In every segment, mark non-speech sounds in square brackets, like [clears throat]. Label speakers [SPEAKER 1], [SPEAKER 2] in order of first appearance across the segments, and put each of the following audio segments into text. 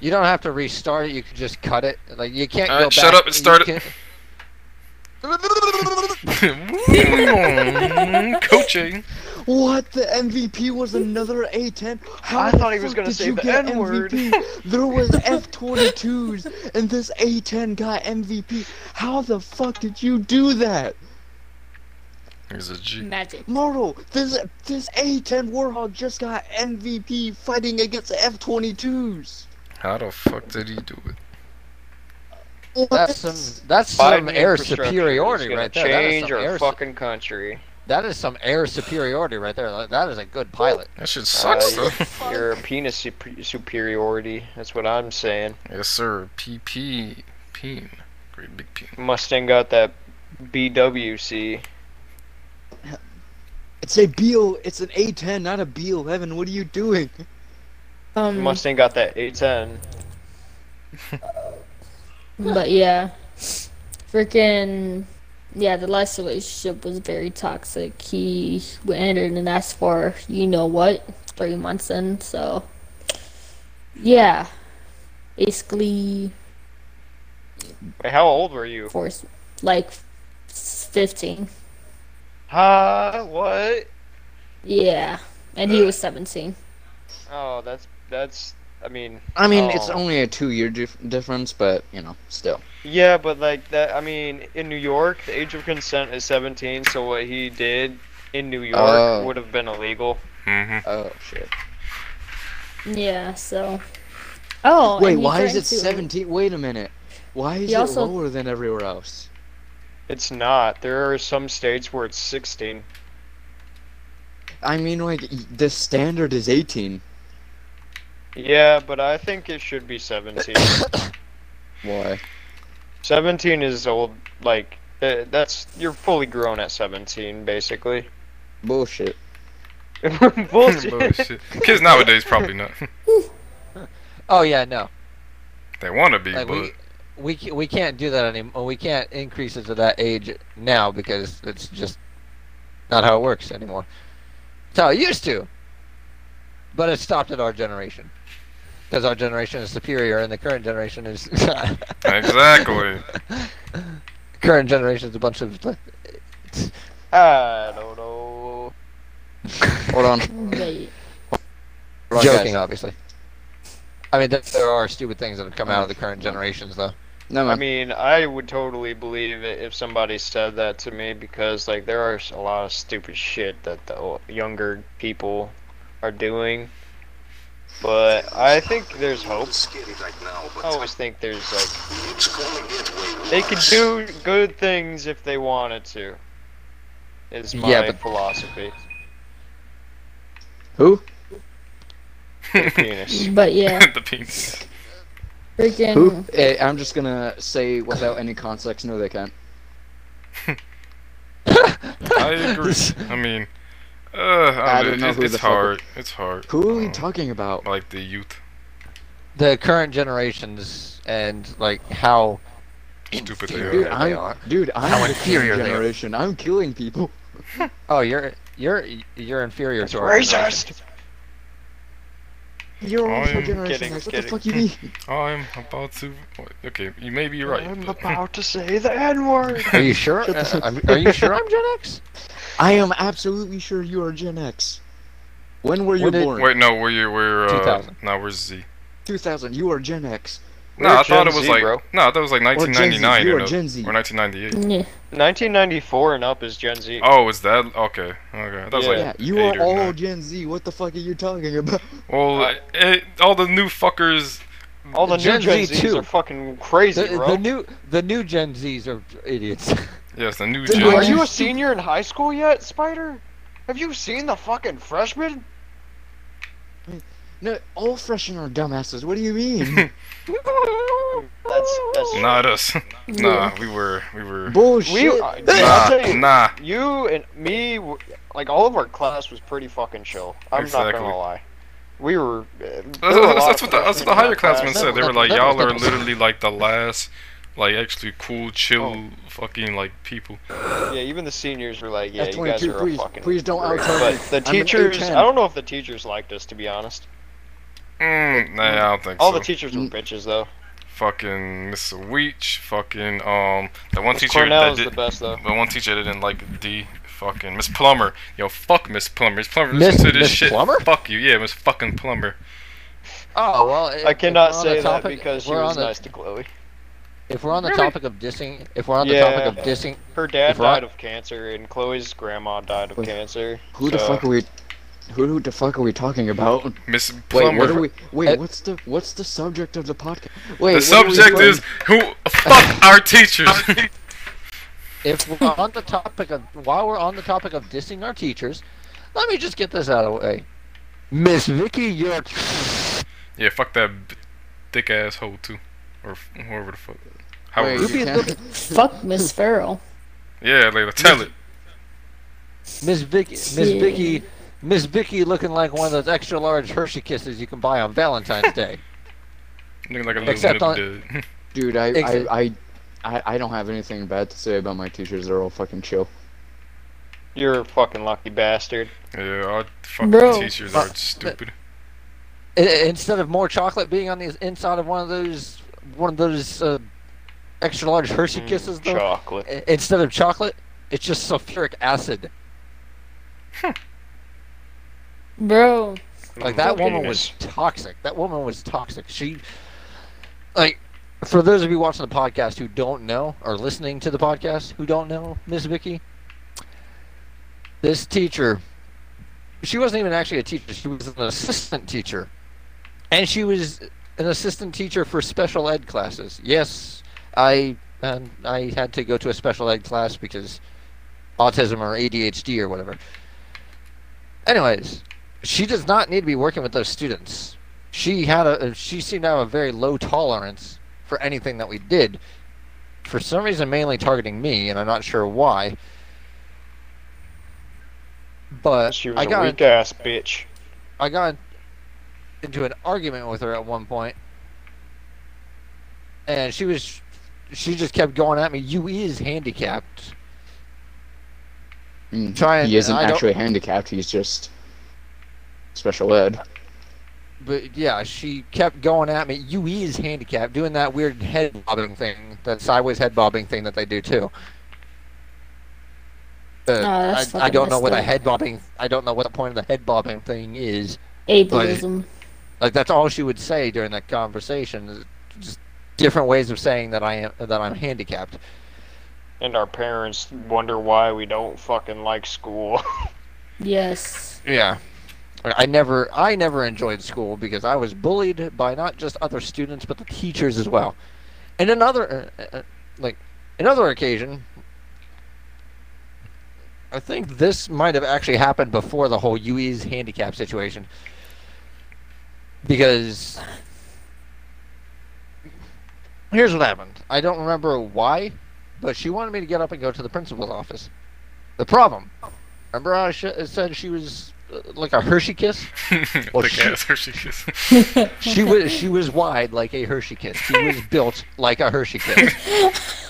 [SPEAKER 1] You don't have to restart it. You can just cut it. Like you can't
[SPEAKER 2] All
[SPEAKER 1] go
[SPEAKER 2] right,
[SPEAKER 1] back.
[SPEAKER 2] shut up and
[SPEAKER 1] you
[SPEAKER 2] start it.
[SPEAKER 1] can't- [laughs]
[SPEAKER 2] Mm, Coaching.
[SPEAKER 3] What? The MVP was another A10? How
[SPEAKER 4] I
[SPEAKER 3] the
[SPEAKER 4] thought he was
[SPEAKER 3] fuck
[SPEAKER 4] gonna
[SPEAKER 3] did
[SPEAKER 4] say
[SPEAKER 3] you
[SPEAKER 4] the
[SPEAKER 3] get
[SPEAKER 4] N-word.
[SPEAKER 3] MVP? There was
[SPEAKER 4] [laughs]
[SPEAKER 3] F22s, and this A10 got MVP. How the fuck did you do that?
[SPEAKER 2] There's a G.
[SPEAKER 5] Magic.
[SPEAKER 3] Mortal, this this A10 Warhog just got MVP fighting against F22s.
[SPEAKER 2] How the fuck did he do it?
[SPEAKER 3] What?
[SPEAKER 1] That's some. That's some
[SPEAKER 4] Biden
[SPEAKER 1] air
[SPEAKER 4] infrastructure is
[SPEAKER 1] superiority
[SPEAKER 4] gonna
[SPEAKER 1] right there. That is
[SPEAKER 4] Change
[SPEAKER 1] some
[SPEAKER 4] our
[SPEAKER 1] air, su-
[SPEAKER 4] fucking country.
[SPEAKER 1] that is some air superiority right there. That- That is a good pilot.
[SPEAKER 2] That shit sucks
[SPEAKER 4] Uh,
[SPEAKER 2] though.
[SPEAKER 4] Your penis sup- superiority. That's what I'm saying.
[SPEAKER 2] yes sir. PP. Peen. Great big peen.
[SPEAKER 4] Mustang got that BWC.
[SPEAKER 3] It's a Beal. It's an A10, not a B11. What are you doing?
[SPEAKER 5] Um,
[SPEAKER 4] Mustang got that A10.
[SPEAKER 5] but yeah, freaking yeah. The last relationship was very toxic. He entered and asked for you know what three months in. So yeah, basically
[SPEAKER 4] Wait, how old were you?
[SPEAKER 5] forced like fifteen.
[SPEAKER 4] Huh? What?
[SPEAKER 5] Yeah, and he was seventeen.
[SPEAKER 4] Oh, that's that's. I mean.
[SPEAKER 3] I mean, it's
[SPEAKER 4] Oh.
[SPEAKER 3] only a two-year dif- difference, but you know, still.
[SPEAKER 4] Yeah, but like that. I mean, in New York, the age of consent is 17. So what he did in New York
[SPEAKER 3] Oh.
[SPEAKER 4] would have been illegal.
[SPEAKER 2] Mm-hmm.
[SPEAKER 3] Oh shit.
[SPEAKER 5] Yeah. So oh, and
[SPEAKER 3] Wait,
[SPEAKER 5] he
[SPEAKER 3] why is it
[SPEAKER 5] threatened to-
[SPEAKER 3] 17? Wait a minute. Why is
[SPEAKER 5] He
[SPEAKER 3] it
[SPEAKER 5] also-
[SPEAKER 3] lower than everywhere else?
[SPEAKER 4] It's not. There are some states where it's 16.
[SPEAKER 3] I mean, like y- the standard is 18.
[SPEAKER 4] Yeah, but I think it should be 17.
[SPEAKER 3] Why?
[SPEAKER 4] 17 is old. Like th- that's you're fully grown at 17, basically. [laughs]
[SPEAKER 3] Bullshit.
[SPEAKER 2] [laughs]
[SPEAKER 4] Bullshit.
[SPEAKER 2] Bullshit. Kids nowadays probably not. [laughs]
[SPEAKER 1] Oh yeah, no.
[SPEAKER 2] They wanna be,
[SPEAKER 1] Like
[SPEAKER 2] but
[SPEAKER 1] we, we ca- we can't do that anymore. We can't increase it to that age now because it's just not how it works anymore. It's how it used to, but it stopped at our generation because our generation is superior and the current generation is
[SPEAKER 2] [laughs]
[SPEAKER 1] [laughs]
[SPEAKER 2] exactly.
[SPEAKER 1] current generation is a bunch of
[SPEAKER 4] I don't know.
[SPEAKER 3] Hold on.
[SPEAKER 5] Wait.
[SPEAKER 3] Hold on,
[SPEAKER 1] joking,
[SPEAKER 3] guys.
[SPEAKER 1] obviously. I mean, there, there are stupid things that have come out of the current generations, though.
[SPEAKER 3] No,
[SPEAKER 4] I
[SPEAKER 3] man.
[SPEAKER 4] mean, I would totally believe it if somebody said that to me because, like, there are a lot of stupid shit that the o- younger people are doing. But I think there's hope. I always think there's like they could do good things if they wanted to. Is my
[SPEAKER 1] Yeah, but- [laughs]
[SPEAKER 4] philosophy.
[SPEAKER 3] Who?
[SPEAKER 2] [laughs]
[SPEAKER 4] Penis.
[SPEAKER 5] But yeah,
[SPEAKER 2] the penis.
[SPEAKER 5] freaking.
[SPEAKER 3] Who? Eh, I'm just gonna say without any context. No, they can't.
[SPEAKER 2] I agree. I mean, uh, I don't know.
[SPEAKER 3] know
[SPEAKER 2] It,
[SPEAKER 3] who
[SPEAKER 2] it's
[SPEAKER 3] the fuck it-
[SPEAKER 2] hard. It's hard.
[SPEAKER 3] Who are we
[SPEAKER 2] Um,
[SPEAKER 3] talking about?
[SPEAKER 2] Like the youth.
[SPEAKER 1] [laughs] The current generations and like how
[SPEAKER 2] Stupid they
[SPEAKER 1] inferior
[SPEAKER 3] Dude,
[SPEAKER 2] are.
[SPEAKER 1] they
[SPEAKER 3] I'm,
[SPEAKER 1] are.
[SPEAKER 3] dude, I'm
[SPEAKER 1] How
[SPEAKER 3] the
[SPEAKER 1] inferior
[SPEAKER 3] inferior
[SPEAKER 1] they are.
[SPEAKER 3] generation. I'm killing people.
[SPEAKER 1] Oh, you're you're you're inferior to our generation.
[SPEAKER 4] Racist.
[SPEAKER 3] You're
[SPEAKER 2] I'm
[SPEAKER 3] also generation
[SPEAKER 4] kidding,
[SPEAKER 3] X. What
[SPEAKER 4] kidding.
[SPEAKER 3] the fuck you mean?
[SPEAKER 2] Oh, I'm about to. Okay, you may be right.
[SPEAKER 4] I'm
[SPEAKER 2] but-
[SPEAKER 4] about to say the N [laughs] word.
[SPEAKER 1] Are you sure?
[SPEAKER 3] Shut the
[SPEAKER 1] Uh,
[SPEAKER 3] fuck
[SPEAKER 1] I'm- are you sure I'm Gen
[SPEAKER 4] [laughs]
[SPEAKER 1] X?
[SPEAKER 3] I am absolutely sure you are Gen X. When were you
[SPEAKER 1] When did-
[SPEAKER 3] born?
[SPEAKER 2] Wait, no, we're we're uh,
[SPEAKER 1] 2000.
[SPEAKER 2] no, we're Z.
[SPEAKER 3] 2000. You are Gen X.
[SPEAKER 2] No,
[SPEAKER 4] We're
[SPEAKER 2] I thought
[SPEAKER 4] Gen
[SPEAKER 2] it was
[SPEAKER 4] Z,
[SPEAKER 2] like
[SPEAKER 4] bro.
[SPEAKER 2] no, I thought it was like
[SPEAKER 3] Or Gen Z.
[SPEAKER 2] 1999
[SPEAKER 3] You
[SPEAKER 2] or,
[SPEAKER 3] are
[SPEAKER 2] no-
[SPEAKER 3] Gen Z.
[SPEAKER 2] or 1998.
[SPEAKER 5] Yeah.
[SPEAKER 4] 1994 and up is Gen Z.
[SPEAKER 2] Oh, is that okay? Okay, that was
[SPEAKER 4] Yeah.
[SPEAKER 3] Yeah,
[SPEAKER 2] like
[SPEAKER 3] you
[SPEAKER 2] eight
[SPEAKER 3] are
[SPEAKER 2] or
[SPEAKER 3] all
[SPEAKER 2] nine.
[SPEAKER 3] Gen Z. What the fuck are you talking about?
[SPEAKER 2] Well,
[SPEAKER 4] Uh,
[SPEAKER 2] eh, all the new fuckers.
[SPEAKER 4] All the
[SPEAKER 1] Gen
[SPEAKER 4] new Gen
[SPEAKER 1] Z
[SPEAKER 4] Zs
[SPEAKER 1] too.
[SPEAKER 4] are fucking crazy,
[SPEAKER 1] The,
[SPEAKER 4] bro.
[SPEAKER 1] the new the new Gen Zs are
[SPEAKER 4] [laughs]
[SPEAKER 1] idiots.
[SPEAKER 2] Yes, the new
[SPEAKER 3] The
[SPEAKER 2] Gen.
[SPEAKER 3] new
[SPEAKER 4] Are
[SPEAKER 2] Z. [laughs]
[SPEAKER 4] you a senior in high school yet, Spider? Have you seen the fucking freshman?
[SPEAKER 3] No, all freshmen are dumbasses. What do you mean?
[SPEAKER 4] That's that's
[SPEAKER 2] Not us. [laughs]
[SPEAKER 3] [laughs]
[SPEAKER 2] nah,
[SPEAKER 5] Yeah.
[SPEAKER 2] we were [laughs] we uh, were.
[SPEAKER 3] Bullshit.
[SPEAKER 4] we. I, I'll
[SPEAKER 2] Nah,
[SPEAKER 4] tell you,
[SPEAKER 2] nah.
[SPEAKER 4] you and me, w- like all of our class was pretty fucking chill. I'm not
[SPEAKER 2] Exactly.
[SPEAKER 4] gonna lie. We were. uh, there
[SPEAKER 2] That's,
[SPEAKER 4] were
[SPEAKER 2] that's-
[SPEAKER 4] a lot
[SPEAKER 2] that's
[SPEAKER 4] of
[SPEAKER 2] what the, that's what the
[SPEAKER 4] freshmen in
[SPEAKER 2] higher
[SPEAKER 4] that
[SPEAKER 2] classmen
[SPEAKER 4] class.
[SPEAKER 2] said. They
[SPEAKER 1] No,
[SPEAKER 2] were like,
[SPEAKER 1] that was
[SPEAKER 2] y'all are
[SPEAKER 1] nipples.
[SPEAKER 2] literally like the last, like actually cool, chill,
[SPEAKER 4] Oh.
[SPEAKER 2] fucking like people.
[SPEAKER 4] Yeah, even the seniors were like, yeah,
[SPEAKER 3] That's
[SPEAKER 4] you guys
[SPEAKER 3] 22,
[SPEAKER 4] are
[SPEAKER 3] please-
[SPEAKER 4] a fucking.
[SPEAKER 3] please don't
[SPEAKER 4] great.
[SPEAKER 3] out-tell me.
[SPEAKER 4] But the
[SPEAKER 3] I'm an
[SPEAKER 4] teachers,
[SPEAKER 3] A10.
[SPEAKER 4] I don't know if the teachers liked us to be honest.
[SPEAKER 2] Mm, nah, I don't think
[SPEAKER 4] All
[SPEAKER 2] so.
[SPEAKER 4] the teachers were bitches though.
[SPEAKER 2] fucking Mr. Weech, fucking um, that one teacher
[SPEAKER 4] Cornell
[SPEAKER 2] that
[SPEAKER 4] was the
[SPEAKER 2] did,
[SPEAKER 4] best though.
[SPEAKER 2] the one teacher that didn't like D. Fucking Miss Plumber, yo, fuck Miss Plumber. Miss Plumber,
[SPEAKER 1] Miss-
[SPEAKER 2] listen to this
[SPEAKER 1] Miss
[SPEAKER 2] shit.
[SPEAKER 1] Plummer?
[SPEAKER 2] Fuck you, yeah, Miss fucking Plumber.
[SPEAKER 1] [laughs] Oh well. if-
[SPEAKER 4] I
[SPEAKER 1] if
[SPEAKER 4] cannot
[SPEAKER 1] we're on
[SPEAKER 4] say
[SPEAKER 1] the
[SPEAKER 4] that
[SPEAKER 1] topic-
[SPEAKER 4] because she
[SPEAKER 1] we're
[SPEAKER 4] was
[SPEAKER 1] on the-
[SPEAKER 4] nice to Chloe.
[SPEAKER 1] If we're on the
[SPEAKER 2] Really?
[SPEAKER 1] topic of dissing, if we're on the
[SPEAKER 4] Yeah.
[SPEAKER 1] topic of dissing,
[SPEAKER 4] Her dad
[SPEAKER 1] If I-
[SPEAKER 4] died of cancer, and Chloe's grandma died of
[SPEAKER 3] Wait.
[SPEAKER 4] cancer.
[SPEAKER 3] Who the
[SPEAKER 4] so-
[SPEAKER 3] fuck are we? Who, who the fuck are we talking about?
[SPEAKER 2] Miss Plumber.
[SPEAKER 3] Wait, what are we?
[SPEAKER 1] Uh,
[SPEAKER 3] Wait, what's the what's the subject of the podcast? Wait,
[SPEAKER 2] the
[SPEAKER 3] what are we
[SPEAKER 2] subject
[SPEAKER 3] doing?
[SPEAKER 2] is who
[SPEAKER 3] [laughs]
[SPEAKER 2] fuck our teachers. [laughs]
[SPEAKER 1] if we're on the topic of while we're on the topic of dissing our teachers, let me just get this out of the way. Miss Vicky, you're
[SPEAKER 2] yeah, fuck that b- thick asshole too, or whoever the fuck.
[SPEAKER 3] Wait,
[SPEAKER 2] Howard.
[SPEAKER 1] Ruby
[SPEAKER 3] you
[SPEAKER 1] is
[SPEAKER 3] can't-
[SPEAKER 5] Fuck Miss Farrell.
[SPEAKER 2] Yeah, later tell it.
[SPEAKER 1] Miss Vicky. Miss
[SPEAKER 5] Yeah.
[SPEAKER 1] Vicky. Miss Vicky looking like one of those extra large Hershey kisses you can buy on Valentine's Day.
[SPEAKER 2] Looking like a little
[SPEAKER 1] Except
[SPEAKER 2] nip
[SPEAKER 1] on-
[SPEAKER 2] dude.
[SPEAKER 3] [laughs] Dude, I,
[SPEAKER 1] Exa-
[SPEAKER 3] I, I, I, I don't have anything bad to say about my teachers. They're all fucking chill.
[SPEAKER 4] You're a fucking lucky bastard.
[SPEAKER 2] [laughs] yeah, our fucking
[SPEAKER 5] Bro.
[SPEAKER 2] teachers
[SPEAKER 1] Uh,
[SPEAKER 2] are stupid. [laughs]
[SPEAKER 1] I- instead of more chocolate being on the inside of one of those one of those uh, extra large Hershey
[SPEAKER 4] Mm,
[SPEAKER 1] kisses though,
[SPEAKER 4] Chocolate.
[SPEAKER 1] i- instead of chocolate, it's just sulfuric acid.
[SPEAKER 5] Bro,
[SPEAKER 1] Like that woman
[SPEAKER 4] Fucking
[SPEAKER 1] was toxic. That woman was toxic. She like for those of you watching the podcast who don't know or listening to the podcast who don't know Miss Vicky, this teacher she wasn't even actually a teacher. She was an assistant teacher. And she was an assistant teacher for special ed classes. Yes, I um, I had to go to a special ed class because autism or ADHD or whatever. Anyways, she does not need to be working with those students. She had a uh, she seemed to have a very low tolerance for anything that we did. For some reason, mainly targeting me, and I'm not sure why. But
[SPEAKER 4] She was
[SPEAKER 1] I
[SPEAKER 4] a
[SPEAKER 1] got
[SPEAKER 4] weak ass bitch.
[SPEAKER 1] I got into an argument with her at one point, and she was she just kept going at me. You is handicapped.
[SPEAKER 3] Mm.
[SPEAKER 1] Trying.
[SPEAKER 3] He isn't
[SPEAKER 1] I don't-
[SPEAKER 3] actually handicapped. He's just special ed.
[SPEAKER 1] But yeah, she kept going at me. You is handicapped, doing that weird head bobbing thing, that sideways head bobbing thing that they do too. Uh,
[SPEAKER 5] Oh, that's
[SPEAKER 1] I, I don't
[SPEAKER 5] fucking
[SPEAKER 1] know what
[SPEAKER 5] messed
[SPEAKER 1] a
[SPEAKER 5] up.
[SPEAKER 1] head bobbing. I don't know what the point of the head bobbing thing is.
[SPEAKER 5] ableism.
[SPEAKER 1] Like that's all she would say during that conversation. is Just different ways of saying that I am that I'm handicapped.
[SPEAKER 4] And our parents wonder why we don't fucking like school. [laughs] Oh
[SPEAKER 5] Yes.
[SPEAKER 1] Yeah. I never I never enjoyed school because I was bullied by not just other students but the teachers as well. And another uh, uh, like another occasion I think this might have actually happened before the whole UE's handicap situation. Because here's what happened. I don't remember why, but she wanted me to get up and go to the principal's office. The problem Remember how I sh- said she was uh, like a Hershey kiss?
[SPEAKER 3] Oh,
[SPEAKER 1] Well,
[SPEAKER 2] thick
[SPEAKER 1] shit.
[SPEAKER 2] ass Hershey kiss.
[SPEAKER 3] [laughs]
[SPEAKER 1] She was she was wide like a Hershey kiss.
[SPEAKER 4] [laughs]
[SPEAKER 1] She was built like a Hershey kiss.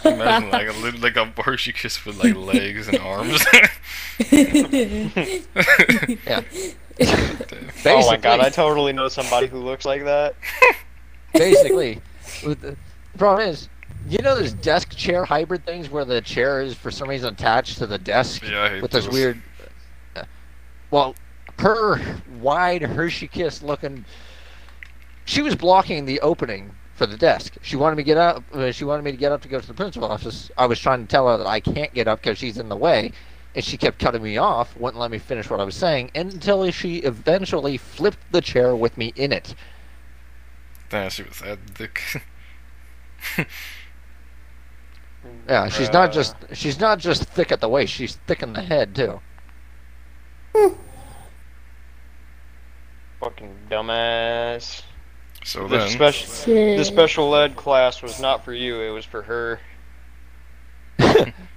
[SPEAKER 2] Imagine like a little like a Hershey kiss with like legs and arms. [laughs]
[SPEAKER 1] Basically,
[SPEAKER 4] oh my god, I totally know somebody who looks like that.
[SPEAKER 1] basically. [laughs] with the the problem is, you know those desk chair hybrid things where the chair is for some reason attached to the desk
[SPEAKER 2] yeah, I hate
[SPEAKER 1] with this
[SPEAKER 2] those.
[SPEAKER 1] weird. uh, well, her wide Hershey kiss looking. She was blocking the opening for the desk. She wanted me to get up. uh, She wanted me to get up to go to the principal office. I was trying to tell her that I can't get up because she's in the way, and she kept cutting me off. Wouldn't let me finish what I was saying until she eventually flipped the chair with me in it.
[SPEAKER 2] Damn, she was that dick.
[SPEAKER 1] Yeah, she's not
[SPEAKER 4] Bruh.
[SPEAKER 1] just she's not just thick at the waist. She's thick in the head too.
[SPEAKER 4] Fucking dumbass.
[SPEAKER 2] [laughs] So
[SPEAKER 4] The
[SPEAKER 2] then,
[SPEAKER 4] special,
[SPEAKER 5] Shit.
[SPEAKER 4] the special ed class was not for you, it was for her.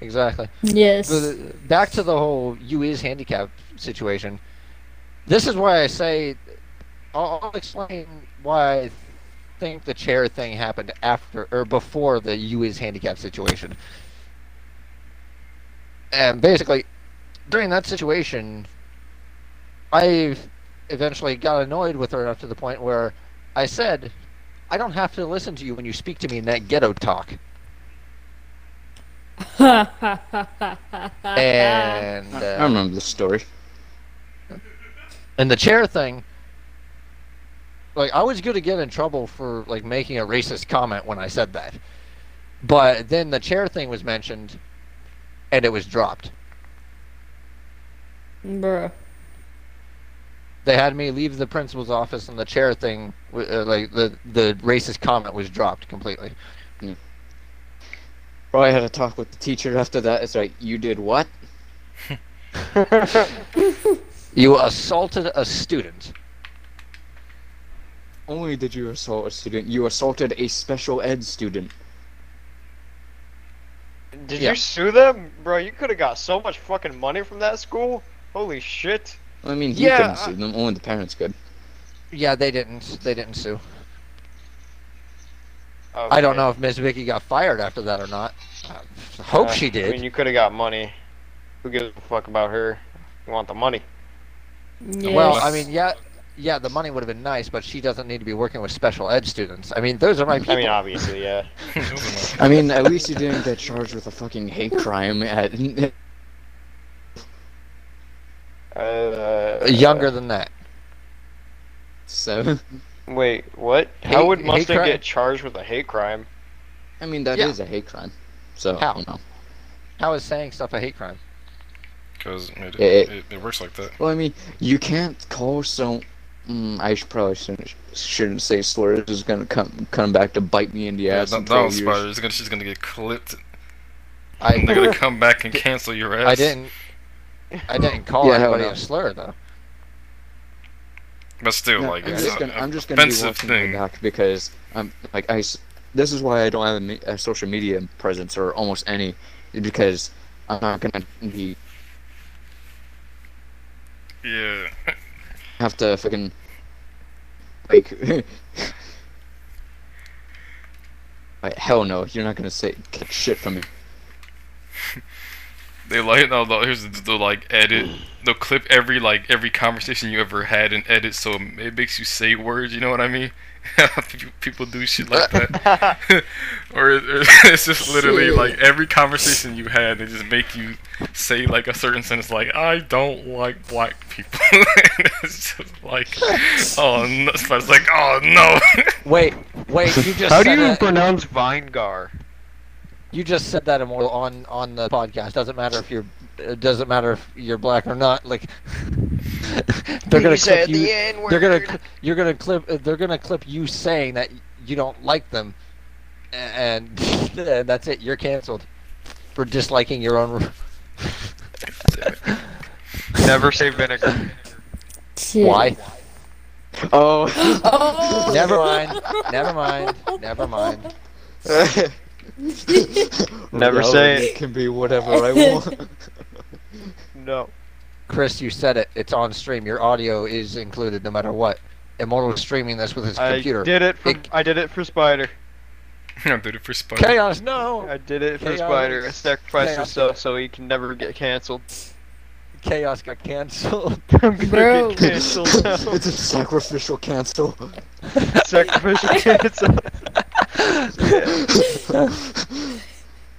[SPEAKER 1] Exactly.
[SPEAKER 5] Yes.
[SPEAKER 1] the, back to the whole you is handicapped situation. This is why I say I'll, I'll explain why I think the chair thing happened after or before the you is handicapped situation. And basically, during that situation, I eventually got annoyed with her up to the point where I said, I don't have to listen to you when you speak to me in that ghetto talk. And
[SPEAKER 3] I- I
[SPEAKER 1] uh,
[SPEAKER 3] remember this story.
[SPEAKER 1] and the chair thing, like I was gonna get in trouble for like making a racist comment when I said that, but then the chair thing was mentioned, and it was dropped.
[SPEAKER 5] Bruh.
[SPEAKER 1] They had me leave the principal's office, and the chair thing, w- uh, like the the racist comment was dropped completely.
[SPEAKER 3] Probably had a talk with the teacher after that. It's like, you did what?
[SPEAKER 1] You assaulted a student.
[SPEAKER 3] Only did you assault a student, you assaulted a special ed student.
[SPEAKER 4] Did
[SPEAKER 1] Yeah.
[SPEAKER 4] you sue them, bro? You could have got so much fucking money from that school. Holy shit!
[SPEAKER 3] I mean, you
[SPEAKER 4] Yeah,
[SPEAKER 3] couldn't
[SPEAKER 4] I-
[SPEAKER 3] sue them, only the parents could.
[SPEAKER 1] Yeah, they didn't. They didn't sue. I don't
[SPEAKER 4] Okay.
[SPEAKER 1] know if Miss Vicky got fired after that or not. I hope
[SPEAKER 4] Uh,
[SPEAKER 1] she did.
[SPEAKER 4] I mean, you could have got money. Who gives a fuck about her? You want the money?
[SPEAKER 5] Yeah.
[SPEAKER 1] Well,
[SPEAKER 2] Yes.
[SPEAKER 1] I mean, yeah, yeah, the money would have been nice, but she doesn't need to be working with special ed students. I mean, those are my people.
[SPEAKER 4] I mean, obviously, yeah.
[SPEAKER 2] [laughs] Never
[SPEAKER 3] [laughs] I mean, at least you didn't get charged with a fucking hate crime at. [laughs]
[SPEAKER 4] Uh,
[SPEAKER 1] Younger than that.
[SPEAKER 3] so,
[SPEAKER 4] uh, Wait, what?
[SPEAKER 1] Hate-
[SPEAKER 4] How would
[SPEAKER 1] hate
[SPEAKER 4] Mustang
[SPEAKER 1] crime?
[SPEAKER 4] get charged with a hate crime?
[SPEAKER 3] I mean, that is
[SPEAKER 1] Yeah.
[SPEAKER 3] a hate crime. So,
[SPEAKER 1] How?
[SPEAKER 3] you know.
[SPEAKER 1] How is saying stuff a hate crime?
[SPEAKER 2] Because it,
[SPEAKER 3] Yeah, it-
[SPEAKER 2] it, it, works like that.
[SPEAKER 3] Well, I mean, you can't call so. Mm, I should probably shouldn't, shouldn't say slurs is gonna come come back to bite me in the
[SPEAKER 2] Yeah,
[SPEAKER 3] ass. in
[SPEAKER 2] that, that
[SPEAKER 3] 12
[SPEAKER 2] was
[SPEAKER 3] years.
[SPEAKER 2] smart. It's gonna, she's gonna get clipped.
[SPEAKER 1] [laughs]
[SPEAKER 2] They're
[SPEAKER 1] I
[SPEAKER 3] [laughs]
[SPEAKER 2] gonna come back and cancel your ass.
[SPEAKER 1] I didn't. I didn't call
[SPEAKER 3] Yeah, hell
[SPEAKER 1] anybody
[SPEAKER 3] no.
[SPEAKER 1] a slur though.
[SPEAKER 2] But still,
[SPEAKER 3] No,
[SPEAKER 2] like
[SPEAKER 3] I'm
[SPEAKER 2] it's
[SPEAKER 3] just
[SPEAKER 2] an
[SPEAKER 3] gonna, I'm just gonna be
[SPEAKER 2] offensive
[SPEAKER 3] watching my
[SPEAKER 2] thing.
[SPEAKER 3] back because I'm like I. s- This is why I don't have a, me- a social media presence or almost any, because I'm not gonna be
[SPEAKER 2] Yeah.
[SPEAKER 3] have to fucking like. [laughs] Like, hell no, you're not gonna say get shit from me.
[SPEAKER 2] They like no, no here's the, the like edit. They'll clip every like every conversation you ever had and edit, so it makes you say words. You know what I mean? [laughs] People- People do shit like that, [laughs] or, it- or [laughs] it's just literally like every conversation you had, they just make you say like a certain sentence, like "I don't like black people." [laughs] and it's just like, oh no! It's like, oh no! [laughs]
[SPEAKER 1] Wait, wait, [laughs]
[SPEAKER 3] [laughs]
[SPEAKER 1] you just said that,
[SPEAKER 4] pronounce Vinegar?
[SPEAKER 1] you just said that immortal on on the podcast. Doesn't matter if you're it doesn't matter if you're black or not. Like [laughs] they're gonna clip you. They're gonna cl- you're gonna clip uh, they're gonna clip you saying that you don't like them, a- and, [laughs] and that's it. You're canceled for disliking your own. [laughs]
[SPEAKER 4] never say vinegar.
[SPEAKER 5] Shit.
[SPEAKER 1] Why?
[SPEAKER 5] [laughs]
[SPEAKER 3] Oh,
[SPEAKER 5] [gasps] Oh!
[SPEAKER 1] Never mind. Never mind.
[SPEAKER 3] [laughs]
[SPEAKER 1] Never mind.
[SPEAKER 4] Never
[SPEAKER 3] Reality
[SPEAKER 4] say it.
[SPEAKER 3] Can be whatever I want.
[SPEAKER 4] [laughs] No.
[SPEAKER 1] Chris, you said it. It's on stream. Your audio is included no matter what. Immortal is streaming this with his
[SPEAKER 4] I
[SPEAKER 1] computer.
[SPEAKER 4] did it for
[SPEAKER 1] It-
[SPEAKER 4] I did it for Spider.
[SPEAKER 2] I did it for Spider.
[SPEAKER 1] Chaos, no!
[SPEAKER 4] I did it for
[SPEAKER 1] Oh, Chaos.
[SPEAKER 4] Spider. I sacrificed
[SPEAKER 1] Chaos.
[SPEAKER 4] myself so he can never get canceled.
[SPEAKER 1] Chaos got canceled. [laughs]
[SPEAKER 4] I'm gonna
[SPEAKER 5] [laughs] Bro.
[SPEAKER 4] get canceled
[SPEAKER 3] [laughs]
[SPEAKER 4] now.
[SPEAKER 3] it's a sacrificial cancel.
[SPEAKER 1] [laughs]
[SPEAKER 4] Sacrificial [laughs] cancel.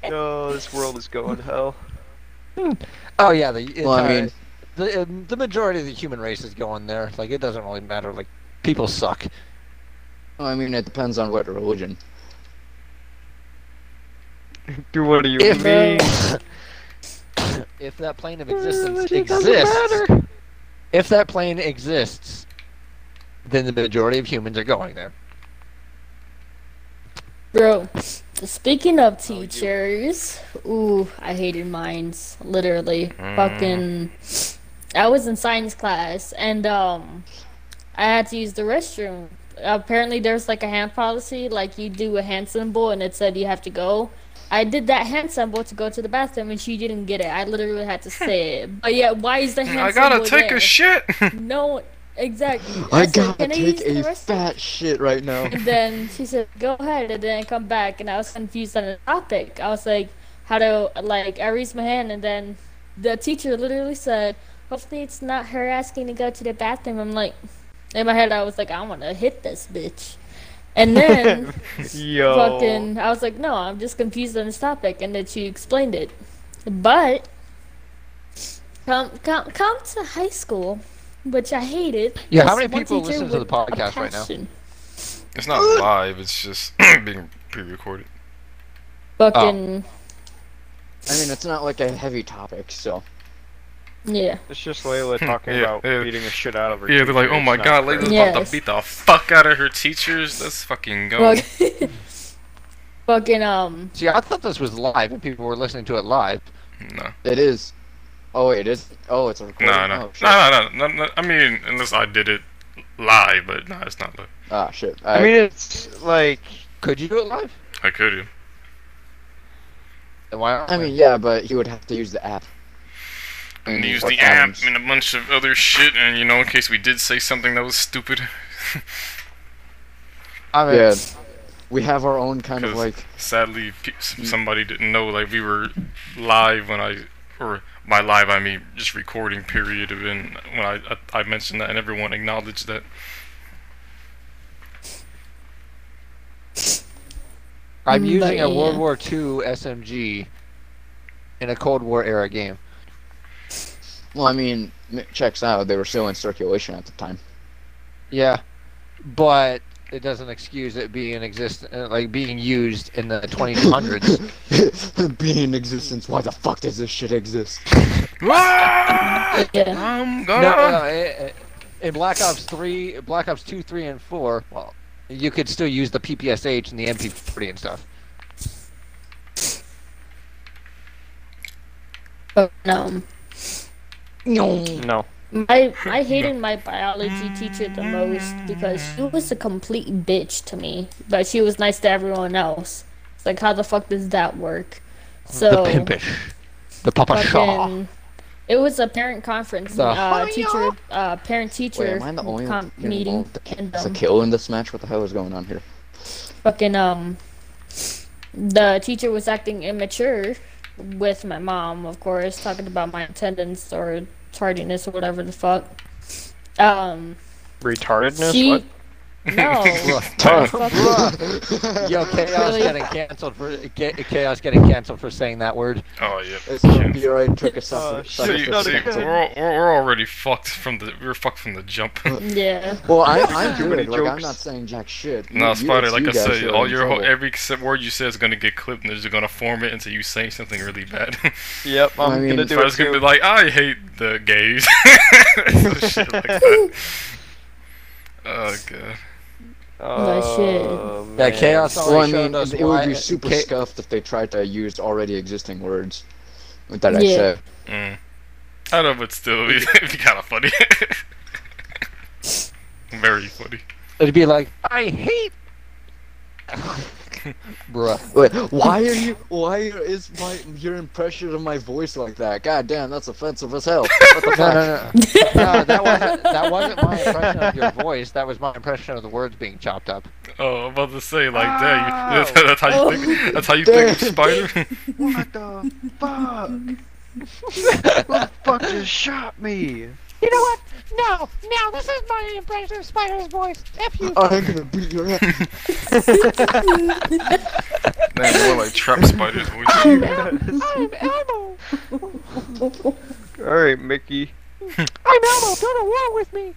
[SPEAKER 4] No, this world is going to hell.
[SPEAKER 1] [laughs] oh yeah, the
[SPEAKER 3] Well, I
[SPEAKER 1] entire-
[SPEAKER 3] mean-
[SPEAKER 1] the um, the majority of the human race is going there. Like it doesn't really matter. Like people suck.
[SPEAKER 3] I mean, it depends on what religion.
[SPEAKER 4] Do what do you
[SPEAKER 1] If-
[SPEAKER 4] mean?
[SPEAKER 1] if that plane of existence exists, if that plane exists, then the majority of humans are going there.
[SPEAKER 5] Bro, speaking of
[SPEAKER 2] Oh,
[SPEAKER 5] teachers, ooh, I hated mines, literally.
[SPEAKER 2] Mm.
[SPEAKER 5] Fucking, I was in science class and um, I had to use the restroom. Apparently, there's like a hand policy, like you do a hand symbol and it said you have to go. I did that hand symbol to go to the bathroom and she didn't get it. I literally
[SPEAKER 2] [laughs]
[SPEAKER 5] had to say it. But yeah, why is the hand
[SPEAKER 2] I gotta
[SPEAKER 5] symbol
[SPEAKER 2] take
[SPEAKER 5] there?
[SPEAKER 2] a shit. [laughs]
[SPEAKER 5] No, exactly.
[SPEAKER 3] I
[SPEAKER 5] said,
[SPEAKER 3] gotta
[SPEAKER 5] "Can I use
[SPEAKER 3] take
[SPEAKER 5] the
[SPEAKER 3] a
[SPEAKER 5] restroom?"
[SPEAKER 3] fat shit right
[SPEAKER 5] [laughs]
[SPEAKER 3] now.
[SPEAKER 5] And then she said, "Go ahead," and then come back. And I was confused on the topic. I was like, "How to like?" I raised my hand, and then the teacher literally said, hopefully it's not her asking to go to the bathroom. I'm like, in my head, I was like, I want to hit this bitch. And then,
[SPEAKER 4] Yo.
[SPEAKER 5] fucking, I was like, no, I'm just confused on this topic, and then she explained it. But, come, come, come to high school, which I hated.
[SPEAKER 1] Yeah, how
[SPEAKER 5] was
[SPEAKER 1] many
[SPEAKER 5] one
[SPEAKER 1] people
[SPEAKER 5] teacher
[SPEAKER 1] listen to the
[SPEAKER 5] with a
[SPEAKER 1] podcast right now?
[SPEAKER 5] passion.
[SPEAKER 2] It's not live. It's just [clears throat] being pre-recorded.
[SPEAKER 5] Fucking,
[SPEAKER 3] I mean, it's not like a heavy topic, so.
[SPEAKER 5] yeah.
[SPEAKER 4] It's just Layla
[SPEAKER 2] [laughs]
[SPEAKER 4] talking
[SPEAKER 2] Yeah,
[SPEAKER 4] about
[SPEAKER 2] yeah.
[SPEAKER 4] beating the shit out of her.
[SPEAKER 2] Yeah, they're like,
[SPEAKER 4] teacher.
[SPEAKER 2] oh my
[SPEAKER 4] It's
[SPEAKER 2] god,
[SPEAKER 4] not fair."
[SPEAKER 2] Layla's about
[SPEAKER 5] Yes.
[SPEAKER 2] to beat the fuck out of her teachers. Let's fucking go.
[SPEAKER 5] Fuck- [laughs] fucking, um,
[SPEAKER 1] See, I thought this was live and people were listening to it live.
[SPEAKER 2] no.
[SPEAKER 3] It is. Oh, it is. Oh, it's a recording.
[SPEAKER 2] No, no,
[SPEAKER 3] Oh, shit.
[SPEAKER 2] no, no, no, no, no. I mean, unless I did it live, but no, it's not live.
[SPEAKER 3] Ah, shit.
[SPEAKER 4] I mean, it's like
[SPEAKER 1] Could you do it live?
[SPEAKER 2] I could have.
[SPEAKER 1] Then why aren't
[SPEAKER 3] I
[SPEAKER 1] we?
[SPEAKER 3] mean, yeah, but he would have to use the app.
[SPEAKER 2] And use
[SPEAKER 3] Mm, what
[SPEAKER 2] the app
[SPEAKER 3] times?
[SPEAKER 2] and a bunch of other shit, and you know, in case we did say something that was stupid.
[SPEAKER 1] I mean,
[SPEAKER 3] Yeah. We have our own kind of
[SPEAKER 2] 'Cause-
[SPEAKER 3] like.
[SPEAKER 2] Sadly, pe- s-
[SPEAKER 3] Mm.
[SPEAKER 2] somebody didn't know like we were live when I, or by live I mean just recording period, and when I I, I mentioned that and everyone acknowledged that.
[SPEAKER 1] I'm
[SPEAKER 5] Mm,
[SPEAKER 1] using a
[SPEAKER 5] but
[SPEAKER 1] World
[SPEAKER 5] yeah.
[SPEAKER 1] War II SMG in a Cold War era game.
[SPEAKER 3] Well, I mean, m- checks out. They were still in circulation at the time.
[SPEAKER 1] Yeah, but it doesn't excuse it being exist uh, like being used in the [laughs] 2200s.
[SPEAKER 3] [laughs] Being in existence. Why the fuck does this shit exist?
[SPEAKER 5] Yeah.
[SPEAKER 2] I'm
[SPEAKER 1] no,
[SPEAKER 2] gone.
[SPEAKER 1] no,
[SPEAKER 3] uh,
[SPEAKER 1] no, uh, i- i- in Black Ops 3, Black Ops 2, 3, and 4, well, you could still use the PPSH and the MP40 and stuff.
[SPEAKER 5] Fucking, um,
[SPEAKER 4] no.
[SPEAKER 5] I I hated my biology teacher the most because she was a complete bitch to me, but she was nice to everyone else. It's like how the fuck does that work? So
[SPEAKER 1] The pimpish, the Papa Shaw.
[SPEAKER 5] fucking, it was a parent conference,
[SPEAKER 1] The
[SPEAKER 5] uh,
[SPEAKER 1] hiya.
[SPEAKER 5] teacher, uh, parent
[SPEAKER 3] Wait,
[SPEAKER 5] teacher
[SPEAKER 3] am I the only one
[SPEAKER 5] con-
[SPEAKER 3] getting
[SPEAKER 5] meeting,
[SPEAKER 3] involved?
[SPEAKER 5] and
[SPEAKER 3] Is a
[SPEAKER 5] um,
[SPEAKER 3] kill in this match? What the hell is going on
[SPEAKER 2] [laughs]
[SPEAKER 3] here? [laughs]
[SPEAKER 5] fucking um, the teacher was acting immature with my mom, of course, talking about my attendance or tardiness or whatever the fuck. Um,
[SPEAKER 4] Retardedness?
[SPEAKER 5] she.
[SPEAKER 4] What?
[SPEAKER 5] No.
[SPEAKER 4] [laughs]
[SPEAKER 1] Yo, chaos
[SPEAKER 5] Really?
[SPEAKER 1] getting canceled for ca- chaos getting canceled for saying that word.
[SPEAKER 2] Oh yeah.
[SPEAKER 3] It's not be alright, took us
[SPEAKER 4] Oh,
[SPEAKER 3] off.
[SPEAKER 2] See,
[SPEAKER 4] Sorry,
[SPEAKER 2] see,
[SPEAKER 4] sorry, sorry.
[SPEAKER 2] we're, all, we're we're already fucked from the we're fucked from the jump. [laughs]
[SPEAKER 5] Yeah.
[SPEAKER 3] Well, I, I'm
[SPEAKER 4] Too many
[SPEAKER 3] good. Like, I'm
[SPEAKER 4] jokes.
[SPEAKER 3] not saying jack shit. You-
[SPEAKER 2] No,
[SPEAKER 3] you-
[SPEAKER 2] Spider,
[SPEAKER 3] it's
[SPEAKER 2] like
[SPEAKER 3] you
[SPEAKER 2] I
[SPEAKER 3] guys
[SPEAKER 2] said,
[SPEAKER 3] who are
[SPEAKER 2] all
[SPEAKER 3] in
[SPEAKER 2] your whole,
[SPEAKER 3] trouble.
[SPEAKER 2] every except word you say is gonna get clipped, and they're just gonna form it until you say something really bad. [laughs]
[SPEAKER 4] Yep, I'm
[SPEAKER 3] I mean,
[SPEAKER 4] gonna
[SPEAKER 3] as
[SPEAKER 4] do it
[SPEAKER 2] Spider's gonna be
[SPEAKER 4] too.
[SPEAKER 2] like, I hate the gays. [laughs] Some shit like
[SPEAKER 3] [laughs]
[SPEAKER 2] that. Oh god.
[SPEAKER 5] No shit.
[SPEAKER 4] Oh,
[SPEAKER 1] Yeah,
[SPEAKER 4] man.
[SPEAKER 1] chaos already
[SPEAKER 3] Well, I
[SPEAKER 1] showed
[SPEAKER 3] mean,
[SPEAKER 1] us
[SPEAKER 3] it would
[SPEAKER 1] why-
[SPEAKER 3] be super
[SPEAKER 1] ca-
[SPEAKER 3] scuffed if they tried to use already existing words that I
[SPEAKER 5] Yeah.
[SPEAKER 3] said.
[SPEAKER 2] Mm. I know, but still, [laughs] it'd be
[SPEAKER 3] [laughs]
[SPEAKER 2] kind of funny. [laughs] Very funny.
[SPEAKER 1] It'd be like, I [laughs] hate. Bruh.
[SPEAKER 3] Wait, why are you? Why is my your impression of my voice like that? God damn, that's offensive as hell. What the
[SPEAKER 1] No, [laughs]
[SPEAKER 3] fuck?
[SPEAKER 1] no, no. no that, wasn't, that wasn't my impression of your voice. That was my impression of the words being chopped up.
[SPEAKER 2] Oh, I'm about to say like, dang, you- [laughs] that's how you
[SPEAKER 3] Oh.
[SPEAKER 2] think. That's how you
[SPEAKER 3] [laughs]
[SPEAKER 2] think of Spider. [laughs]
[SPEAKER 4] What the fuck? [laughs] Who the fuck just shot me? [laughs]
[SPEAKER 1] You know what? No, no, this is my impression of Spider's voice. F you.
[SPEAKER 3] I'm gonna beat your ass.
[SPEAKER 2] Man, more like trap spiders. [laughs] voice.
[SPEAKER 1] I'm Elmo.
[SPEAKER 4] Alright, Mickey.
[SPEAKER 1] I'm Elmo. Go to war with me.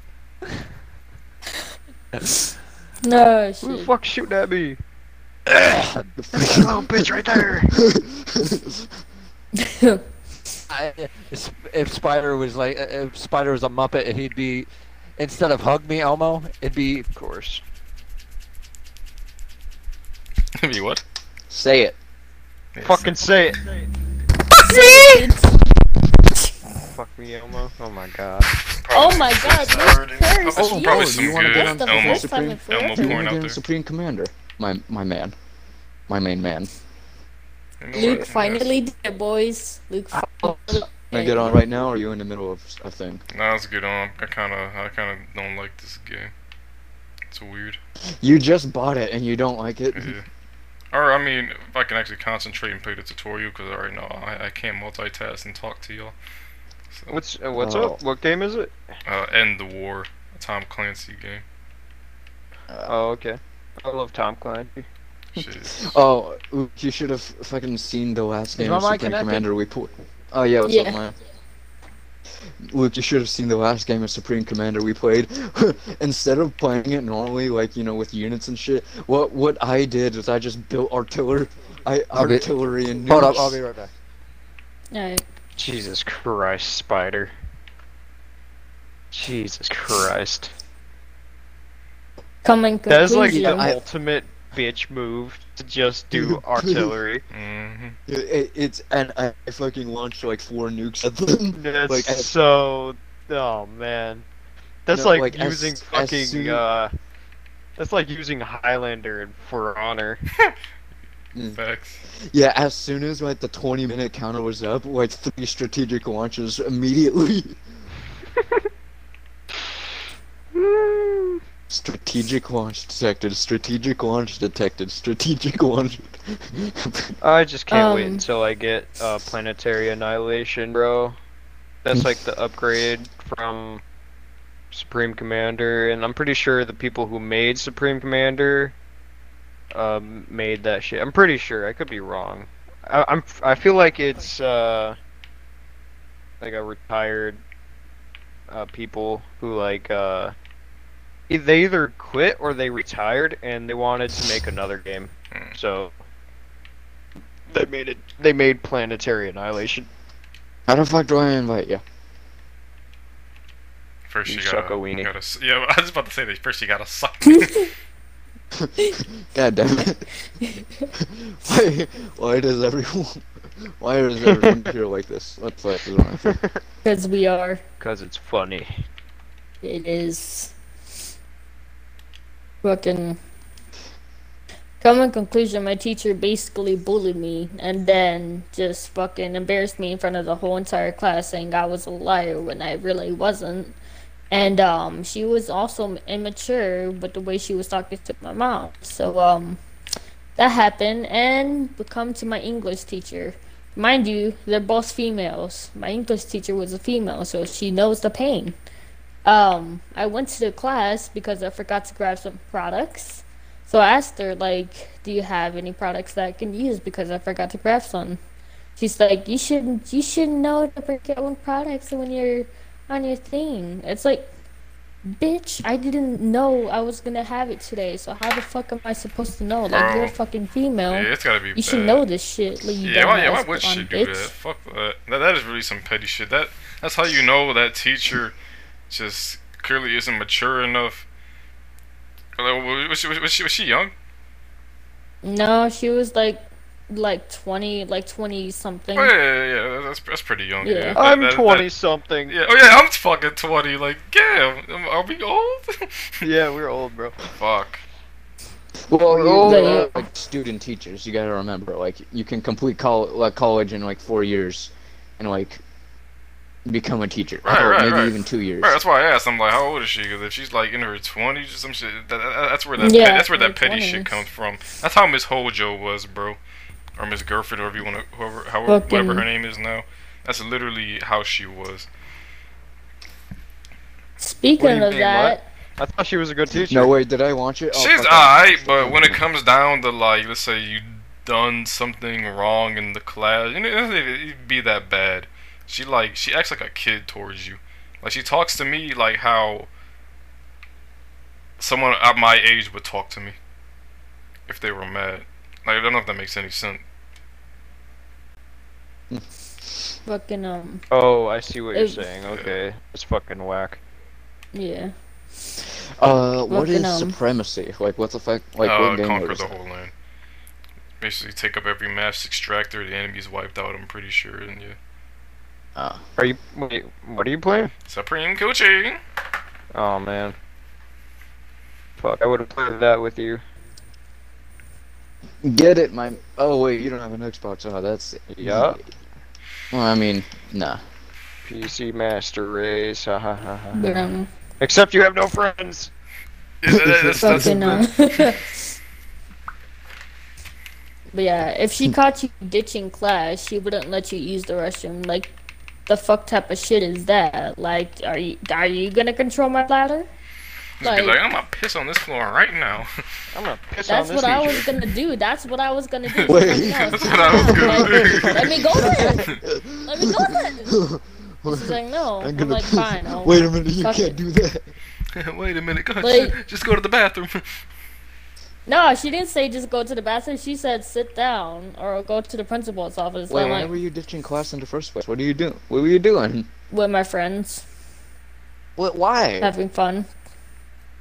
[SPEAKER 5] No
[SPEAKER 4] Who
[SPEAKER 5] [laughs]
[SPEAKER 4] the
[SPEAKER 5] shit.
[SPEAKER 4] fuck shooting at me?
[SPEAKER 3] The freaking
[SPEAKER 4] Oh, bitch, right there!
[SPEAKER 1] I, if- if Spider was like, if Spider was a Muppet, he'd be, instead of hug me, Elmo, it'd be
[SPEAKER 4] Of course.
[SPEAKER 2] [laughs] I mean, what?
[SPEAKER 3] [laughs] Say it.
[SPEAKER 4] Fucking say it! Fuck me, Elmo. Oh my god.
[SPEAKER 5] Oh my god,
[SPEAKER 2] Already-
[SPEAKER 5] this curse.
[SPEAKER 2] Oh,
[SPEAKER 5] yo,
[SPEAKER 2] probably some
[SPEAKER 3] you wanna
[SPEAKER 2] good
[SPEAKER 3] get on
[SPEAKER 5] that's the
[SPEAKER 2] Elmo.
[SPEAKER 5] first time in
[SPEAKER 2] Elmo
[SPEAKER 5] forever.
[SPEAKER 3] Do you
[SPEAKER 2] porn
[SPEAKER 3] wanna
[SPEAKER 2] out
[SPEAKER 3] get on
[SPEAKER 2] there.
[SPEAKER 3] Supreme Commander? My my man, my main man.
[SPEAKER 5] Luke finally did it, boys. Luke finally did
[SPEAKER 3] Can I get on
[SPEAKER 5] it.
[SPEAKER 3] right now, or are you in the middle of a thing?
[SPEAKER 2] Nah, it's good. Um, I kind of, I kind of don't like this game. It's weird.
[SPEAKER 3] You just bought it and you don't like it.
[SPEAKER 5] Mm-hmm.
[SPEAKER 2] Yeah. Or I mean, if I can actually concentrate and play the tutorial, because I already know I, I can't multitask and talk to y'all. So,
[SPEAKER 4] What's uh, what's
[SPEAKER 3] Oh.
[SPEAKER 4] up? What game is it?
[SPEAKER 2] uh, end the war, a Tom Clancy game.
[SPEAKER 4] Oh, okay. I love Tom Clancy.
[SPEAKER 5] [laughs]
[SPEAKER 2] Shit.
[SPEAKER 3] Oh, oop, you should have fucking seen the last game
[SPEAKER 1] my
[SPEAKER 3] of
[SPEAKER 1] mic
[SPEAKER 3] Supreme
[SPEAKER 1] connected?
[SPEAKER 3] Commander we put. Oh yeah, what's
[SPEAKER 5] Yeah.
[SPEAKER 3] up, man? Luke, you should have seen the last game of Supreme Commander we played. [laughs] Instead of playing it normally, like you know, with units and shit, what what I did is I just built artillery, I
[SPEAKER 1] I'll be-
[SPEAKER 3] artillery and nukes.
[SPEAKER 1] Hold up, I'll be right back.
[SPEAKER 5] Alright.
[SPEAKER 4] Jesus Christ, Spider. Jesus Christ.
[SPEAKER 5] Coming
[SPEAKER 4] That is
[SPEAKER 5] conclusion.
[SPEAKER 4] like the
[SPEAKER 3] I-
[SPEAKER 4] ultimate bitch move to just do artillery.
[SPEAKER 2] hmm
[SPEAKER 3] It- it's and I I fucking launched like four nukes at them.
[SPEAKER 4] That's
[SPEAKER 3] Like, as-
[SPEAKER 4] so. Oh man, that's
[SPEAKER 3] No,
[SPEAKER 4] like,
[SPEAKER 3] like, as-
[SPEAKER 4] using
[SPEAKER 3] as
[SPEAKER 4] fucking.
[SPEAKER 3] soon-
[SPEAKER 4] uh, that's like using Highlander in for honor.
[SPEAKER 2] Facts.
[SPEAKER 3] Yeah, as soon as like the 20 minute counter was up, like three strategic launches immediately. Strategic launch detected. Strategic launch detected. Strategic launch. [laughs]
[SPEAKER 4] I just can't wait
[SPEAKER 5] Um.
[SPEAKER 4] until I get uh, planetary annihilation, bro. That's like the upgrade from Supreme Commander, and I'm pretty sure the people who made Supreme Commander um, made that shit. I'm pretty sure. I could be wrong. I, I'm. I feel like it's uh, like a retired uh, people who like uh, e- they either quit or they retired and they wanted to make another game.
[SPEAKER 2] Mm.
[SPEAKER 4] So they made it. They made Planetary Annihilation.
[SPEAKER 3] How the fuck do I invite you?
[SPEAKER 2] First you,
[SPEAKER 4] You
[SPEAKER 2] gotta,
[SPEAKER 4] suck a weenie.
[SPEAKER 2] gotta s- yeah, [laughs] I was about to say that first you gotta
[SPEAKER 5] [laughs]
[SPEAKER 2] suck.
[SPEAKER 3] [laughs] God damn it. [laughs] why, why does everyone. Why is everyone here like this? Let's play. this one.
[SPEAKER 5] Because we are.
[SPEAKER 4] Cause it's funny.
[SPEAKER 5] It is. Fucking. Come in conclusion, my teacher basically bullied me and then just fucking embarrassed me in front of the whole entire class saying I was a liar when I really wasn't. And um, she was also immature with the way she was talking to my mom. So um, that happened and become to my English teacher. Mind you, they're both females. My English teacher was a female, so she knows the pain. Um, I went to the class because I forgot to grab some products. So I asked her, like, do you have any products that I can use because I forgot to grab some? She's like, you shouldn't, you should know to forget one products when you're on your thing. It's like, bitch, I didn't know I was gonna have it today. So how the fuck am I supposed to know? Like,
[SPEAKER 2] Bro.
[SPEAKER 5] you're a fucking female.
[SPEAKER 2] yeah, it's gotta be.
[SPEAKER 5] You should
[SPEAKER 2] bad.
[SPEAKER 5] know this shit. Like, you
[SPEAKER 2] Yeah, why, yeah,
[SPEAKER 5] dumbass
[SPEAKER 2] why would she
[SPEAKER 5] blonde
[SPEAKER 2] do that?
[SPEAKER 5] bitch.
[SPEAKER 2] Fuck that. that. That is really some petty shit. That that's how you know that teacher just clearly isn't mature enough. Like, wa- Was she, was she, was she young?
[SPEAKER 5] No, she was like, like twenty, like twenty something.
[SPEAKER 2] Oh yeah, yeah, yeah, yeah. That's that's pretty young. Yeah,
[SPEAKER 5] Yeah.
[SPEAKER 2] That-
[SPEAKER 4] I'm
[SPEAKER 2] that- that-
[SPEAKER 4] twenty something.
[SPEAKER 2] yeah, oh yeah, I'm fucking twenty. Like, yeah, am- are we old? [laughs]
[SPEAKER 4] Yeah, we're old, bro.
[SPEAKER 2] Fuck.
[SPEAKER 3] Well, you,
[SPEAKER 4] Oh,
[SPEAKER 3] they're
[SPEAKER 5] yeah.
[SPEAKER 3] not, like student teachers, you gotta remember, like you can complete col- like, college in like four years, and like become a teacher.
[SPEAKER 2] Right,
[SPEAKER 3] Hell,
[SPEAKER 2] right,
[SPEAKER 3] maybe
[SPEAKER 2] right.
[SPEAKER 3] even two years.
[SPEAKER 2] Right, that's why I asked. I'm like, how old is she? Because if she's like in her twenties or some shit, that, that, that's where that
[SPEAKER 5] Yeah,
[SPEAKER 2] pe- that's where that
[SPEAKER 5] her
[SPEAKER 2] petty shit
[SPEAKER 5] 20s.
[SPEAKER 2] comes from. That's how Miss Hojo was, bro, or Miss Girlfriend, or if you want to, whoever, however,
[SPEAKER 5] Fucking-
[SPEAKER 2] whatever her name is now. That's literally how she was.
[SPEAKER 4] What do
[SPEAKER 5] Speaking
[SPEAKER 4] you
[SPEAKER 5] of
[SPEAKER 4] mean,
[SPEAKER 5] that,
[SPEAKER 4] I thought she was a good teacher.
[SPEAKER 3] No, wait, did I launch it? Oh,
[SPEAKER 2] she's
[SPEAKER 3] fuck, I-
[SPEAKER 2] alright, but when it comes down to like, let's say you done something wrong in the class, you know, it doesn't even be that bad. She like she acts like a kid towards you. Like she talks to me like how someone at my age would talk to me if they were mad. Like I don't know if that makes any sense.
[SPEAKER 5] fucking um,
[SPEAKER 4] Oh, I see what you're
[SPEAKER 5] It's-
[SPEAKER 4] saying. Okay, it's fucking whack.
[SPEAKER 5] yeah,
[SPEAKER 3] Uh, what
[SPEAKER 5] Fucking,
[SPEAKER 3] is
[SPEAKER 5] um,
[SPEAKER 3] supremacy? Like, what the fuck? Like,
[SPEAKER 2] uh,
[SPEAKER 3] what game
[SPEAKER 2] conquer
[SPEAKER 3] was
[SPEAKER 2] the
[SPEAKER 3] it?
[SPEAKER 2] whole land. Basically, take up every mass extractor. The enemy's wiped out. I'm pretty sure. And yeah,
[SPEAKER 4] Are you? Wait, what are you playing?
[SPEAKER 2] Supreme Coochie.
[SPEAKER 4] Oh man. Fuck, I would have played that with you.
[SPEAKER 3] Get it, my. Oh wait, you don't have an Xbox. Oh, that's.
[SPEAKER 4] Yeah.
[SPEAKER 3] Well, I mean, nah.
[SPEAKER 4] PC Master Race. Ha ha ha ha.
[SPEAKER 5] but um,
[SPEAKER 4] Except you have no friends.
[SPEAKER 2] Yeah, that- that's- that's-
[SPEAKER 5] fucking um. [laughs] But yeah, if she caught you ditching class, she wouldn't let you use the restroom. Like, the fuck type of shit is that? Like, are you are you gonna control my bladder?
[SPEAKER 2] Just be like, I'm gonna piss on this floor right now. [laughs]
[SPEAKER 4] I'm gonna piss
[SPEAKER 5] That's
[SPEAKER 4] on
[SPEAKER 5] what
[SPEAKER 4] this
[SPEAKER 5] I
[SPEAKER 4] teacher.
[SPEAKER 5] was gonna do. That's what I was gonna do.
[SPEAKER 3] Wait.
[SPEAKER 5] No,
[SPEAKER 2] That's what I was gonna do.
[SPEAKER 5] Let me go there.
[SPEAKER 2] [laughs]
[SPEAKER 5] Let me go there. She's like, no. I'm,
[SPEAKER 3] I'm gonna [laughs]
[SPEAKER 5] like,
[SPEAKER 3] piss.
[SPEAKER 5] fine. I'll
[SPEAKER 3] Wait a minute, you
[SPEAKER 5] Fuck
[SPEAKER 3] can't
[SPEAKER 5] it.
[SPEAKER 3] do that.
[SPEAKER 2] Wait a minute, God, [laughs]
[SPEAKER 5] Like-
[SPEAKER 2] just, just go to the bathroom.
[SPEAKER 5] No, she didn't say just go to the bathroom. She said sit down or go to the principal's office.
[SPEAKER 3] Wait,
[SPEAKER 5] I'm
[SPEAKER 3] why
[SPEAKER 5] like,
[SPEAKER 3] were you ditching class in the first place? What are you doing? What were you doing?
[SPEAKER 5] with my friends,
[SPEAKER 3] What? Why?
[SPEAKER 5] having fun.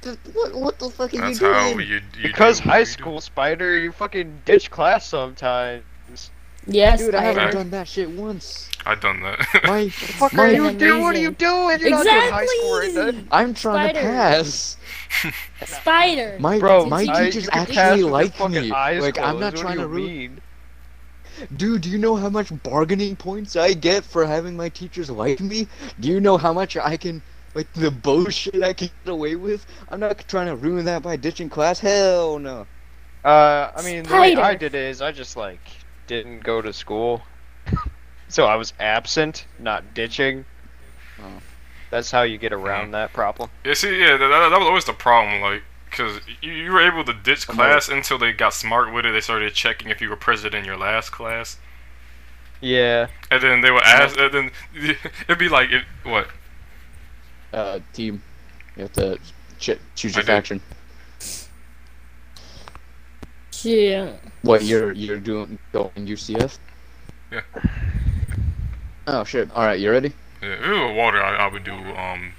[SPEAKER 3] Th- What? What the fuck are
[SPEAKER 2] That's
[SPEAKER 3] you
[SPEAKER 2] how
[SPEAKER 3] doing?
[SPEAKER 2] you, you
[SPEAKER 4] Because
[SPEAKER 2] do what
[SPEAKER 4] high
[SPEAKER 2] you do.
[SPEAKER 4] school spider, you fucking ditch class sometimes.
[SPEAKER 5] Yes,
[SPEAKER 3] Dude, I haven't
[SPEAKER 2] Right.
[SPEAKER 3] done that shit
[SPEAKER 2] [laughs]
[SPEAKER 3] once.
[SPEAKER 2] I've done that.
[SPEAKER 3] My,
[SPEAKER 4] Fuck
[SPEAKER 3] my,
[SPEAKER 4] are
[SPEAKER 5] you
[SPEAKER 4] you
[SPEAKER 5] Fucking doing?
[SPEAKER 4] doing?
[SPEAKER 5] What are
[SPEAKER 4] What are
[SPEAKER 5] amazing. you
[SPEAKER 4] you doing? You're not doing high school right
[SPEAKER 5] exactly.
[SPEAKER 3] I'm trying to
[SPEAKER 5] Spider.
[SPEAKER 3] pass.
[SPEAKER 5] Spider.
[SPEAKER 3] My
[SPEAKER 4] Bro,
[SPEAKER 3] my
[SPEAKER 5] I-
[SPEAKER 3] teachers
[SPEAKER 5] you can pass
[SPEAKER 3] actually
[SPEAKER 5] with
[SPEAKER 3] like me. Like I'm not trying to ruin.
[SPEAKER 4] read.
[SPEAKER 3] Dude, do you know how much bargaining points I get for having my teachers like me? Do you know how much I can, like, the bullshit I can get away with? I'm not trying to ruin that by ditching class. Hell no.
[SPEAKER 4] Uh, I mean, the way I
[SPEAKER 5] Spider.
[SPEAKER 4] did it is I just like didn't go to school, [laughs] so I was absent, not ditching.
[SPEAKER 3] Oh.
[SPEAKER 4] That's how you get around that problem.
[SPEAKER 2] yeah, see, yeah, that, that, that was always the problem, like, because you, you were able to ditch class until they got smart with it. They started checking if you were present in your last class.
[SPEAKER 4] Yeah.
[SPEAKER 2] And then they would ask, and then [laughs] it'd be like, it, what?
[SPEAKER 3] Uh, team, you have to ch- choose
[SPEAKER 2] I
[SPEAKER 3] your
[SPEAKER 2] did.
[SPEAKER 3] faction.
[SPEAKER 5] Yeah.
[SPEAKER 3] What you're you're doing going UCF?
[SPEAKER 2] Yeah.
[SPEAKER 3] Oh shit! All right, you ready?
[SPEAKER 2] Yeah, if it were water, I, I would do um,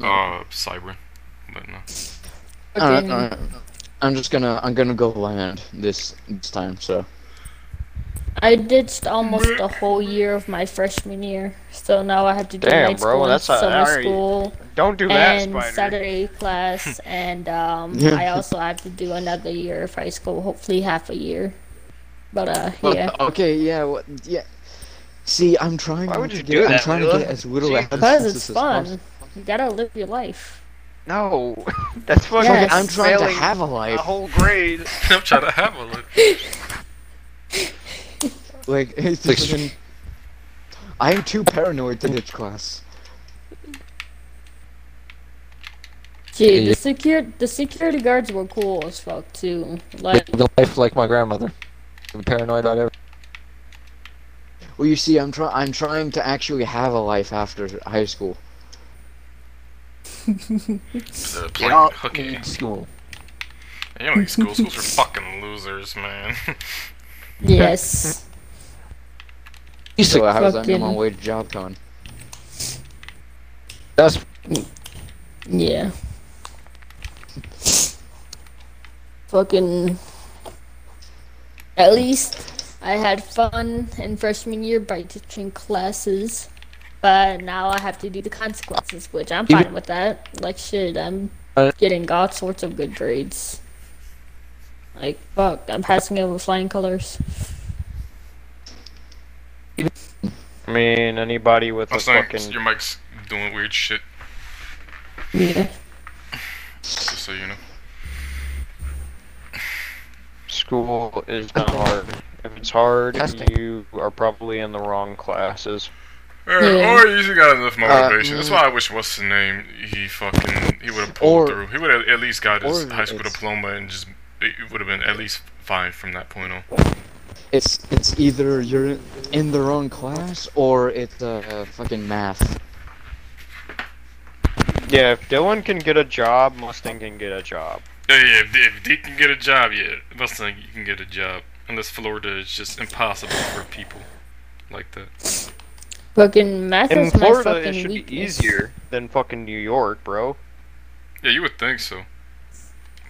[SPEAKER 2] uh, cyber, but no. [laughs]
[SPEAKER 3] All right,
[SPEAKER 5] Okay.
[SPEAKER 3] all right. I'm just gonna I'm gonna go land this this time. So
[SPEAKER 5] I ditched almost the whole year of my freshman year, so now I have to do
[SPEAKER 4] Damn,
[SPEAKER 5] night
[SPEAKER 4] bro,
[SPEAKER 5] school, and
[SPEAKER 4] that's a-
[SPEAKER 5] summer
[SPEAKER 4] alright.
[SPEAKER 5] school,
[SPEAKER 4] Don't do that,
[SPEAKER 5] and
[SPEAKER 4] spider.
[SPEAKER 5] Saturday class, and um, I also have to do another year of high school, hopefully half a year. But uh, yeah,
[SPEAKER 3] Oh, Okay. Yeah. What, yeah. See, I'm trying.
[SPEAKER 4] Why
[SPEAKER 3] not
[SPEAKER 4] would
[SPEAKER 3] to
[SPEAKER 4] you
[SPEAKER 3] get,
[SPEAKER 4] do
[SPEAKER 3] I'm
[SPEAKER 4] that,
[SPEAKER 3] trying to
[SPEAKER 4] Mila?
[SPEAKER 3] get as little
[SPEAKER 4] Jesus.
[SPEAKER 5] because
[SPEAKER 3] absences
[SPEAKER 5] it's
[SPEAKER 3] as
[SPEAKER 5] fun.
[SPEAKER 3] possible.
[SPEAKER 5] You gotta live your life.
[SPEAKER 4] No, [laughs] that's fucking.
[SPEAKER 5] Yes.
[SPEAKER 3] I'm trying to
[SPEAKER 4] failing
[SPEAKER 3] have a
[SPEAKER 4] a
[SPEAKER 3] life.
[SPEAKER 4] whole grade.
[SPEAKER 2] I'm trying to have a look.
[SPEAKER 3] Like [laughs] it's
[SPEAKER 1] Like-
[SPEAKER 3] just been- I am too paranoid to ditch class.
[SPEAKER 5] Dude,
[SPEAKER 1] Yeah.
[SPEAKER 5] the secure the security guards were cool as fuck too. Like,
[SPEAKER 1] Living life like my grandmother. I'm paranoid about everything.
[SPEAKER 3] Well, you see, I'm trying. I'm trying to actually have a life after high school.
[SPEAKER 2] Uh, play,
[SPEAKER 1] Get out
[SPEAKER 2] okay.
[SPEAKER 1] in school.
[SPEAKER 2] You know, these school schools are fucking losers, man. [laughs]
[SPEAKER 5] yes,
[SPEAKER 1] You
[SPEAKER 3] So
[SPEAKER 1] suck.
[SPEAKER 3] I was on my
[SPEAKER 5] fucking-
[SPEAKER 3] way to JobCon.
[SPEAKER 1] That's
[SPEAKER 5] yeah. Fucking. At least I had fun in freshman year by teaching classes, but now I have to do the consequences, which I'm
[SPEAKER 1] You-
[SPEAKER 5] fine with that. Like shit, I'm
[SPEAKER 1] Uh,
[SPEAKER 5] getting all sorts of good grades. Like fuck, I'm passing over flying colors.
[SPEAKER 4] I mean, anybody with
[SPEAKER 2] I'm
[SPEAKER 4] a
[SPEAKER 2] saying
[SPEAKER 4] fucking
[SPEAKER 2] your mic's doing weird shit,
[SPEAKER 5] Yeah.
[SPEAKER 2] just so you know.
[SPEAKER 4] School is not hard. If it's hard,
[SPEAKER 3] Testing.
[SPEAKER 4] you are probably in the wrong classes.
[SPEAKER 2] Or,
[SPEAKER 5] Yeah.
[SPEAKER 2] or you just got enough motivation.
[SPEAKER 3] Uh,
[SPEAKER 2] That's why I wish what's the name. He fucking he would have
[SPEAKER 3] Or-
[SPEAKER 2] pulled through. He would have at least got his
[SPEAKER 3] or
[SPEAKER 2] high school
[SPEAKER 3] it's-
[SPEAKER 2] diploma and just it would have been at least fine from that point on.
[SPEAKER 3] It's it's either you're in the wrong class or it's uh fucking math.
[SPEAKER 4] Yeah, if Dylan can get a job, Mustang can get a job.
[SPEAKER 2] Yeah, yeah. If, if Deke can get a job, yeah, Mustang you can get a job. Unless Florida is just impossible for people like that.
[SPEAKER 5] Fucking math
[SPEAKER 4] In
[SPEAKER 5] is my
[SPEAKER 4] Florida,
[SPEAKER 5] fucking
[SPEAKER 4] it should be
[SPEAKER 5] weakness.
[SPEAKER 4] easier than fucking New York, bro.
[SPEAKER 2] Yeah, you would think so.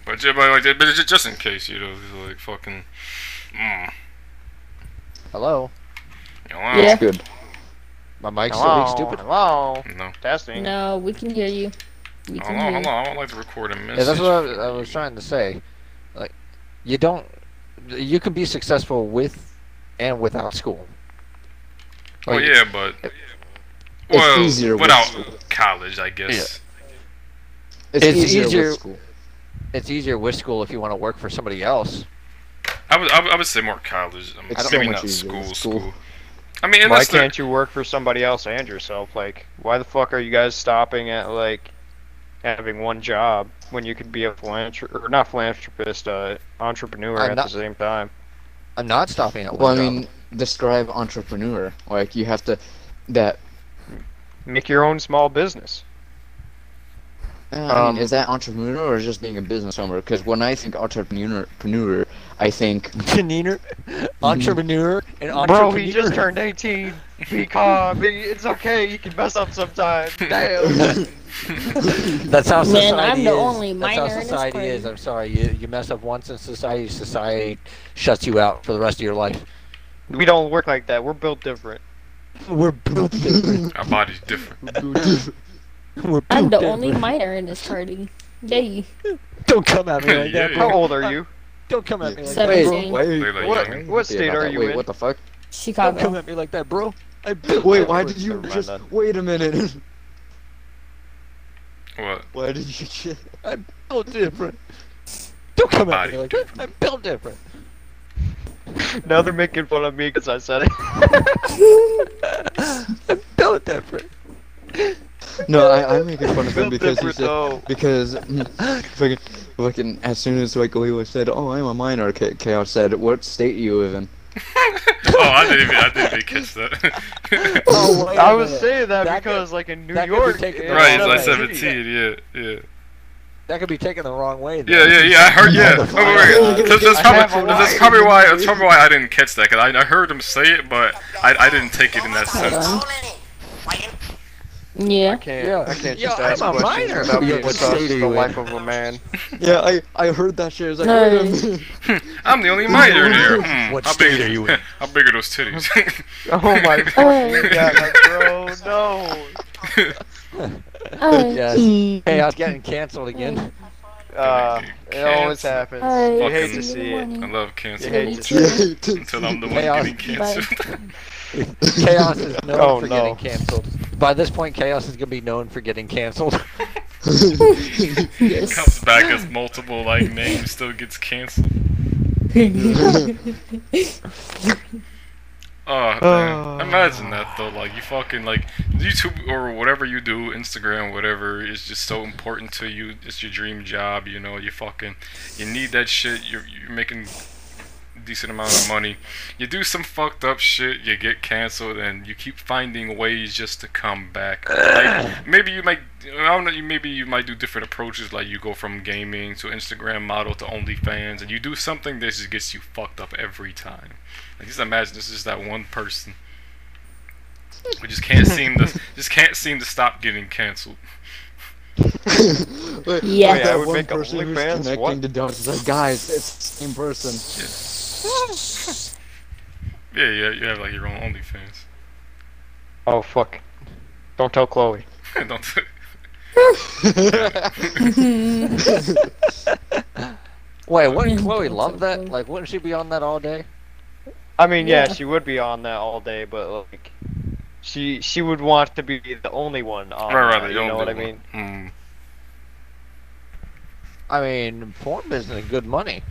[SPEAKER 2] But, ju- but like, but ju- just in case, you know, like fucking. Mm,
[SPEAKER 1] hello.
[SPEAKER 2] you know,
[SPEAKER 5] Yeah.
[SPEAKER 3] Good.
[SPEAKER 1] My mic's still
[SPEAKER 4] Hello,
[SPEAKER 1] being stupid.
[SPEAKER 4] hello,
[SPEAKER 2] No.
[SPEAKER 4] testing.
[SPEAKER 5] No, we can hear you. We
[SPEAKER 2] Hold
[SPEAKER 5] can
[SPEAKER 2] on,
[SPEAKER 5] hear
[SPEAKER 2] hold
[SPEAKER 5] you.
[SPEAKER 2] on. I would like to record a message.
[SPEAKER 1] Yeah, that's what I,
[SPEAKER 2] for
[SPEAKER 1] I
[SPEAKER 2] you. [laughs]
[SPEAKER 1] was trying to say. Like, you don't. You can be successful with and without school.
[SPEAKER 2] Well,
[SPEAKER 1] Like,
[SPEAKER 2] Oh, yeah, but.
[SPEAKER 3] It's
[SPEAKER 2] well,
[SPEAKER 3] easier with
[SPEAKER 2] without
[SPEAKER 3] school.
[SPEAKER 2] college, I guess.
[SPEAKER 3] It's,
[SPEAKER 1] It's
[SPEAKER 3] easier,
[SPEAKER 1] easier-
[SPEAKER 3] with school.
[SPEAKER 1] It's easier with school if you want to work for somebody else.
[SPEAKER 2] I would, I would, I would say more college. I'm
[SPEAKER 3] It's so
[SPEAKER 2] maybe
[SPEAKER 3] much
[SPEAKER 2] not
[SPEAKER 3] easier
[SPEAKER 2] school,
[SPEAKER 3] with
[SPEAKER 2] school,
[SPEAKER 3] school.
[SPEAKER 2] I mean,
[SPEAKER 4] why
[SPEAKER 2] unless they're-
[SPEAKER 4] can't you work for somebody else and yourself? Like, why the fuck are you guys stopping at like having one job when you could be a philanthropist or not philanthropist, uh, entrepreneur
[SPEAKER 1] I'm
[SPEAKER 4] at
[SPEAKER 1] not-
[SPEAKER 4] the same time?
[SPEAKER 1] I'm not stopping at one.
[SPEAKER 3] Well, I
[SPEAKER 1] job.
[SPEAKER 3] mean, describe entrepreneur. Like you have to, that.
[SPEAKER 4] Make your own small business.
[SPEAKER 3] uh, I mean,
[SPEAKER 1] Um,
[SPEAKER 3] is that entrepreneur or just being a business owner? Because when I think entrepreneur, I [laughs] think
[SPEAKER 1] [laughs] Entrepreneur, entrepreneur, and entrepreneur.
[SPEAKER 4] Bro, he just turned 18. Be calm. Be, it's okay. You can mess up sometimes. [laughs] Damn.
[SPEAKER 1] That's how
[SPEAKER 5] Man,
[SPEAKER 1] society
[SPEAKER 5] I'm the
[SPEAKER 1] is.
[SPEAKER 5] only minor
[SPEAKER 1] That's
[SPEAKER 5] in
[SPEAKER 1] how
[SPEAKER 5] this
[SPEAKER 1] society
[SPEAKER 5] party.
[SPEAKER 1] is. I'm sorry. You you mess up once in society, society shuts you out for the rest of your life.
[SPEAKER 4] we don't work like that. We're built different.
[SPEAKER 1] We're built different.
[SPEAKER 2] Our body's different.
[SPEAKER 1] We're built
[SPEAKER 5] I'm
[SPEAKER 4] [laughs]
[SPEAKER 5] the
[SPEAKER 1] different.
[SPEAKER 5] only minor in this party. Yay.
[SPEAKER 1] Don't come at me like that.
[SPEAKER 2] [laughs] Yeah.
[SPEAKER 1] bro.
[SPEAKER 4] How old are you?
[SPEAKER 1] Don't come at me like that.
[SPEAKER 5] Seventeen.
[SPEAKER 1] Bro.
[SPEAKER 3] wait, wait,
[SPEAKER 2] They're like
[SPEAKER 4] What-
[SPEAKER 2] young.
[SPEAKER 4] what
[SPEAKER 3] Yeah,
[SPEAKER 4] state
[SPEAKER 3] about
[SPEAKER 4] are
[SPEAKER 3] that.
[SPEAKER 4] you
[SPEAKER 3] Wait,
[SPEAKER 4] in?
[SPEAKER 3] what the fuck?
[SPEAKER 1] Don't come
[SPEAKER 5] Chicago.
[SPEAKER 1] at me like that, bro. I built
[SPEAKER 3] Wait,
[SPEAKER 1] that
[SPEAKER 3] why
[SPEAKER 1] for
[SPEAKER 3] did you
[SPEAKER 4] Never mind
[SPEAKER 3] just
[SPEAKER 4] then.
[SPEAKER 3] wait a minute? [laughs]
[SPEAKER 2] What? [laughs]
[SPEAKER 3] Why did you just? [laughs]
[SPEAKER 1] I'm built different. Don't come at
[SPEAKER 2] Body
[SPEAKER 1] me like that. I'm built [laughs] different.
[SPEAKER 4] Now they're making fun of me because I said it.
[SPEAKER 1] I'm built different.
[SPEAKER 3] No, I, I'm making fun of him
[SPEAKER 4] Built
[SPEAKER 3] because he
[SPEAKER 4] different
[SPEAKER 3] said
[SPEAKER 4] though.
[SPEAKER 3] because [laughs] mm, fucking, fucking as soon as like Lilo said, "Oh, I'm a minor," K- Chaos said, "What state are you live in?"
[SPEAKER 2] Oh, I didn't even, I didn't even catch that. [laughs]
[SPEAKER 1] Oh, wait a
[SPEAKER 4] [laughs] I was
[SPEAKER 1] minute.
[SPEAKER 4] saying that,
[SPEAKER 1] That could-
[SPEAKER 4] because, like, in New
[SPEAKER 1] that could be
[SPEAKER 4] York,
[SPEAKER 1] taken
[SPEAKER 4] it's
[SPEAKER 1] the
[SPEAKER 2] right, it's
[SPEAKER 1] wrong
[SPEAKER 2] like
[SPEAKER 1] way.
[SPEAKER 2] 17, yeah, yeah.
[SPEAKER 1] That could be taken the wrong way. though.
[SPEAKER 2] Yeah, yeah, yeah, I heard, yeah. Oh, wait, wait. That's, that's,
[SPEAKER 4] I have
[SPEAKER 2] probably, that's
[SPEAKER 4] Hawaii.
[SPEAKER 2] probably why, that's probably why I didn't catch that, because I, I heard him say it, but I, I didn't take it in that sense.
[SPEAKER 5] Yeah.
[SPEAKER 4] Can't,
[SPEAKER 1] Yeah.
[SPEAKER 4] I can't
[SPEAKER 1] Yo,
[SPEAKER 4] just ask
[SPEAKER 1] I'm a
[SPEAKER 4] questions
[SPEAKER 1] minor.
[SPEAKER 4] without
[SPEAKER 1] Yeah,
[SPEAKER 4] being
[SPEAKER 1] what
[SPEAKER 4] tossed
[SPEAKER 1] state are
[SPEAKER 4] the
[SPEAKER 1] you in?
[SPEAKER 4] life of
[SPEAKER 1] [laughs]
[SPEAKER 4] a man.
[SPEAKER 3] Yeah, I I heard that shit. I was like,
[SPEAKER 5] Nice.
[SPEAKER 3] "Wait a minute." [laughs]
[SPEAKER 2] Hmm. I'm the only minor here. Hmm,
[SPEAKER 1] What
[SPEAKER 2] how
[SPEAKER 1] state
[SPEAKER 2] big-
[SPEAKER 1] are
[SPEAKER 2] [laughs]
[SPEAKER 1] you in?
[SPEAKER 2] How big are those titties? [laughs]
[SPEAKER 4] Oh my
[SPEAKER 5] Oh.
[SPEAKER 4] fucking god, bro, no.
[SPEAKER 5] Alright.
[SPEAKER 1] Yes. Hey, I was getting canceled again. [laughs]
[SPEAKER 4] Uh, it always happens.
[SPEAKER 5] Alright,
[SPEAKER 4] You hate
[SPEAKER 2] see you
[SPEAKER 4] to
[SPEAKER 2] in the
[SPEAKER 4] see it.
[SPEAKER 2] I
[SPEAKER 5] morning.
[SPEAKER 2] love
[SPEAKER 4] You
[SPEAKER 2] cancer
[SPEAKER 4] hate to
[SPEAKER 2] culture
[SPEAKER 4] see
[SPEAKER 3] [laughs]
[SPEAKER 4] it.
[SPEAKER 2] until I'm the one
[SPEAKER 1] Chaos.
[SPEAKER 2] getting canceled. [laughs]
[SPEAKER 1] Chaos is known
[SPEAKER 4] Oh,
[SPEAKER 1] for
[SPEAKER 4] no.
[SPEAKER 1] getting canceled. By this point, Chaos is gonna be known for getting canceled. [laughs]
[SPEAKER 2] Comes
[SPEAKER 5] [laughs] Yes.
[SPEAKER 2] back as multiple like names, still gets canceled. Oh,
[SPEAKER 4] Oh.
[SPEAKER 2] man. imagine that though. Like you fucking like YouTube or whatever you do, Instagram, whatever is just so important to you. It's your dream job, you know. You fucking you need that shit. You're you're making decent amount of money. You do some fucked up shit, you get canceled, and you keep finding ways just to come back. Like, maybe you might, I don't know, you maybe you might do different approaches. Like you go from gaming to Instagram model to OnlyFans, and you do something that just gets you fucked up every time. Like just imagine this is that one person. We just can't seem
[SPEAKER 3] [laughs]
[SPEAKER 2] to just can't seem to stop getting canceled.
[SPEAKER 3] Wait,
[SPEAKER 5] Yeah.
[SPEAKER 3] like
[SPEAKER 5] Yeah, I
[SPEAKER 3] that
[SPEAKER 4] would
[SPEAKER 3] one
[SPEAKER 4] make a
[SPEAKER 3] person who's
[SPEAKER 4] OnlyFans,
[SPEAKER 3] connecting
[SPEAKER 4] what?
[SPEAKER 3] the dots is like, guys, it's the same person.
[SPEAKER 2] Yeah, yeah, you have like your own OnlyFans. [laughs]
[SPEAKER 4] Oh fuck. Don't tell Chloe.
[SPEAKER 2] Don't do it.
[SPEAKER 5] [laughs]
[SPEAKER 1] Wait, [laughs] wouldn't Chloe
[SPEAKER 5] Canceled,
[SPEAKER 1] love that?
[SPEAKER 5] Chloe.
[SPEAKER 1] Like, wouldn't she be on that all day?
[SPEAKER 4] I mean, yeah.
[SPEAKER 5] Yeah.
[SPEAKER 4] she would be on that all day, but like, she she would want to be the only one on.
[SPEAKER 2] Right, right,
[SPEAKER 4] that,
[SPEAKER 2] they
[SPEAKER 4] you
[SPEAKER 2] don't
[SPEAKER 4] know
[SPEAKER 2] do
[SPEAKER 4] what I
[SPEAKER 2] one.
[SPEAKER 4] mean?
[SPEAKER 2] Mm.
[SPEAKER 1] I mean, porn business is good money.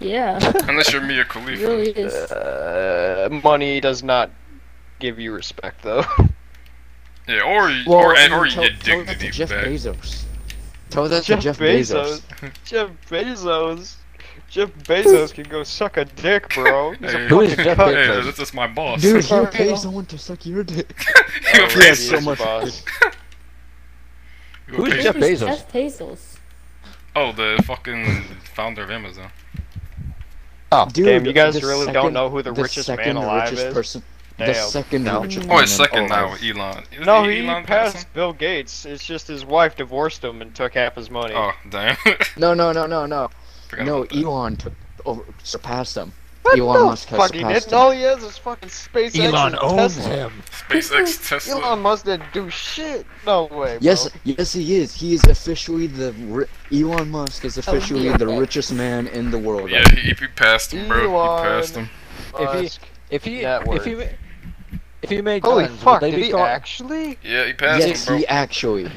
[SPEAKER 5] Yeah.
[SPEAKER 2] Hmm. Unless you're Mia
[SPEAKER 5] It
[SPEAKER 2] Khalifa.
[SPEAKER 5] really is.
[SPEAKER 4] Uh, money does not give you
[SPEAKER 3] [laughs]
[SPEAKER 4] respect, though.
[SPEAKER 2] Yeah, or you-
[SPEAKER 3] [laughs] Well,
[SPEAKER 2] or
[SPEAKER 3] I
[SPEAKER 2] and,
[SPEAKER 3] mean,
[SPEAKER 2] or you
[SPEAKER 3] tell,
[SPEAKER 2] get
[SPEAKER 3] tell that to
[SPEAKER 2] dignity
[SPEAKER 3] Jeff
[SPEAKER 2] back.
[SPEAKER 3] Bezos. Tell that to Jeff Bezos.
[SPEAKER 4] Jeff Bezos. Jeff Bezos can go suck a dick, bro. He's a [laughs]
[SPEAKER 2] Hey,
[SPEAKER 1] Who is
[SPEAKER 4] fucking
[SPEAKER 1] Jeff
[SPEAKER 4] cunt.
[SPEAKER 1] Bezos?
[SPEAKER 2] Hey, this is my boss. [laughs]
[SPEAKER 3] Dude, he
[SPEAKER 5] Oh, yeah.
[SPEAKER 3] paid someone to suck your dick.
[SPEAKER 2] You
[SPEAKER 4] Oh,
[SPEAKER 2] okay?
[SPEAKER 4] yeah,
[SPEAKER 3] so
[SPEAKER 4] he is
[SPEAKER 3] much-
[SPEAKER 4] boss.
[SPEAKER 2] You
[SPEAKER 1] Who's
[SPEAKER 2] okay?
[SPEAKER 1] Jeff
[SPEAKER 5] Who's
[SPEAKER 1] Bezos?
[SPEAKER 5] Jeff Bezos.
[SPEAKER 2] Oh, the fucking founder of Amazon.
[SPEAKER 3] Dude,
[SPEAKER 4] Damn, you guys
[SPEAKER 3] the
[SPEAKER 4] really don't
[SPEAKER 3] second-
[SPEAKER 4] know who the richest man
[SPEAKER 3] second
[SPEAKER 4] alive
[SPEAKER 3] richest
[SPEAKER 4] is?
[SPEAKER 3] Person, The
[SPEAKER 4] Damn.
[SPEAKER 3] second
[SPEAKER 1] No.
[SPEAKER 3] richest
[SPEAKER 2] Oh,
[SPEAKER 3] man
[SPEAKER 2] it's second now,
[SPEAKER 3] alive.
[SPEAKER 2] with Elon. Isn't
[SPEAKER 4] No, he
[SPEAKER 2] Elon
[SPEAKER 4] passed
[SPEAKER 2] passing?
[SPEAKER 4] Bill Gates. It's just his wife divorced him and took half his money.
[SPEAKER 2] Oh, damn. [laughs]
[SPEAKER 3] No, no, no, no, no.
[SPEAKER 2] Forgot
[SPEAKER 3] no,
[SPEAKER 2] about that.
[SPEAKER 3] Elon took over, surpassed him.
[SPEAKER 4] What
[SPEAKER 3] Elon
[SPEAKER 4] the
[SPEAKER 3] Musk has
[SPEAKER 4] fuck he
[SPEAKER 3] surpassed
[SPEAKER 4] didn't. All he has is fucking SpaceX and Tesla.
[SPEAKER 1] him.
[SPEAKER 2] SpaceX, Tesla.
[SPEAKER 4] Elon Musk didn't do shit. No way, bro.
[SPEAKER 3] Yes, yes, he is. He is officially the ri- Elon Musk is officially the
[SPEAKER 5] okay.
[SPEAKER 3] richest man in the world.
[SPEAKER 2] Yeah,
[SPEAKER 3] right?
[SPEAKER 2] he, he passed him, bro.
[SPEAKER 4] Elon.
[SPEAKER 2] He passed him.
[SPEAKER 1] If he-
[SPEAKER 4] Musk.
[SPEAKER 1] If he,
[SPEAKER 4] Network.
[SPEAKER 1] if he, ma- if he made
[SPEAKER 4] Holy
[SPEAKER 1] guns,
[SPEAKER 4] fuck,
[SPEAKER 1] would
[SPEAKER 4] did
[SPEAKER 1] they be
[SPEAKER 4] he
[SPEAKER 1] called?
[SPEAKER 4] actually?
[SPEAKER 2] Yeah, he passed
[SPEAKER 3] yes,
[SPEAKER 2] him,
[SPEAKER 3] he
[SPEAKER 2] bro.
[SPEAKER 3] actually.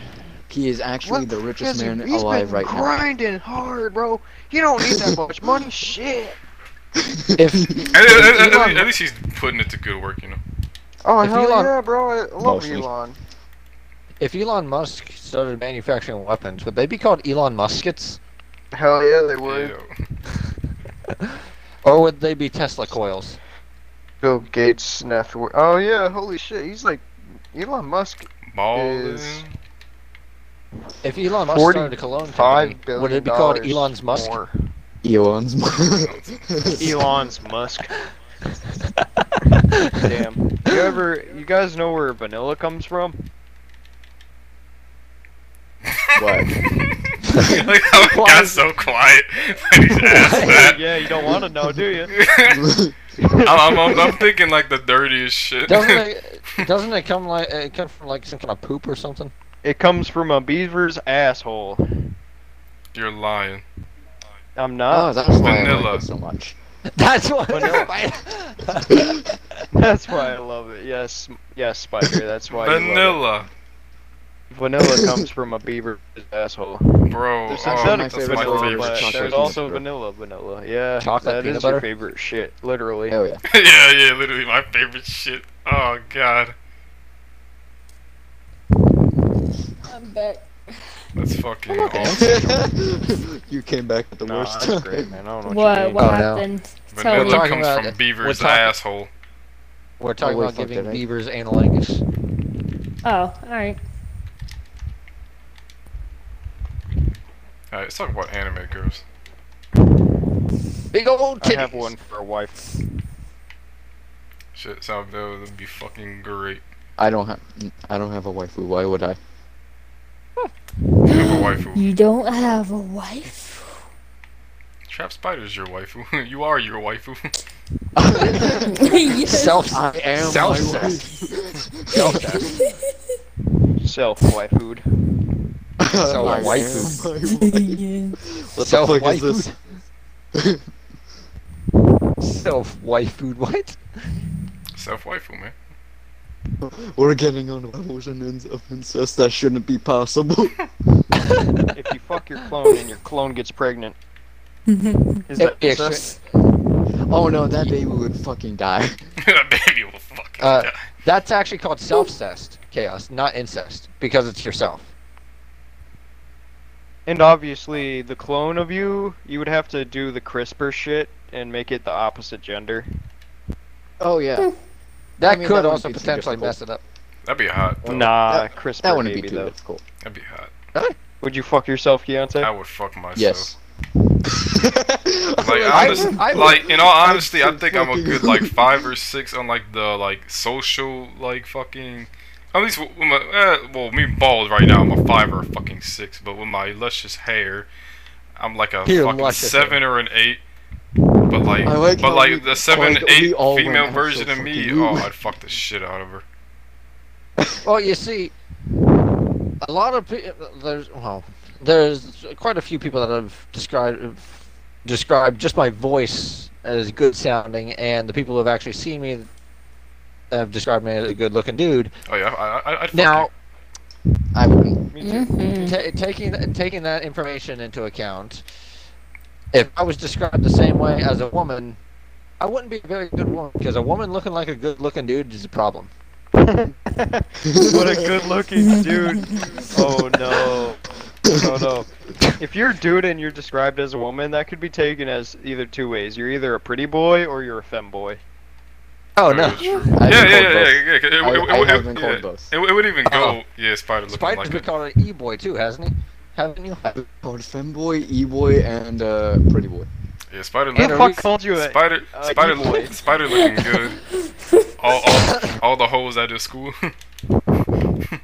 [SPEAKER 3] He is actually the richest man alive right
[SPEAKER 4] grinding hard, bro. You don't need that much money. Shit.
[SPEAKER 3] now.
[SPEAKER 2] [laughs]
[SPEAKER 1] If-
[SPEAKER 2] At, at- at- at- at least he's putting it to good work, you know.
[SPEAKER 4] Oh
[SPEAKER 1] If
[SPEAKER 4] hell
[SPEAKER 1] Elon-
[SPEAKER 4] yeah, bro! I love
[SPEAKER 3] Mostly.
[SPEAKER 4] Elon.
[SPEAKER 1] If Elon Musk started manufacturing weapons, would they be called Elon Muskets?
[SPEAKER 4] Hell yeah, they would.
[SPEAKER 2] Yeah.
[SPEAKER 1] Or would they be Tesla coils?
[SPEAKER 4] Bill Gates snuffed. wor- Oh yeah, holy shit! He's like Elon Musk.
[SPEAKER 2] Ballin'.
[SPEAKER 4] [laughs] Is-
[SPEAKER 1] If Elon Musk
[SPEAKER 4] Forty
[SPEAKER 1] started a cologne company,
[SPEAKER 4] Five billion.
[SPEAKER 1] would it be called
[SPEAKER 4] dollars
[SPEAKER 1] Elon's Musk? [laughs]
[SPEAKER 4] more.
[SPEAKER 3] Elon's. [laughs]
[SPEAKER 4] [laughs] Elon's Musk. Damn. You ever? You guys know where vanilla comes from?
[SPEAKER 3] What?
[SPEAKER 2] [laughs] like how it
[SPEAKER 1] Why?
[SPEAKER 2] got so quiet when he's asked that.
[SPEAKER 4] yeah, you don't want to know, do
[SPEAKER 2] [laughs]
[SPEAKER 4] you?
[SPEAKER 2] I'm, I'm, I'm thinking like the dirtiest shit.
[SPEAKER 1] Doesn't it? Doesn't it come like it come from like some kind of poop or something? [laughs]
[SPEAKER 4] It comes from a beaver's asshole.
[SPEAKER 2] [laughs] You're lying.
[SPEAKER 4] I'm
[SPEAKER 3] oh,
[SPEAKER 4] not.
[SPEAKER 3] that's why I
[SPEAKER 2] Vanilla.
[SPEAKER 3] like it so much.
[SPEAKER 1] That's what.
[SPEAKER 3] Oh,
[SPEAKER 1] [laughs]
[SPEAKER 4] Vanilla.
[SPEAKER 3] [laughs]
[SPEAKER 4] that's why I love it. Yes, yes, Spider. That's why. You love
[SPEAKER 2] Vanilla,
[SPEAKER 4] it. Vanilla comes from a beaver's asshole.
[SPEAKER 2] bro.
[SPEAKER 4] There's
[SPEAKER 2] oh,
[SPEAKER 4] synthetic
[SPEAKER 2] that's
[SPEAKER 4] vanilla,
[SPEAKER 2] my
[SPEAKER 3] flavor,
[SPEAKER 2] favorite
[SPEAKER 4] but
[SPEAKER 3] chocolate
[SPEAKER 2] shit.
[SPEAKER 4] there's
[SPEAKER 3] peanut
[SPEAKER 4] also
[SPEAKER 3] butter.
[SPEAKER 4] vanilla vanilla. Yeah,
[SPEAKER 1] Chocolate
[SPEAKER 4] that
[SPEAKER 1] peanut
[SPEAKER 4] is
[SPEAKER 1] butter?
[SPEAKER 4] your favorite shit, literally.
[SPEAKER 3] Hell yeah.
[SPEAKER 2] [laughs] yeah, yeah, literally my favorite shit. Oh god,
[SPEAKER 5] I'm back.
[SPEAKER 2] that's fucking.
[SPEAKER 1] [laughs]
[SPEAKER 2] Awesome.
[SPEAKER 3] you came back at the
[SPEAKER 4] [laughs] Nah,
[SPEAKER 3] worst
[SPEAKER 4] that's
[SPEAKER 3] time.
[SPEAKER 4] great, man. I don't know what,
[SPEAKER 5] What?
[SPEAKER 4] you mean.
[SPEAKER 5] What
[SPEAKER 1] Oh, no.
[SPEAKER 5] happened? Tell
[SPEAKER 1] We're
[SPEAKER 2] Vanilla
[SPEAKER 5] me.
[SPEAKER 1] talking
[SPEAKER 2] comes
[SPEAKER 1] about
[SPEAKER 2] from
[SPEAKER 1] it.
[SPEAKER 2] Beaver's
[SPEAKER 1] We're talking-
[SPEAKER 2] asshole.
[SPEAKER 1] We're talking
[SPEAKER 3] Oh, wait,
[SPEAKER 1] about
[SPEAKER 3] fuck,
[SPEAKER 1] giving
[SPEAKER 3] did I?
[SPEAKER 1] beavers analingus.
[SPEAKER 5] Oh, all right.
[SPEAKER 2] All right, let's talk about anime girls.
[SPEAKER 1] Big old
[SPEAKER 4] I
[SPEAKER 1] titties.
[SPEAKER 4] have one for a wife.
[SPEAKER 2] Shit, sound that would be fucking great.
[SPEAKER 3] I don't have. I don't have a waifu. Why would [laughs] I?
[SPEAKER 2] You have a waifu.
[SPEAKER 5] You don't have a wife?
[SPEAKER 2] Trap Spider's your waifu. [laughs] you are your waifu.
[SPEAKER 5] [laughs]
[SPEAKER 2] [laughs]
[SPEAKER 5] yes. [laughs]
[SPEAKER 1] Self.
[SPEAKER 3] I am.
[SPEAKER 1] Self
[SPEAKER 3] my
[SPEAKER 1] Self.
[SPEAKER 4] Self wife food.
[SPEAKER 1] So
[SPEAKER 3] I am
[SPEAKER 1] waifu.
[SPEAKER 3] my waifu.
[SPEAKER 5] Mm-hmm.
[SPEAKER 3] What the
[SPEAKER 1] Self
[SPEAKER 3] fuck is this?
[SPEAKER 1] [laughs] Self. Wife food. What?
[SPEAKER 2] Self waifu, man.
[SPEAKER 3] [laughs]
[SPEAKER 2] [laughs]
[SPEAKER 3] We're getting on levels and ends of incest that shouldn't
[SPEAKER 1] [laughs]
[SPEAKER 3] be possible.
[SPEAKER 4] If you fuck your clone and your clone gets pregnant, is
[SPEAKER 1] It'd
[SPEAKER 4] that
[SPEAKER 1] be
[SPEAKER 4] incest?
[SPEAKER 1] extra-
[SPEAKER 3] [laughs] oh no, that baby would fucking die.
[SPEAKER 2] Baby will fucking
[SPEAKER 1] Uh,
[SPEAKER 2] die.
[SPEAKER 1] That's actually called self-cest chaos, not incest, because it's yourself.
[SPEAKER 4] And obviously, the clone of you, you would have to do the CRISPR shit and make it the opposite gender.
[SPEAKER 3] Oh yeah.
[SPEAKER 1] That
[SPEAKER 3] I mean,
[SPEAKER 1] could
[SPEAKER 3] that wouldn't
[SPEAKER 1] also
[SPEAKER 3] be too
[SPEAKER 1] potentially
[SPEAKER 3] difficult.
[SPEAKER 1] mess it up.
[SPEAKER 2] That'd be hot. Though.
[SPEAKER 4] nah,
[SPEAKER 3] that-
[SPEAKER 4] CRISPR
[SPEAKER 3] That wouldn't
[SPEAKER 4] baby
[SPEAKER 3] be too
[SPEAKER 4] though.
[SPEAKER 3] difficult.
[SPEAKER 2] That'd be hot.
[SPEAKER 4] Would you fuck yourself, Keontae?
[SPEAKER 2] I would fuck myself.
[SPEAKER 3] Yes. [laughs]
[SPEAKER 2] Like,
[SPEAKER 1] I-
[SPEAKER 2] honest,
[SPEAKER 1] I-
[SPEAKER 2] like in all honesty, I think I'm a
[SPEAKER 3] fucking-
[SPEAKER 2] good
[SPEAKER 3] [laughs]
[SPEAKER 2] like five or six on like the like social like fucking. At least with with my eh, well, me bald right now, I'm a five or a fucking six. But with my luscious hair, I'm like a
[SPEAKER 1] Your
[SPEAKER 2] fucking
[SPEAKER 1] luscious
[SPEAKER 2] seven or an eight. But like,
[SPEAKER 3] I like
[SPEAKER 2] but
[SPEAKER 3] how
[SPEAKER 2] like
[SPEAKER 3] we-
[SPEAKER 2] the seven,
[SPEAKER 3] like, we
[SPEAKER 2] eight
[SPEAKER 3] all went
[SPEAKER 2] female
[SPEAKER 3] out
[SPEAKER 2] version
[SPEAKER 3] so
[SPEAKER 2] of me,
[SPEAKER 3] fucking
[SPEAKER 2] oh,
[SPEAKER 3] rude.
[SPEAKER 2] I'd fuck the shit out of her.
[SPEAKER 1] Well, you see, a lot of people there's well, there's quite a few people that have described described just my voice as good sounding, and the people who have actually seen me have described me as a good looking dude.
[SPEAKER 2] Oh yeah, I, I, I'd fuck
[SPEAKER 1] Now,
[SPEAKER 2] you.
[SPEAKER 1] [laughs]
[SPEAKER 3] I wouldn't.
[SPEAKER 4] Me too. [laughs]
[SPEAKER 5] Mhm.
[SPEAKER 1] ta taking taking that information into account, if I was described the same way as a woman, I wouldn't be a very good woman because a woman looking like a good looking dude is a problem.
[SPEAKER 4] What [laughs] a good looking dude. Oh no.
[SPEAKER 3] [laughs]
[SPEAKER 4] No, no. If you're a dude and you're described as a woman, that could be taken as either two ways. You're either a pretty boy or you're a femboy.
[SPEAKER 1] Oh
[SPEAKER 2] That
[SPEAKER 1] no,
[SPEAKER 2] is true.
[SPEAKER 3] I've
[SPEAKER 2] Yeah, yeah, yeah, yeah, yeah.
[SPEAKER 3] been called both.
[SPEAKER 2] It, it,
[SPEAKER 3] I-
[SPEAKER 2] it,
[SPEAKER 3] I
[SPEAKER 2] it-
[SPEAKER 3] have been
[SPEAKER 2] yeah.
[SPEAKER 3] called both.
[SPEAKER 2] It, it would even go. Yeah, Spider looking
[SPEAKER 1] Spider's
[SPEAKER 2] like
[SPEAKER 1] been
[SPEAKER 2] it.
[SPEAKER 1] called an e boy too, hasn't he? Haven't you?
[SPEAKER 3] I've been called femboy, e-boy, and uh, pretty boy.
[SPEAKER 2] Yeah, Spider
[SPEAKER 4] Who
[SPEAKER 2] looking.
[SPEAKER 4] the fuck called you a
[SPEAKER 2] Spider,
[SPEAKER 4] uh,
[SPEAKER 2] spider,
[SPEAKER 4] evil.
[SPEAKER 2] look, spider looking good. All, all, all the hoes at his school. [laughs] he,
[SPEAKER 4] Uh,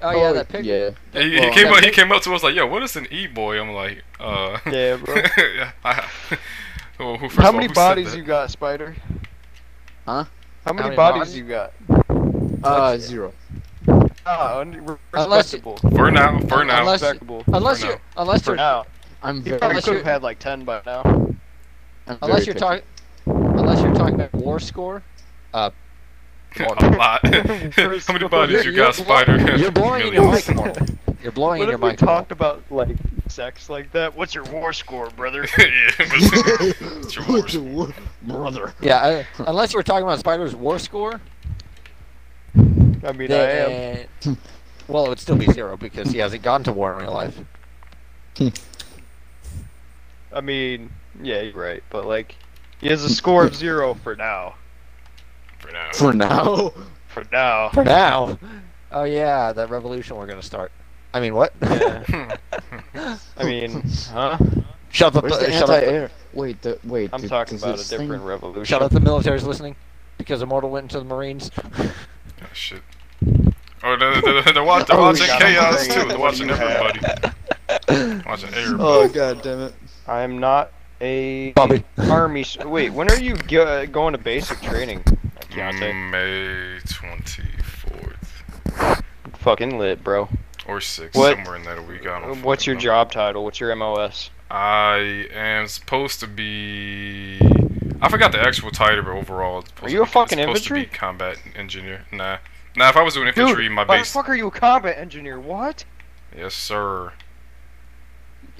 [SPEAKER 1] Oh yeah, that picture.
[SPEAKER 3] Yeah.
[SPEAKER 2] he
[SPEAKER 3] Well,
[SPEAKER 2] came
[SPEAKER 3] that
[SPEAKER 2] up. He
[SPEAKER 3] pic-
[SPEAKER 2] came up to us like, "Yo, what is an e boy?" I'm like, "Uh." [laughs]
[SPEAKER 4] Yeah, bro.
[SPEAKER 2] yeah, I- [laughs] well, who, first
[SPEAKER 4] How
[SPEAKER 2] of all,
[SPEAKER 4] many
[SPEAKER 2] who said
[SPEAKER 4] bodies
[SPEAKER 2] that?
[SPEAKER 4] you got, Spider?
[SPEAKER 3] Huh?
[SPEAKER 4] How many
[SPEAKER 1] many
[SPEAKER 4] bodies
[SPEAKER 1] bodies?
[SPEAKER 4] you got?
[SPEAKER 3] Uh, zero.
[SPEAKER 4] Ah, un-
[SPEAKER 1] Unless-
[SPEAKER 4] respectable.
[SPEAKER 2] For now, for now. [laughs]
[SPEAKER 1] Unless-
[SPEAKER 4] respectable.
[SPEAKER 1] Unless
[SPEAKER 2] For
[SPEAKER 1] you're,
[SPEAKER 2] now.
[SPEAKER 1] unless
[SPEAKER 4] For
[SPEAKER 1] you're,
[SPEAKER 4] now.
[SPEAKER 3] I'm
[SPEAKER 4] He
[SPEAKER 3] very.
[SPEAKER 4] probably
[SPEAKER 1] Unless
[SPEAKER 4] could
[SPEAKER 1] you-
[SPEAKER 4] have had like 10 by now.
[SPEAKER 3] I'm very
[SPEAKER 1] unless you're
[SPEAKER 3] picky.
[SPEAKER 1] talking, unless you're talking about war score. Uh,
[SPEAKER 2] a
[SPEAKER 4] [laughs]
[SPEAKER 2] lot. [laughs] How many bodies you
[SPEAKER 1] You're-
[SPEAKER 2] got,
[SPEAKER 1] you're
[SPEAKER 2] Spider?
[SPEAKER 1] you're blowing in
[SPEAKER 2] [laughs]
[SPEAKER 1] your
[SPEAKER 2] Millions.
[SPEAKER 1] mic. Mark. You're blowing
[SPEAKER 4] What
[SPEAKER 1] in your
[SPEAKER 4] if we
[SPEAKER 1] mic. Mark.
[SPEAKER 4] talked about like
[SPEAKER 2] [laughs]
[SPEAKER 4] sex like that? What's your war score, brother? [laughs]
[SPEAKER 2] yeah, but- it's your
[SPEAKER 3] What
[SPEAKER 2] worst.
[SPEAKER 3] [laughs] the? What, brother.
[SPEAKER 1] Yeah, I, unless you were talking about Spider's War score,
[SPEAKER 4] I mean, I am.
[SPEAKER 1] then, uh, well, it would still be zero because he hasn't gone to war in real life.
[SPEAKER 4] I mean, yeah, you're right. But like, he has a score of zero for now.
[SPEAKER 2] for now.
[SPEAKER 3] For [laughs] now.
[SPEAKER 4] For now.
[SPEAKER 1] For now. Oh yeah, that revolution we're gonna start. I mean, what?
[SPEAKER 4] Yeah. I mean, huh?
[SPEAKER 1] [laughs] shut up!
[SPEAKER 3] Where's the
[SPEAKER 1] shut up!
[SPEAKER 3] anti-air? Wait, the, wait.
[SPEAKER 4] I'm
[SPEAKER 3] dude,
[SPEAKER 4] talking
[SPEAKER 3] does
[SPEAKER 4] about a
[SPEAKER 3] this thing-
[SPEAKER 4] different revolution.
[SPEAKER 1] Shut up! The military's listening because Immortal went into the Marines. [laughs]
[SPEAKER 2] Oh, shit. Oh, they're, they're, they're, watch, they're
[SPEAKER 3] Oh,
[SPEAKER 2] watching
[SPEAKER 3] God.
[SPEAKER 2] chaos too. They're watching
[SPEAKER 4] Yeah. [laughs]
[SPEAKER 2] everybody. watching everybody.
[SPEAKER 3] Oh god damn it!
[SPEAKER 4] I'm not a
[SPEAKER 1] Bobby. [laughs]
[SPEAKER 4] army. s- Wait, when are you go- going to basic training? Keontae?
[SPEAKER 2] May 24th
[SPEAKER 4] Fucking lit, bro.
[SPEAKER 2] or 6th,
[SPEAKER 4] What-
[SPEAKER 2] somewhere in that week. I don't
[SPEAKER 4] What's
[SPEAKER 2] fucking
[SPEAKER 4] your
[SPEAKER 2] know.
[SPEAKER 4] job title? What's your MOS?
[SPEAKER 2] I am supposed to be. I forgot the actual title, but overall, it's supposed
[SPEAKER 4] you
[SPEAKER 2] to
[SPEAKER 4] a
[SPEAKER 2] be,
[SPEAKER 4] fucking
[SPEAKER 2] it's supposed to be
[SPEAKER 4] infantry?
[SPEAKER 2] combat engineer. Nah, nah. If I was doing infantry, my
[SPEAKER 4] why the
[SPEAKER 2] base.
[SPEAKER 4] fuck are you a combat engineer? What?
[SPEAKER 2] Yes, sir.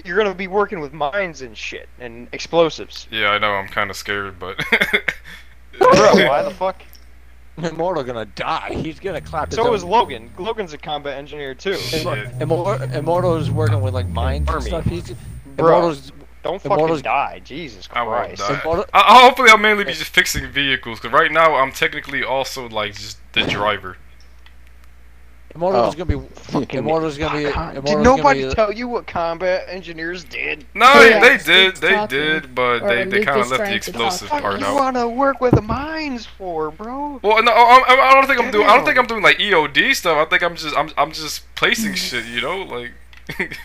[SPEAKER 4] You're gonna be working with mines and shit and explosives.
[SPEAKER 2] Yeah, I know. I'm kind of scared, but. [laughs]
[SPEAKER 4] Bro,
[SPEAKER 1] [laughs]
[SPEAKER 4] why the fuck?
[SPEAKER 1] Immortal gonna die. He's gonna clap. his
[SPEAKER 4] So
[SPEAKER 1] own-
[SPEAKER 4] is Logan. Logan's a combat engineer too.
[SPEAKER 2] Shit.
[SPEAKER 1] Immor- Immortal is working with like mines and
[SPEAKER 4] Army.
[SPEAKER 1] stuff. He's
[SPEAKER 4] Bro,
[SPEAKER 1] Immortal's
[SPEAKER 4] don't
[SPEAKER 1] Immortals-
[SPEAKER 4] fucking die. Jesus
[SPEAKER 2] I won't
[SPEAKER 4] Christ.
[SPEAKER 2] die.
[SPEAKER 1] Immortal-
[SPEAKER 2] I, I- hopefully, I'll mainly be just fixing vehicles. Cause right now, I'm technically also like just the driver.
[SPEAKER 1] Immortal's
[SPEAKER 3] Oh.
[SPEAKER 1] gonna be Immortal's gonna be Immortal's
[SPEAKER 4] God, Did
[SPEAKER 1] gonna
[SPEAKER 4] nobody
[SPEAKER 1] be-
[SPEAKER 4] tell you what combat engineers did?
[SPEAKER 2] No,
[SPEAKER 5] Oh, Yeah,
[SPEAKER 2] they
[SPEAKER 5] it's
[SPEAKER 2] did,
[SPEAKER 5] the
[SPEAKER 2] they
[SPEAKER 5] talking,
[SPEAKER 2] did, but they,
[SPEAKER 5] or
[SPEAKER 2] they kind of left
[SPEAKER 5] Lucas
[SPEAKER 2] the
[SPEAKER 5] trying to talk.
[SPEAKER 2] explosive
[SPEAKER 4] Fuck
[SPEAKER 2] part
[SPEAKER 4] you
[SPEAKER 2] out.
[SPEAKER 4] wanna work with the mines for, bro?
[SPEAKER 2] Well, no, I, I I don't think I'm doing. I don't think
[SPEAKER 4] Damn. Mm.
[SPEAKER 2] I'm doing like EOD stuff. I think I'm just I'm I'm just placing shit. You know, like.
[SPEAKER 4] [laughs]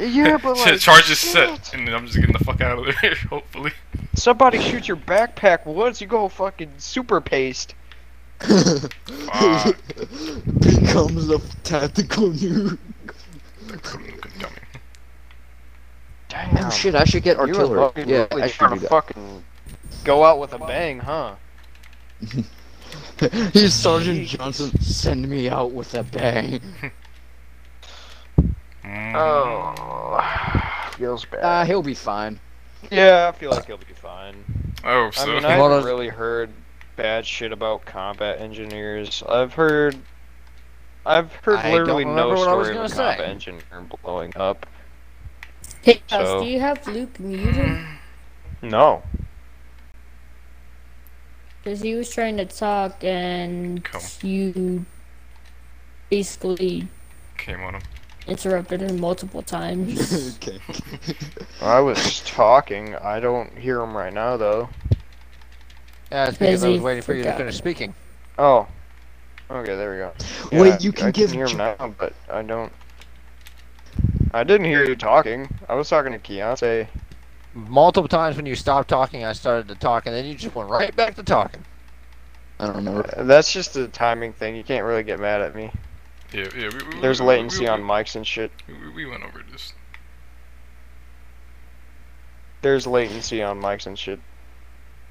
[SPEAKER 4] Yeah, but,
[SPEAKER 2] [laughs] shit,
[SPEAKER 4] like,
[SPEAKER 2] charge is
[SPEAKER 4] shit.
[SPEAKER 2] set, and then I'm just getting the fuck out of there. [laughs]
[SPEAKER 4] [laughs]
[SPEAKER 2] Hopefully,
[SPEAKER 4] Somebody shoots your backpack once, you go fucking super paste.
[SPEAKER 2] Fuck.
[SPEAKER 3] Becomes a tactical nuke.
[SPEAKER 4] Uh,
[SPEAKER 2] come, come, come.
[SPEAKER 4] Damn.
[SPEAKER 3] Oh shit! I should get
[SPEAKER 4] you were
[SPEAKER 3] artillery.
[SPEAKER 4] fucking
[SPEAKER 3] Yeah,
[SPEAKER 4] really
[SPEAKER 3] I should
[SPEAKER 4] trying
[SPEAKER 3] do
[SPEAKER 4] to
[SPEAKER 3] that.
[SPEAKER 4] fucking go out with a bang, huh?
[SPEAKER 3] [laughs] He's Sergeant Johnson. Send me out with a bang.
[SPEAKER 2] Mm.
[SPEAKER 3] Mm-hmm.
[SPEAKER 4] Oh, [sighs] feels bad.
[SPEAKER 3] Uh, he'll be fine.
[SPEAKER 4] yeah, I feel like he'll be fine.
[SPEAKER 2] Oh, so
[SPEAKER 4] I [laughs] mean,
[SPEAKER 2] [laughs]
[SPEAKER 4] I
[SPEAKER 1] Hold
[SPEAKER 4] haven't
[SPEAKER 1] on.
[SPEAKER 4] really heard bad shit about combat engineers. I've heard, I've heard
[SPEAKER 1] I don't
[SPEAKER 4] literally no
[SPEAKER 1] remember what I was
[SPEAKER 4] story of
[SPEAKER 1] gonna
[SPEAKER 4] a combat
[SPEAKER 1] say.
[SPEAKER 4] engineer blowing up.
[SPEAKER 5] Hey,
[SPEAKER 4] So-
[SPEAKER 5] House, do you have Luke muted?
[SPEAKER 4] No.
[SPEAKER 5] Because he was trying to talk and
[SPEAKER 2] Cool.
[SPEAKER 5] you basically
[SPEAKER 2] came on him.
[SPEAKER 5] interrupted him multiple times.
[SPEAKER 3] [laughs] okay.
[SPEAKER 4] I was talking. I don't hear him right now though.
[SPEAKER 1] Yeah, it's because I
[SPEAKER 5] Busy.
[SPEAKER 1] was waiting for you to
[SPEAKER 5] Forgot.
[SPEAKER 1] finish speaking.
[SPEAKER 4] Oh. Okay, there we go.
[SPEAKER 3] Wait,
[SPEAKER 4] Yeah,
[SPEAKER 3] you
[SPEAKER 4] I
[SPEAKER 3] can give
[SPEAKER 4] hear him
[SPEAKER 3] Jo-
[SPEAKER 4] now, but I don't. I didn't hear you talking. I was talking to Keontae.
[SPEAKER 1] Multiple times when you stopped talking, I started to talk, and then you just went right back to talking.
[SPEAKER 3] I don't remember.
[SPEAKER 4] That's just a timing thing. You can't really get mad at me.
[SPEAKER 2] Yeah, yeah. We, we,
[SPEAKER 4] There's
[SPEAKER 2] we-
[SPEAKER 4] latency
[SPEAKER 2] we,
[SPEAKER 4] on mics and shit.
[SPEAKER 2] We, we, we went over this.
[SPEAKER 4] There's latency on mics and shit.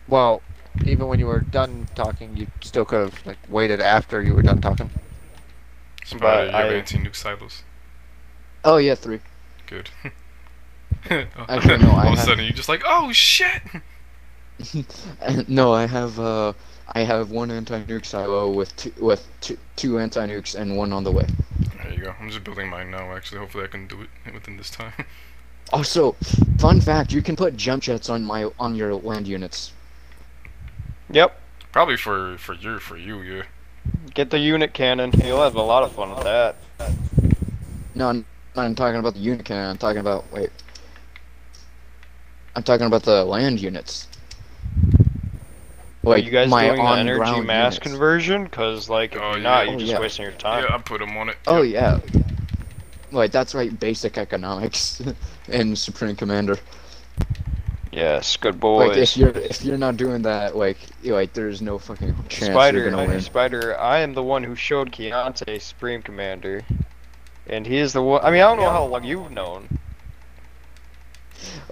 [SPEAKER 1] Well, even when you were done talking, you still could have like waited after you were done talking.
[SPEAKER 2] Somebody, you have
[SPEAKER 4] I-
[SPEAKER 2] anti-nuke silos.
[SPEAKER 3] Oh yeah, three.
[SPEAKER 2] Good. [laughs]
[SPEAKER 3] Actually, no, I
[SPEAKER 2] All of
[SPEAKER 3] have-
[SPEAKER 2] a sudden, you're just like, oh shit. [laughs]
[SPEAKER 3] Uh, no, I have uh, I have one anti-nuke silo with two with two, two anti-nukes and one on the way.
[SPEAKER 2] There you go. I'm just building mine now. Actually, hopefully, I can do it [laughs] within this time.
[SPEAKER 3] Also, fun fact: you can put jump jets on my on your land units.
[SPEAKER 4] Yep.
[SPEAKER 2] Probably for for you, for you, yeah.
[SPEAKER 4] Get the unit cannon. You'll have a lot of fun with that.
[SPEAKER 3] No, I'm not I'm talking about the unit cannon. I'm talking about wait. I'm talking about the land units.
[SPEAKER 4] Are
[SPEAKER 3] Like
[SPEAKER 4] you guys
[SPEAKER 3] my
[SPEAKER 4] doing the energy
[SPEAKER 3] on-ground
[SPEAKER 4] mass
[SPEAKER 3] units.
[SPEAKER 4] conversion? Because like, if
[SPEAKER 2] Oh,
[SPEAKER 4] you're
[SPEAKER 2] yeah.
[SPEAKER 4] not, you're
[SPEAKER 3] Oh,
[SPEAKER 4] just
[SPEAKER 3] yeah.
[SPEAKER 4] wasting your time.
[SPEAKER 2] Yeah, I put them on it.
[SPEAKER 3] Oh
[SPEAKER 2] Yep.
[SPEAKER 3] yeah. Like that's right, basic economics [laughs] in Supreme Commander.
[SPEAKER 4] Yes, good
[SPEAKER 3] Like if
[SPEAKER 4] boys.
[SPEAKER 3] you're if you're not doing that, like you- like there's no fucking chance
[SPEAKER 4] Spider,
[SPEAKER 3] you're gonna win.
[SPEAKER 4] Spider, I am the one who showed Keontae Supreme Commander, and he is the one. I mean, I don't know how long you've known.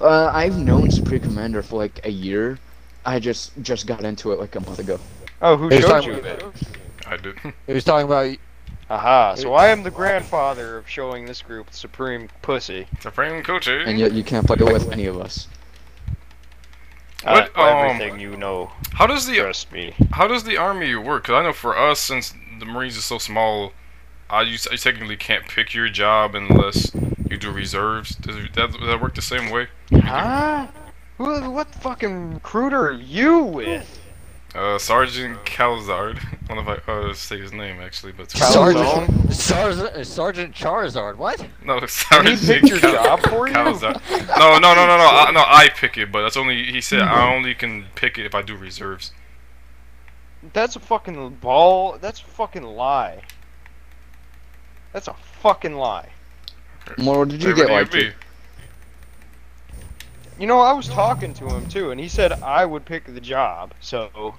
[SPEAKER 3] Uh, I've known Supreme Commander for like a year. I just just got into it like a month ago.
[SPEAKER 4] Oh, who
[SPEAKER 1] He's
[SPEAKER 4] showed
[SPEAKER 1] talking
[SPEAKER 4] you
[SPEAKER 1] about-
[SPEAKER 4] it?
[SPEAKER 2] I did. [laughs]
[SPEAKER 1] He was talking about
[SPEAKER 4] Aha! So I am the grandfather of showing this group Supreme Pussy.
[SPEAKER 2] eh? Supreme Coaching.
[SPEAKER 3] And yet you can't play it with any of us.
[SPEAKER 2] What,
[SPEAKER 4] Uh,
[SPEAKER 2] um,
[SPEAKER 4] everything you know,
[SPEAKER 2] How does the
[SPEAKER 4] trust me.
[SPEAKER 2] how does the army work? 'Cause I know for us, since the Marines are so small, I you, I technically can't pick your job unless you do reserves. Does it- that, does that work the same way?
[SPEAKER 4] Huh? Who, what fucking recruiter are you with?
[SPEAKER 2] Uh, Sergeant Calzard. [laughs] I don't know if I uh, say his name actually, but
[SPEAKER 1] Sergeant, Sergeant, Sergeant Charizard. What?
[SPEAKER 2] no, [laughs]
[SPEAKER 4] Did
[SPEAKER 2] Sergeant
[SPEAKER 4] he pick your
[SPEAKER 2] Cal-
[SPEAKER 4] job for you?
[SPEAKER 2] Calzard. No, no, no, no, no. I, no, I pick it, but that's only he said.
[SPEAKER 3] Hmm.
[SPEAKER 2] I only can pick it if I do reserves.
[SPEAKER 4] That's a fucking ball. That's a fucking lie. That's a fucking lie.
[SPEAKER 3] Moro, did you
[SPEAKER 2] Hey, what
[SPEAKER 3] get like
[SPEAKER 2] do you mean?
[SPEAKER 4] You know, I was talking to him too, and he said I would pick the job. So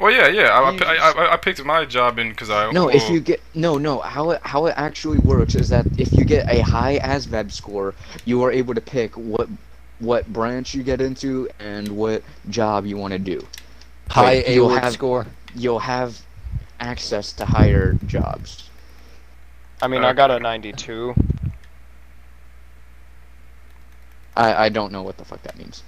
[SPEAKER 2] Well, yeah, yeah. I, I, pi- I, I- I picked my job in because I oh,
[SPEAKER 3] No, if
[SPEAKER 2] well, [laughs]
[SPEAKER 3] you get no, no. How it how it actually works is that if you get a high ASVAB score, you are able to pick what what branch you get into and what job you want to do.
[SPEAKER 1] High
[SPEAKER 3] Like,
[SPEAKER 1] A
[SPEAKER 3] you'll
[SPEAKER 1] word
[SPEAKER 3] have-
[SPEAKER 1] score.
[SPEAKER 3] You'll have access to higher jobs.
[SPEAKER 4] I mean, I got a 92.
[SPEAKER 3] I I don't know what the fuck that means.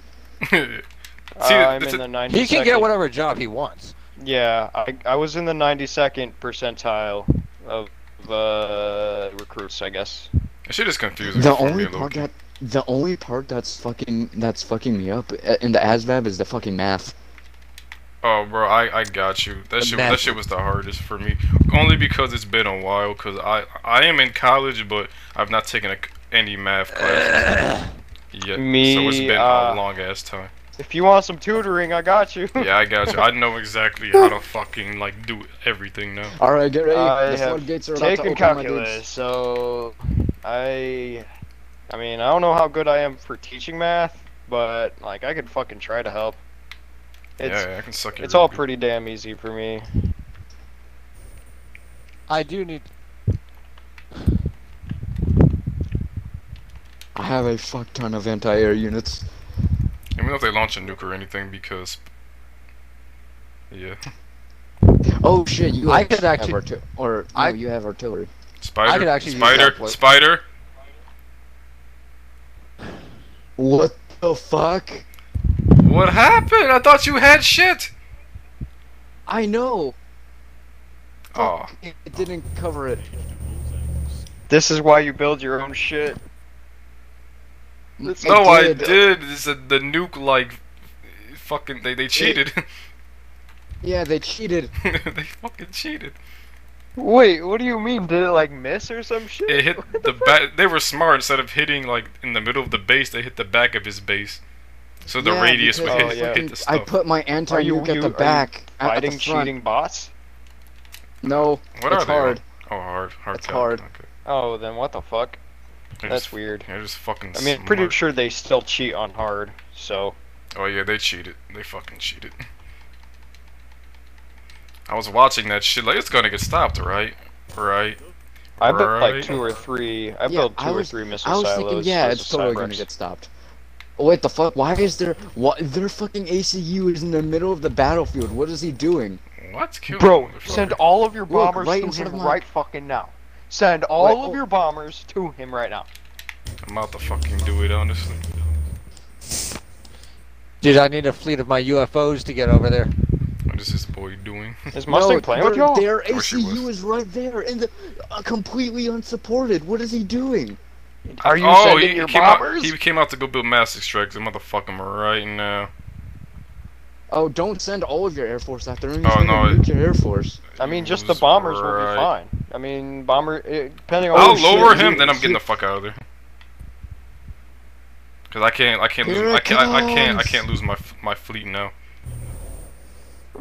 [SPEAKER 2] See,
[SPEAKER 4] Uh, I'm
[SPEAKER 2] that's
[SPEAKER 4] in
[SPEAKER 2] a-
[SPEAKER 4] the 92.
[SPEAKER 1] He can get whatever job he wants.
[SPEAKER 4] Yeah, I, I was in the 92nd percentile of uh, recruits, I guess.
[SPEAKER 2] that shit is confusing.
[SPEAKER 3] The
[SPEAKER 2] for me
[SPEAKER 3] only
[SPEAKER 2] a little
[SPEAKER 3] part
[SPEAKER 2] bit.
[SPEAKER 3] that the only part that's fucking that's fucking me up uh, in the ASVAB is the fucking math.
[SPEAKER 2] Oh, bro, I, I got you. That shit that
[SPEAKER 1] Imagine.
[SPEAKER 2] shit was the hardest for me, only because it's been a while. Cause I I am in college, but I've not taken a, any math class
[SPEAKER 3] [laughs]
[SPEAKER 2] yet. so it's
[SPEAKER 4] Me,
[SPEAKER 2] been
[SPEAKER 4] uh,
[SPEAKER 2] a long ass time.
[SPEAKER 4] If you want some tutoring, I got you. [laughs]
[SPEAKER 2] Yeah, I got you. I know exactly how to fucking like do everything now.
[SPEAKER 3] All right, get ready.
[SPEAKER 4] I
[SPEAKER 3] the
[SPEAKER 4] have
[SPEAKER 3] floodgates are about to
[SPEAKER 4] Taking
[SPEAKER 3] open, my
[SPEAKER 4] calculus,
[SPEAKER 3] dudes.
[SPEAKER 4] so I, I mean, I don't know how good I am for teaching math, but like I could fucking try to help. It's
[SPEAKER 2] yeah, I can suck it.
[SPEAKER 4] it's all pretty damn easy for me.
[SPEAKER 1] I do need.
[SPEAKER 3] I have a fuck ton of anti-air units.
[SPEAKER 2] Let me know if they launch a nuke or anything because. Yeah,
[SPEAKER 3] Oh shit, you
[SPEAKER 1] I
[SPEAKER 3] have-
[SPEAKER 1] could
[SPEAKER 3] have
[SPEAKER 1] actu-
[SPEAKER 3] artil- or no,
[SPEAKER 1] I-
[SPEAKER 3] you have artillery.
[SPEAKER 2] spider,
[SPEAKER 1] could actually use
[SPEAKER 2] spider,
[SPEAKER 1] that for-
[SPEAKER 2] spider.
[SPEAKER 3] What the fuck?
[SPEAKER 2] What happened? I thought you had shit.
[SPEAKER 3] I know.
[SPEAKER 2] Oh,
[SPEAKER 3] It didn't cover it.
[SPEAKER 4] This is why you build your own shit.
[SPEAKER 3] It
[SPEAKER 2] Oh, no, I did. It's a, the nuke like fucking they they cheated.
[SPEAKER 3] Yeah, they cheated.
[SPEAKER 2] [laughs] they fucking cheated.
[SPEAKER 4] Wait, what do you mean? Did it like miss or some shit?
[SPEAKER 2] It hit the back. They were smart. Instead of hitting like in the middle of the base, they hit the back of his base. So the
[SPEAKER 3] Yeah,
[SPEAKER 2] radius would
[SPEAKER 3] because
[SPEAKER 2] hit,
[SPEAKER 4] Oh, yeah.
[SPEAKER 2] would hit the
[SPEAKER 3] I
[SPEAKER 2] stuff.
[SPEAKER 3] put my anti
[SPEAKER 4] you-
[SPEAKER 3] nuke at
[SPEAKER 4] you-
[SPEAKER 3] the
[SPEAKER 4] are you
[SPEAKER 3] back. at- at
[SPEAKER 4] Fighting
[SPEAKER 3] the front.
[SPEAKER 4] cheating bots?
[SPEAKER 3] No,
[SPEAKER 2] what
[SPEAKER 3] it's
[SPEAKER 2] are they?
[SPEAKER 3] hard.
[SPEAKER 2] Oh, hard, hard.
[SPEAKER 3] It's
[SPEAKER 2] cap,
[SPEAKER 3] hard.
[SPEAKER 2] Okay.
[SPEAKER 4] Oh, then what the fuck?
[SPEAKER 2] They're
[SPEAKER 4] That's
[SPEAKER 2] just-
[SPEAKER 4] weird.
[SPEAKER 2] They're just fucking.
[SPEAKER 4] I mean, pretty
[SPEAKER 2] smart.
[SPEAKER 4] sure they still cheat on hard. So
[SPEAKER 2] Oh yeah, they cheated. They fucking cheated. [laughs] I was watching that shit. Like it's gonna get stopped, right? Right.
[SPEAKER 4] I built
[SPEAKER 2] Right.
[SPEAKER 4] like two or three. I
[SPEAKER 3] Yeah,
[SPEAKER 4] built two
[SPEAKER 3] I was-
[SPEAKER 4] or three missile
[SPEAKER 3] I was
[SPEAKER 4] silos.
[SPEAKER 3] thinking, yeah,
[SPEAKER 4] as
[SPEAKER 3] it's
[SPEAKER 4] a
[SPEAKER 3] totally
[SPEAKER 4] cyber
[SPEAKER 3] gonna
[SPEAKER 4] X.
[SPEAKER 3] get stopped. Oh, Wait, the fuck? Why is there? What? Their fucking ACU is in the middle of the battlefield. What is he doing?
[SPEAKER 2] What? Kill
[SPEAKER 4] Bro,
[SPEAKER 2] that motherfucker.
[SPEAKER 4] send all of your bombers
[SPEAKER 3] right in
[SPEAKER 4] to
[SPEAKER 3] front
[SPEAKER 4] him
[SPEAKER 3] of mine.
[SPEAKER 4] right fucking now. Send all
[SPEAKER 3] Wait,
[SPEAKER 4] of
[SPEAKER 3] oh.
[SPEAKER 4] your bombers to him
[SPEAKER 3] [laughs]
[SPEAKER 4] right now.
[SPEAKER 2] I'm about to fucking do it, honestly.
[SPEAKER 1] Dude, I need a fleet of my UFOs to get over there.
[SPEAKER 2] What is this boy doing?
[SPEAKER 4] Is Mustang
[SPEAKER 3] no,
[SPEAKER 4] playing with
[SPEAKER 3] their-
[SPEAKER 4] y'all?
[SPEAKER 3] Their
[SPEAKER 2] course he was.
[SPEAKER 3] ACU is right there, and the, uh, completely unsupported. What is he doing?
[SPEAKER 4] [laughs] Are you
[SPEAKER 2] oh,
[SPEAKER 4] sending
[SPEAKER 2] he,
[SPEAKER 4] your
[SPEAKER 2] he came out-
[SPEAKER 4] bombers?
[SPEAKER 2] he came out to go build mass extracts. I'm about to fuck him right now.
[SPEAKER 3] Oh, don't send all of your air force out there. and
[SPEAKER 2] Oh,
[SPEAKER 3] send
[SPEAKER 2] no,
[SPEAKER 3] a nuke to air force.
[SPEAKER 4] I mean, just the
[SPEAKER 2] He was
[SPEAKER 4] bombers will be
[SPEAKER 2] right.
[SPEAKER 4] fine. I mean, bomber, it, depending on.
[SPEAKER 2] I'll
[SPEAKER 4] what Oh, shit
[SPEAKER 2] lower
[SPEAKER 4] you-
[SPEAKER 2] him, then I'm getting the
[SPEAKER 3] [laughs]
[SPEAKER 2] fuck out of there. Cause I can't, I can't, lose,
[SPEAKER 3] Here it
[SPEAKER 2] I can't, I, I can't, I
[SPEAKER 3] comes.
[SPEAKER 2] can't lose my f- my fleet now.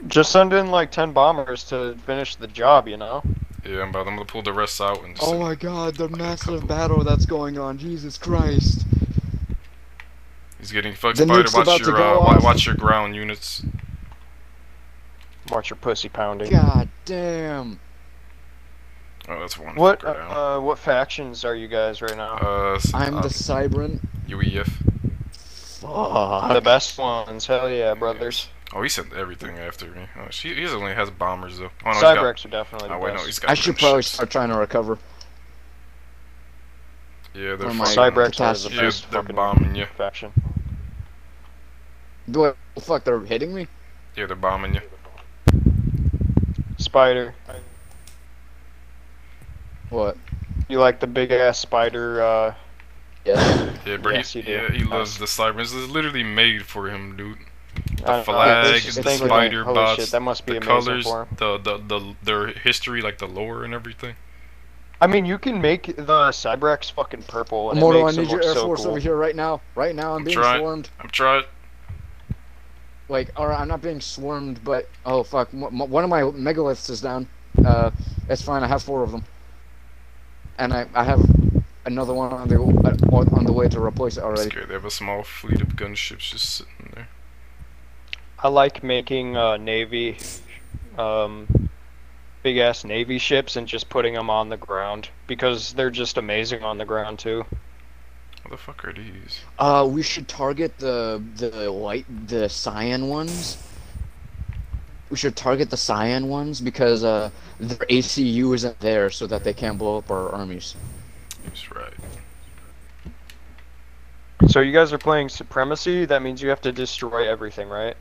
[SPEAKER 4] Just send in like ten bombers to finish the job. You know.
[SPEAKER 2] Yeah, I'm about, I'm gonna pull the rest out and. Just,
[SPEAKER 3] Oh my god, the massive battle that's going on. Jesus Christ.
[SPEAKER 2] he's getting fucked.
[SPEAKER 3] The
[SPEAKER 2] Spider,
[SPEAKER 3] nuke's about
[SPEAKER 2] watch
[SPEAKER 3] to
[SPEAKER 2] your,
[SPEAKER 3] go
[SPEAKER 2] uh, wa-
[SPEAKER 3] off.
[SPEAKER 2] watch your ground units.
[SPEAKER 4] Watch your pussy pounding.
[SPEAKER 3] God damn.
[SPEAKER 2] Oh, that's one.
[SPEAKER 4] What
[SPEAKER 2] fucker
[SPEAKER 4] uh,
[SPEAKER 2] down.
[SPEAKER 4] uh, what factions are you guys right now?
[SPEAKER 2] Uh, s- uh,
[SPEAKER 3] I'm
[SPEAKER 2] E
[SPEAKER 3] the Cybran.
[SPEAKER 2] UEF. Uh,
[SPEAKER 3] Fuck.
[SPEAKER 4] the best ones, hell yeah, brothers.
[SPEAKER 2] Oh, he sent everything after me. Oh, she, he only has bombers though. Oh no, he's got.
[SPEAKER 4] Cybrex are definitely the
[SPEAKER 2] Oh wait, no, he's
[SPEAKER 4] best.
[SPEAKER 2] got.
[SPEAKER 3] I should
[SPEAKER 2] gunships.
[SPEAKER 3] probably start trying to recover.
[SPEAKER 2] Yeah, they're
[SPEAKER 3] Or my
[SPEAKER 2] fucking.
[SPEAKER 4] Cybrex are the
[SPEAKER 3] Catastrophe.
[SPEAKER 2] Yeah,
[SPEAKER 4] best
[SPEAKER 2] they're
[SPEAKER 4] fucking
[SPEAKER 2] bombing you.
[SPEAKER 4] faction.
[SPEAKER 3] What the fuck? They're hitting me.
[SPEAKER 2] Yeah, they're bombing you.
[SPEAKER 4] Spider.
[SPEAKER 3] What?
[SPEAKER 4] You like the big ass spider? Uh,
[SPEAKER 2] [laughs]
[SPEAKER 3] Yeah.
[SPEAKER 2] Yeah, bro.
[SPEAKER 4] Yes,
[SPEAKER 2] he,
[SPEAKER 4] you do.
[SPEAKER 2] yeah, he loves the Cybermen. It's literally made for him, dude. The flag,
[SPEAKER 4] flags,
[SPEAKER 2] the
[SPEAKER 3] it's like-
[SPEAKER 2] spider
[SPEAKER 4] Holy shit,
[SPEAKER 2] bots,
[SPEAKER 4] that must
[SPEAKER 2] the
[SPEAKER 4] be amazing
[SPEAKER 2] colors,
[SPEAKER 4] for him.
[SPEAKER 2] the, the the their history, like the lore and everything.
[SPEAKER 4] I mean, you can make the Cybrex fucking purple, and
[SPEAKER 3] Immortal,
[SPEAKER 4] it
[SPEAKER 3] I
[SPEAKER 4] makes
[SPEAKER 3] need
[SPEAKER 4] him
[SPEAKER 3] your
[SPEAKER 4] look
[SPEAKER 3] Air
[SPEAKER 4] so
[SPEAKER 3] Force
[SPEAKER 4] cool.
[SPEAKER 3] over here right now. Right now, I'm being
[SPEAKER 2] trying.
[SPEAKER 3] swarmed.
[SPEAKER 2] I'm trying.
[SPEAKER 3] Like, alright, I'm not being swarmed, but oh fuck, m- m- one of my megaliths is down. Uh, it's fine. I have four of them, and I I have another one on the uh, on on the way to replace it
[SPEAKER 2] I'm
[SPEAKER 3] already.
[SPEAKER 2] scared. They have a small fleet of gunships just sitting there.
[SPEAKER 4] I like making uh, navy, um, big ass navy ships and just putting them on the ground because they're just amazing on the ground too.
[SPEAKER 2] What the fuck are these?
[SPEAKER 3] Uh, we should target the the light the cyan ones. We should target the cyan ones because uh their ACU isn't there, so that they can't blow up our armies.
[SPEAKER 2] That's right.
[SPEAKER 4] So you guys are playing supremacy. That means you have to destroy everything, right?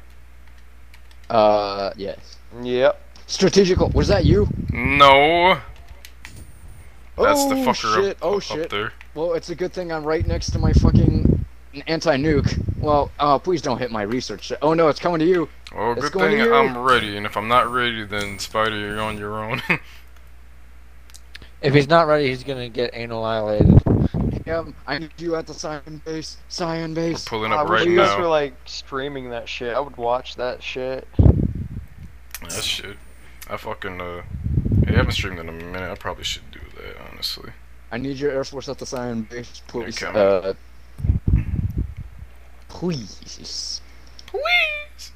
[SPEAKER 3] Uh, yes.
[SPEAKER 4] Yep.
[SPEAKER 3] Strategical. Was that you?
[SPEAKER 2] No, that's the
[SPEAKER 3] Oh,
[SPEAKER 2] fucker
[SPEAKER 3] shit.
[SPEAKER 2] up,
[SPEAKER 3] Oh
[SPEAKER 2] up
[SPEAKER 3] shit.
[SPEAKER 2] there.
[SPEAKER 3] Well, it's a good thing I'm right next to my fucking anti nuke. Well, uh, please don't hit my research. Oh no, it's coming to you.
[SPEAKER 2] Well,
[SPEAKER 3] It's
[SPEAKER 2] Oh, good
[SPEAKER 3] going to
[SPEAKER 2] thing
[SPEAKER 3] you.
[SPEAKER 2] I'm ready, and if I'm not ready, then Spider, you're on your own. [laughs]
[SPEAKER 1] If he's not ready, he's gonna get anal annihilated.
[SPEAKER 3] Yep, I need you at the cyan base. Cyan base.
[SPEAKER 2] Pulling
[SPEAKER 4] I
[SPEAKER 2] up
[SPEAKER 4] wish
[SPEAKER 2] right
[SPEAKER 4] you guys were
[SPEAKER 2] now.
[SPEAKER 4] like streaming that shit. I would watch that shit.
[SPEAKER 2] That shit. I fucking uh, yeah, I haven't streamed in a minute. I probably should do that honestly.
[SPEAKER 3] I need your air force at the cyan base, please.
[SPEAKER 2] coming.
[SPEAKER 3] Uh, please.
[SPEAKER 2] Please.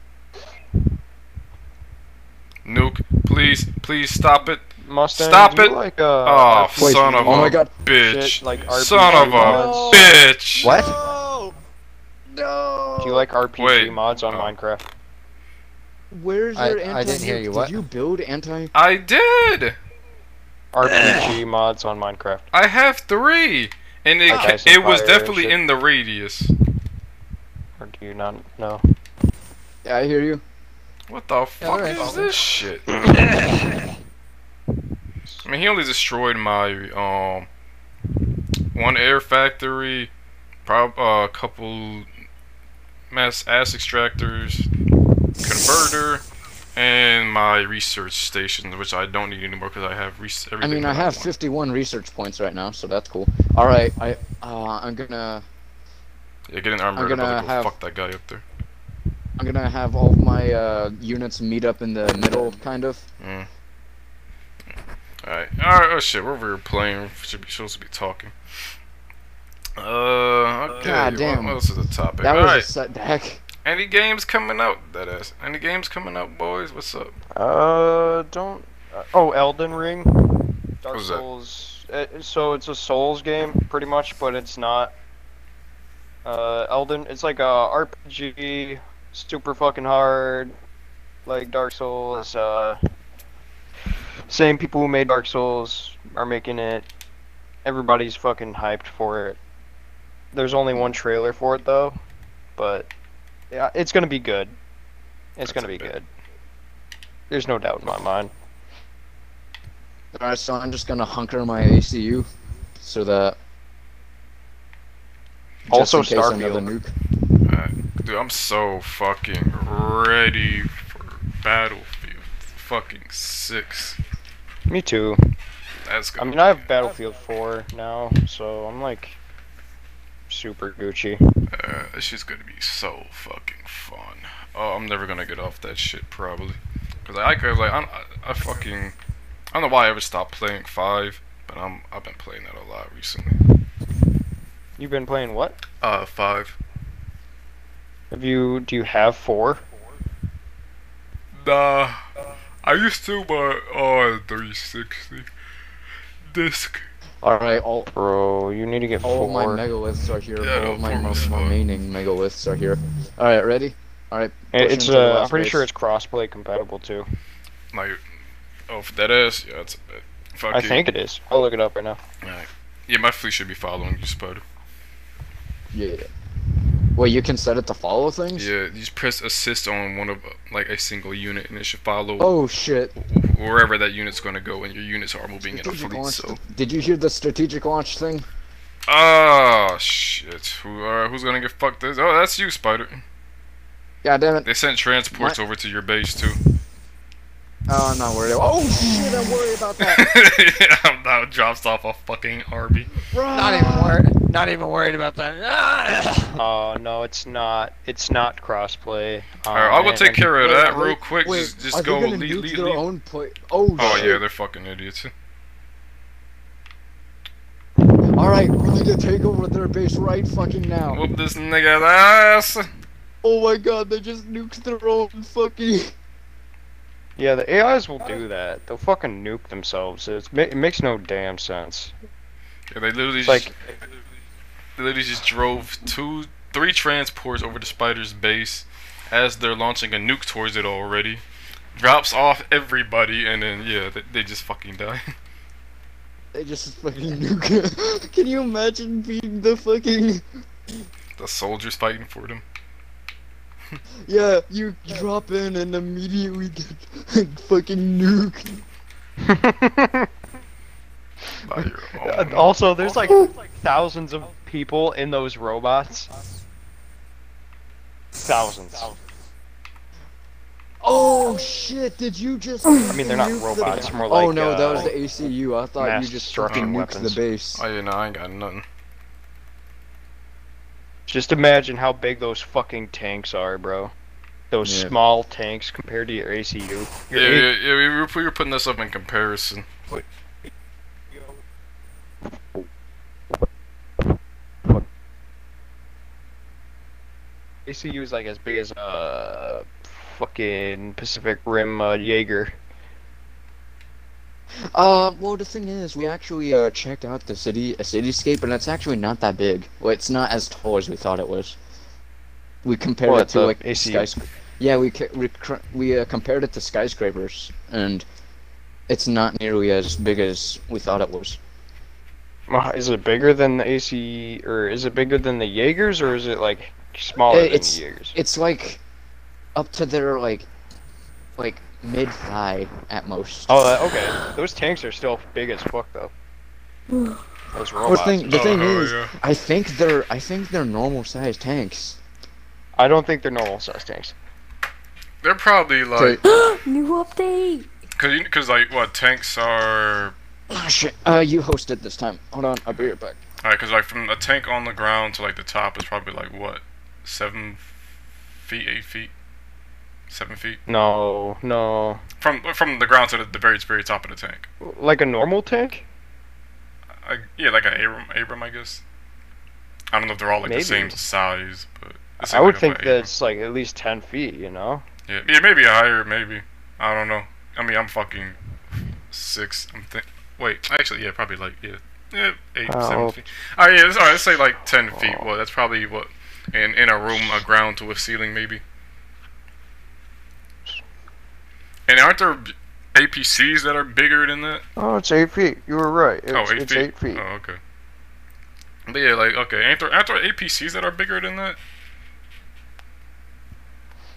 [SPEAKER 2] Nuke, please, please stop it.
[SPEAKER 4] Mustang.
[SPEAKER 2] Stop
[SPEAKER 4] do you
[SPEAKER 2] it.
[SPEAKER 4] Like, uh,
[SPEAKER 2] Oh,
[SPEAKER 4] RPG
[SPEAKER 2] son of
[SPEAKER 3] oh
[SPEAKER 2] a
[SPEAKER 3] my God.
[SPEAKER 2] bitch.
[SPEAKER 4] Shit, like RPG
[SPEAKER 2] son of a
[SPEAKER 4] mods.
[SPEAKER 2] bitch.
[SPEAKER 1] What?
[SPEAKER 3] No. No.
[SPEAKER 4] Do you like RPG
[SPEAKER 2] Wait.
[SPEAKER 4] mods on
[SPEAKER 2] Oh.
[SPEAKER 4] Minecraft?
[SPEAKER 3] Where's
[SPEAKER 1] I-
[SPEAKER 3] your anti?
[SPEAKER 1] I didn't hear you, what?
[SPEAKER 3] Did you build anti?
[SPEAKER 2] I did.
[SPEAKER 4] [clears throat] RPG mods on Minecraft.
[SPEAKER 2] I have three, and it
[SPEAKER 4] Okay, so
[SPEAKER 2] it was
[SPEAKER 4] fire and
[SPEAKER 2] definitely
[SPEAKER 4] shit.
[SPEAKER 2] in the radius.
[SPEAKER 4] Or do you not know?
[SPEAKER 3] Yeah, I hear you.
[SPEAKER 2] What the fuck
[SPEAKER 1] alright.
[SPEAKER 2] is this shit? I mean, he only destroyed my um one air factory, prob uh, a couple mass ass extractors, converter, and my research station, which I don't need anymore because I have res-
[SPEAKER 3] I
[SPEAKER 2] everything.
[SPEAKER 3] mean,
[SPEAKER 2] that
[SPEAKER 3] I have
[SPEAKER 2] want.
[SPEAKER 3] 51 research points right now, so that's cool. All right, I uh, I'm gonna
[SPEAKER 2] Yeah, get an armor.
[SPEAKER 3] I'm
[SPEAKER 2] I'm gonna
[SPEAKER 3] gonna
[SPEAKER 2] go
[SPEAKER 3] have-
[SPEAKER 2] fuck that guy up there.
[SPEAKER 3] I'm gonna have all of my uh, units meet up in the middle, kind of.
[SPEAKER 2] Alright. Alright, oh shit, we're over here playing. We should be supposed to be talking. Uh, okay.
[SPEAKER 3] God
[SPEAKER 2] what-
[SPEAKER 3] damn.
[SPEAKER 2] What else is the topic?
[SPEAKER 3] That was
[SPEAKER 2] Alright.
[SPEAKER 3] a setback.
[SPEAKER 2] Any games coming out? That ass. Any games coming out, boys? What's up?
[SPEAKER 4] Uh, don't. Uh, oh, Elden Ring. Dark
[SPEAKER 2] What's that?
[SPEAKER 4] Souls. Uh, so it's a Souls game, pretty much, but it's not. Uh, Elden. It's like a RPG, super fucking hard, like Dark Souls. Uh, same people who made Dark Souls are making it. Everybody's fucking hyped for it. There's only one trailer for it though, but yeah, it's gonna be good. It's
[SPEAKER 2] That's a
[SPEAKER 4] gonna be
[SPEAKER 2] bet.
[SPEAKER 4] good. There's no doubt in my mind.
[SPEAKER 3] All right, so I'm just gonna hunker my ACU, so that.
[SPEAKER 4] Also
[SPEAKER 3] just in case another
[SPEAKER 4] Starfield.
[SPEAKER 3] nuke.
[SPEAKER 2] Alright. Dude, I'm so fucking ready for Battlefield fucking 6.
[SPEAKER 4] Me too.
[SPEAKER 2] That's good.
[SPEAKER 4] I mean, I have Battlefield 4 now, so I'm like super Gucci.
[SPEAKER 2] Uh, this shit's gonna be so fucking fun. Oh, I'm never gonna get off that shit probably. Cause I could like I'm, I, I fucking I don't know why I ever stopped playing five, but I'm I've been playing that a lot recently.
[SPEAKER 4] You've been playing what?
[SPEAKER 2] Uh, five.
[SPEAKER 4] Have you? Do you have four?
[SPEAKER 2] Nah, I used to but oh 360 disc.
[SPEAKER 3] All right, all
[SPEAKER 4] Bro, you need to get
[SPEAKER 3] all of my
[SPEAKER 4] four.
[SPEAKER 3] megaliths are here.
[SPEAKER 2] Yeah,
[SPEAKER 3] all of my
[SPEAKER 2] four was fun.
[SPEAKER 3] remaining megaliths are here. All right, ready? All right.
[SPEAKER 4] It-
[SPEAKER 3] push
[SPEAKER 4] it's
[SPEAKER 3] into the
[SPEAKER 4] uh,
[SPEAKER 3] last
[SPEAKER 4] I'm pretty
[SPEAKER 3] base.
[SPEAKER 4] sure it's crossplay compatible too.
[SPEAKER 2] Like, oh for that ass, yeah, it's uh, fuck
[SPEAKER 4] I
[SPEAKER 2] you.
[SPEAKER 4] think it is. I'll look it up right now.
[SPEAKER 2] Alright. Yeah, my fleet should be following you, Spider.
[SPEAKER 3] Yeah. Wait, you can set it to follow things?
[SPEAKER 2] Yeah, you just press assist on one of like a single unit, and it should follow
[SPEAKER 3] Oh shit.
[SPEAKER 2] wh- wherever that unit's gonna go. And your units are moving in a
[SPEAKER 3] Strategic
[SPEAKER 2] fleet.
[SPEAKER 3] launch.
[SPEAKER 2] So,
[SPEAKER 3] Did you hear the strategic launch thing?
[SPEAKER 2] oh shit, who uh, who's gonna get fucked? This? Oh, that's you, Spider.
[SPEAKER 3] God damn it.
[SPEAKER 2] They sent transports over to your base too.
[SPEAKER 3] Oh, I'm not worried. Oh shit, I'm worried
[SPEAKER 2] [laughs]
[SPEAKER 3] about that.
[SPEAKER 2] I'm now drops off a fucking Arby.
[SPEAKER 3] Run!
[SPEAKER 1] Not even worried. Not even worried about that. [laughs]
[SPEAKER 4] Oh no, it's not. It's not crossplay. Oh,
[SPEAKER 2] Alright, I'll go take
[SPEAKER 4] man.
[SPEAKER 2] care of
[SPEAKER 3] Wait,
[SPEAKER 2] that
[SPEAKER 3] wait,
[SPEAKER 2] real quick.
[SPEAKER 3] wait,
[SPEAKER 2] just
[SPEAKER 3] are
[SPEAKER 2] just
[SPEAKER 3] they
[SPEAKER 2] go
[SPEAKER 3] gonna
[SPEAKER 2] lead,
[SPEAKER 3] nuke
[SPEAKER 2] lead,
[SPEAKER 3] their
[SPEAKER 2] lead.
[SPEAKER 3] own pla- Oh,
[SPEAKER 2] Oh yeah,
[SPEAKER 3] shit.
[SPEAKER 2] they're fucking idiots.
[SPEAKER 3] All right, we need to take over their base right fucking now.
[SPEAKER 2] Whoop this nigga's ass.
[SPEAKER 3] Oh my god, they just nuked their own fucking.
[SPEAKER 4] Yeah, the AIs will do that. They'll fucking nuke themselves. It's, ma- it makes no damn sense.
[SPEAKER 2] Yeah, they literally
[SPEAKER 4] It's
[SPEAKER 2] just,
[SPEAKER 4] like
[SPEAKER 2] they literally just drove two, three transports over to Spider's base, as they're launching a nuke towards it already. Drops off everybody, and then yeah, they, they just fucking die. [laughs]
[SPEAKER 3] They just fucking [laughs] nuke. Can you imagine being the fucking?
[SPEAKER 2] the soldiers fighting for them.
[SPEAKER 3] Yeah, you drop in and immediately get [laughs] fucking nuke.
[SPEAKER 2] By your
[SPEAKER 4] Uh,
[SPEAKER 2] own.
[SPEAKER 4] also, there's like, like thousands of people in those robots. Thousands.
[SPEAKER 3] Oh shit! Did you just?
[SPEAKER 4] I mean, they're not
[SPEAKER 3] nuke the-
[SPEAKER 4] robots. More like
[SPEAKER 3] Oh no,
[SPEAKER 4] uh,
[SPEAKER 3] that was the ACU. I thought
[SPEAKER 4] mass
[SPEAKER 3] you just
[SPEAKER 4] destruction
[SPEAKER 3] fucking nuked
[SPEAKER 4] weapons.
[SPEAKER 3] the base.
[SPEAKER 2] Oh yeah, no, I ain't got nothing.
[SPEAKER 4] Just imagine how big those fucking tanks are, bro. Those
[SPEAKER 3] Yeah.
[SPEAKER 4] small tanks compared to your ACU.
[SPEAKER 2] Yeah,
[SPEAKER 4] Your
[SPEAKER 2] yeah,
[SPEAKER 4] A-
[SPEAKER 2] yeah, we were, we were putting this up in comparison.
[SPEAKER 4] ACU is like as big as uh, fucking Pacific Rim uh, Jaeger.
[SPEAKER 3] Uh, well, the thing is, we actually uh checked out the city, a cityscape, and it's actually not that big. Well, it's not as tall as we thought it was. We compared
[SPEAKER 4] What,
[SPEAKER 3] it to
[SPEAKER 4] the
[SPEAKER 3] like
[SPEAKER 4] ACU?
[SPEAKER 3] skyscrapers. Yeah, we ca- we, cr- we uh, compared it to skyscrapers, and it's not nearly as big as we thought it was.
[SPEAKER 4] Uh, Is it bigger than the AC, or is it bigger than the Jaegers, or is it like smaller
[SPEAKER 3] Eh,
[SPEAKER 4] than
[SPEAKER 3] it's-
[SPEAKER 4] the Jaegers?
[SPEAKER 3] It's like up to their like, like mid thigh at most.
[SPEAKER 4] Oh, uh, okay. Those tanks are still big as fuck though. Those
[SPEAKER 3] Well,
[SPEAKER 4] robots.
[SPEAKER 3] the thing, the
[SPEAKER 2] Oh,
[SPEAKER 3] thing
[SPEAKER 2] hell
[SPEAKER 3] is,
[SPEAKER 2] yeah.
[SPEAKER 3] I think they're I think they're normal sized tanks.
[SPEAKER 4] I don't think they're normal size tanks.
[SPEAKER 2] They're probably like,
[SPEAKER 5] [laughs] New update.
[SPEAKER 2] cause, you, cause like what tanks are
[SPEAKER 3] Oh shit! Uh, you host it this time. Hold on, I'll be right back.
[SPEAKER 2] Alright, because like from a tank on the ground to like the top is probably like what, seven feet, eight feet, seven feet
[SPEAKER 4] No, no.
[SPEAKER 2] from from the ground to the, the very very top of the tank.
[SPEAKER 4] Like a normal tank?
[SPEAKER 2] I, yeah, like an Abram, Abram, I guess. I don't know if they're all like
[SPEAKER 4] Maybe.
[SPEAKER 2] the same size, but it
[SPEAKER 4] I
[SPEAKER 2] seemed
[SPEAKER 4] would
[SPEAKER 2] like a
[SPEAKER 4] think
[SPEAKER 2] Abram.
[SPEAKER 4] that it's like at least ten feet. You know.
[SPEAKER 2] Yeah, yeah, maybe higher, maybe. I don't know. I mean, I'm fucking six. I'm think. Wait, actually, yeah, probably like yeah, yeah, eight,
[SPEAKER 4] Oh.
[SPEAKER 2] seven feet. All right, yeah, it's- all right. Let's say like ten feet. Well, that's probably what. In in a room, a ground to a ceiling, maybe. And aren't there b- APCs that are bigger than that?
[SPEAKER 4] Oh, it's eight feet. You were right. It's,
[SPEAKER 2] oh, eight feet. Oh, okay. But yeah, like okay, aren't there, aren't there APCs that are bigger than that?